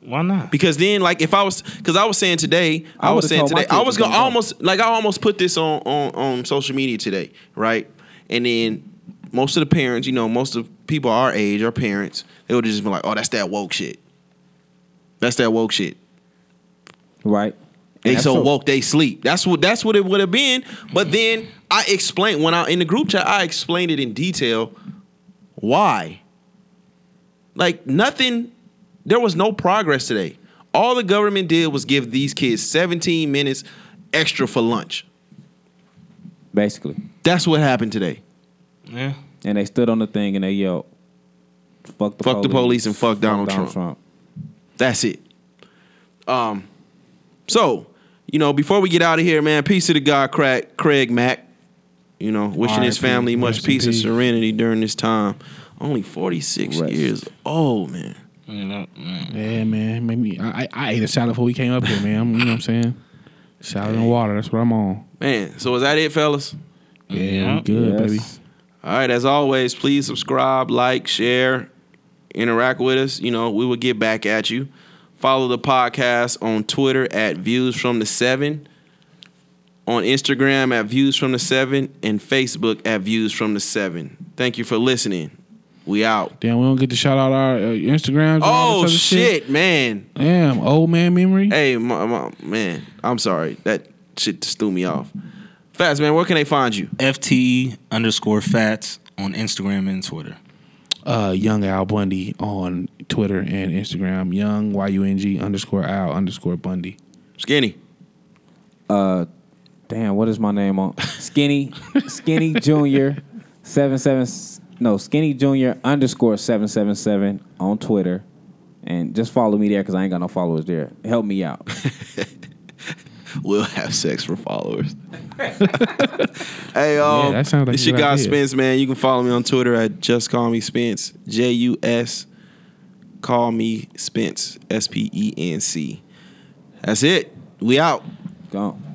Speaker 7: Why not?
Speaker 1: Because then, like, if I was, because I was saying today, I,
Speaker 5: I
Speaker 1: was
Speaker 5: would've
Speaker 1: saying
Speaker 5: told my
Speaker 1: today, I
Speaker 5: kids
Speaker 1: was
Speaker 5: to
Speaker 1: gonna
Speaker 5: don't go.
Speaker 1: almost, like, I almost put this on on on social media today, right? And then most of the parents, you know, most of people our age, our parents, they would just be like, "Oh, that's that woke shit. That's that woke shit.
Speaker 5: Right.
Speaker 1: They
Speaker 5: That's
Speaker 1: so
Speaker 5: true.
Speaker 1: woke, they sleep. That's what that's what it would have been. But then I explained when I in the group chat, I explained it in detail why. Like nothing, there was no progress today. All the government did was give these kids 17 minutes extra for lunch.
Speaker 5: basically.
Speaker 1: That's what happened today.
Speaker 7: Yeah.
Speaker 5: And they stood on the thing and they yelled, "Fuck the
Speaker 1: Fuck
Speaker 5: police,
Speaker 1: the police and fuck Donald Trump. That's it. Um, so you know, before we get out of here, man, peace to the God, Craig, Craig Mack. You know, wishing his
Speaker 4: RIP,
Speaker 1: family much
Speaker 4: rest in
Speaker 1: peace and
Speaker 4: peace.
Speaker 1: serenity during this time. Only forty six
Speaker 5: Rest.
Speaker 1: years old, man.
Speaker 4: Yeah, man. Made me. I, I, I ate a salad before we came up here, man. I'm- you know what I'm saying? Salad and water. That's what I'm on.
Speaker 1: Man, so is that it, fellas?
Speaker 4: Yeah, we good, baby.
Speaker 5: Yes.
Speaker 1: All right, as always, please subscribe, like, share, interact with us. You know, we will get back at you. Follow the podcast on Twitter at Views from the Seven, on Instagram at Views from the Seven, and Facebook at Views from the Seven. Thank you for listening. We out.
Speaker 4: Damn, we don't get to shout out our uh, Instagrams. and all
Speaker 1: Oh
Speaker 4: this other
Speaker 1: shit, man!
Speaker 4: Damn, old man memory.
Speaker 1: Hey, my, my, man, I'm sorry that shit just threw me off. Fast man, where can they find you?
Speaker 7: FTE E underscore fats on Instagram and Twitter.
Speaker 4: Uh, young Al Bundy on Twitter and Instagram. Young Y U N G underscore Al underscore Bundy.
Speaker 1: Skinny.
Speaker 5: Damn, what is my name on Skinny Skinny Junior seven seven no Skinny Junior underscore seven seven seven on Twitter, and just follow me there because I ain't got no followers there. Help me out.
Speaker 1: will have sex for followers. hey, um,
Speaker 4: that sounds like
Speaker 1: it's
Speaker 4: a
Speaker 1: your
Speaker 4: good
Speaker 1: guy
Speaker 4: idea.
Speaker 1: Spence, man. You can follow me on Twitter at just call me Spence. J U S, call me Spence. S P E N C. That's it. We out.
Speaker 5: Gone.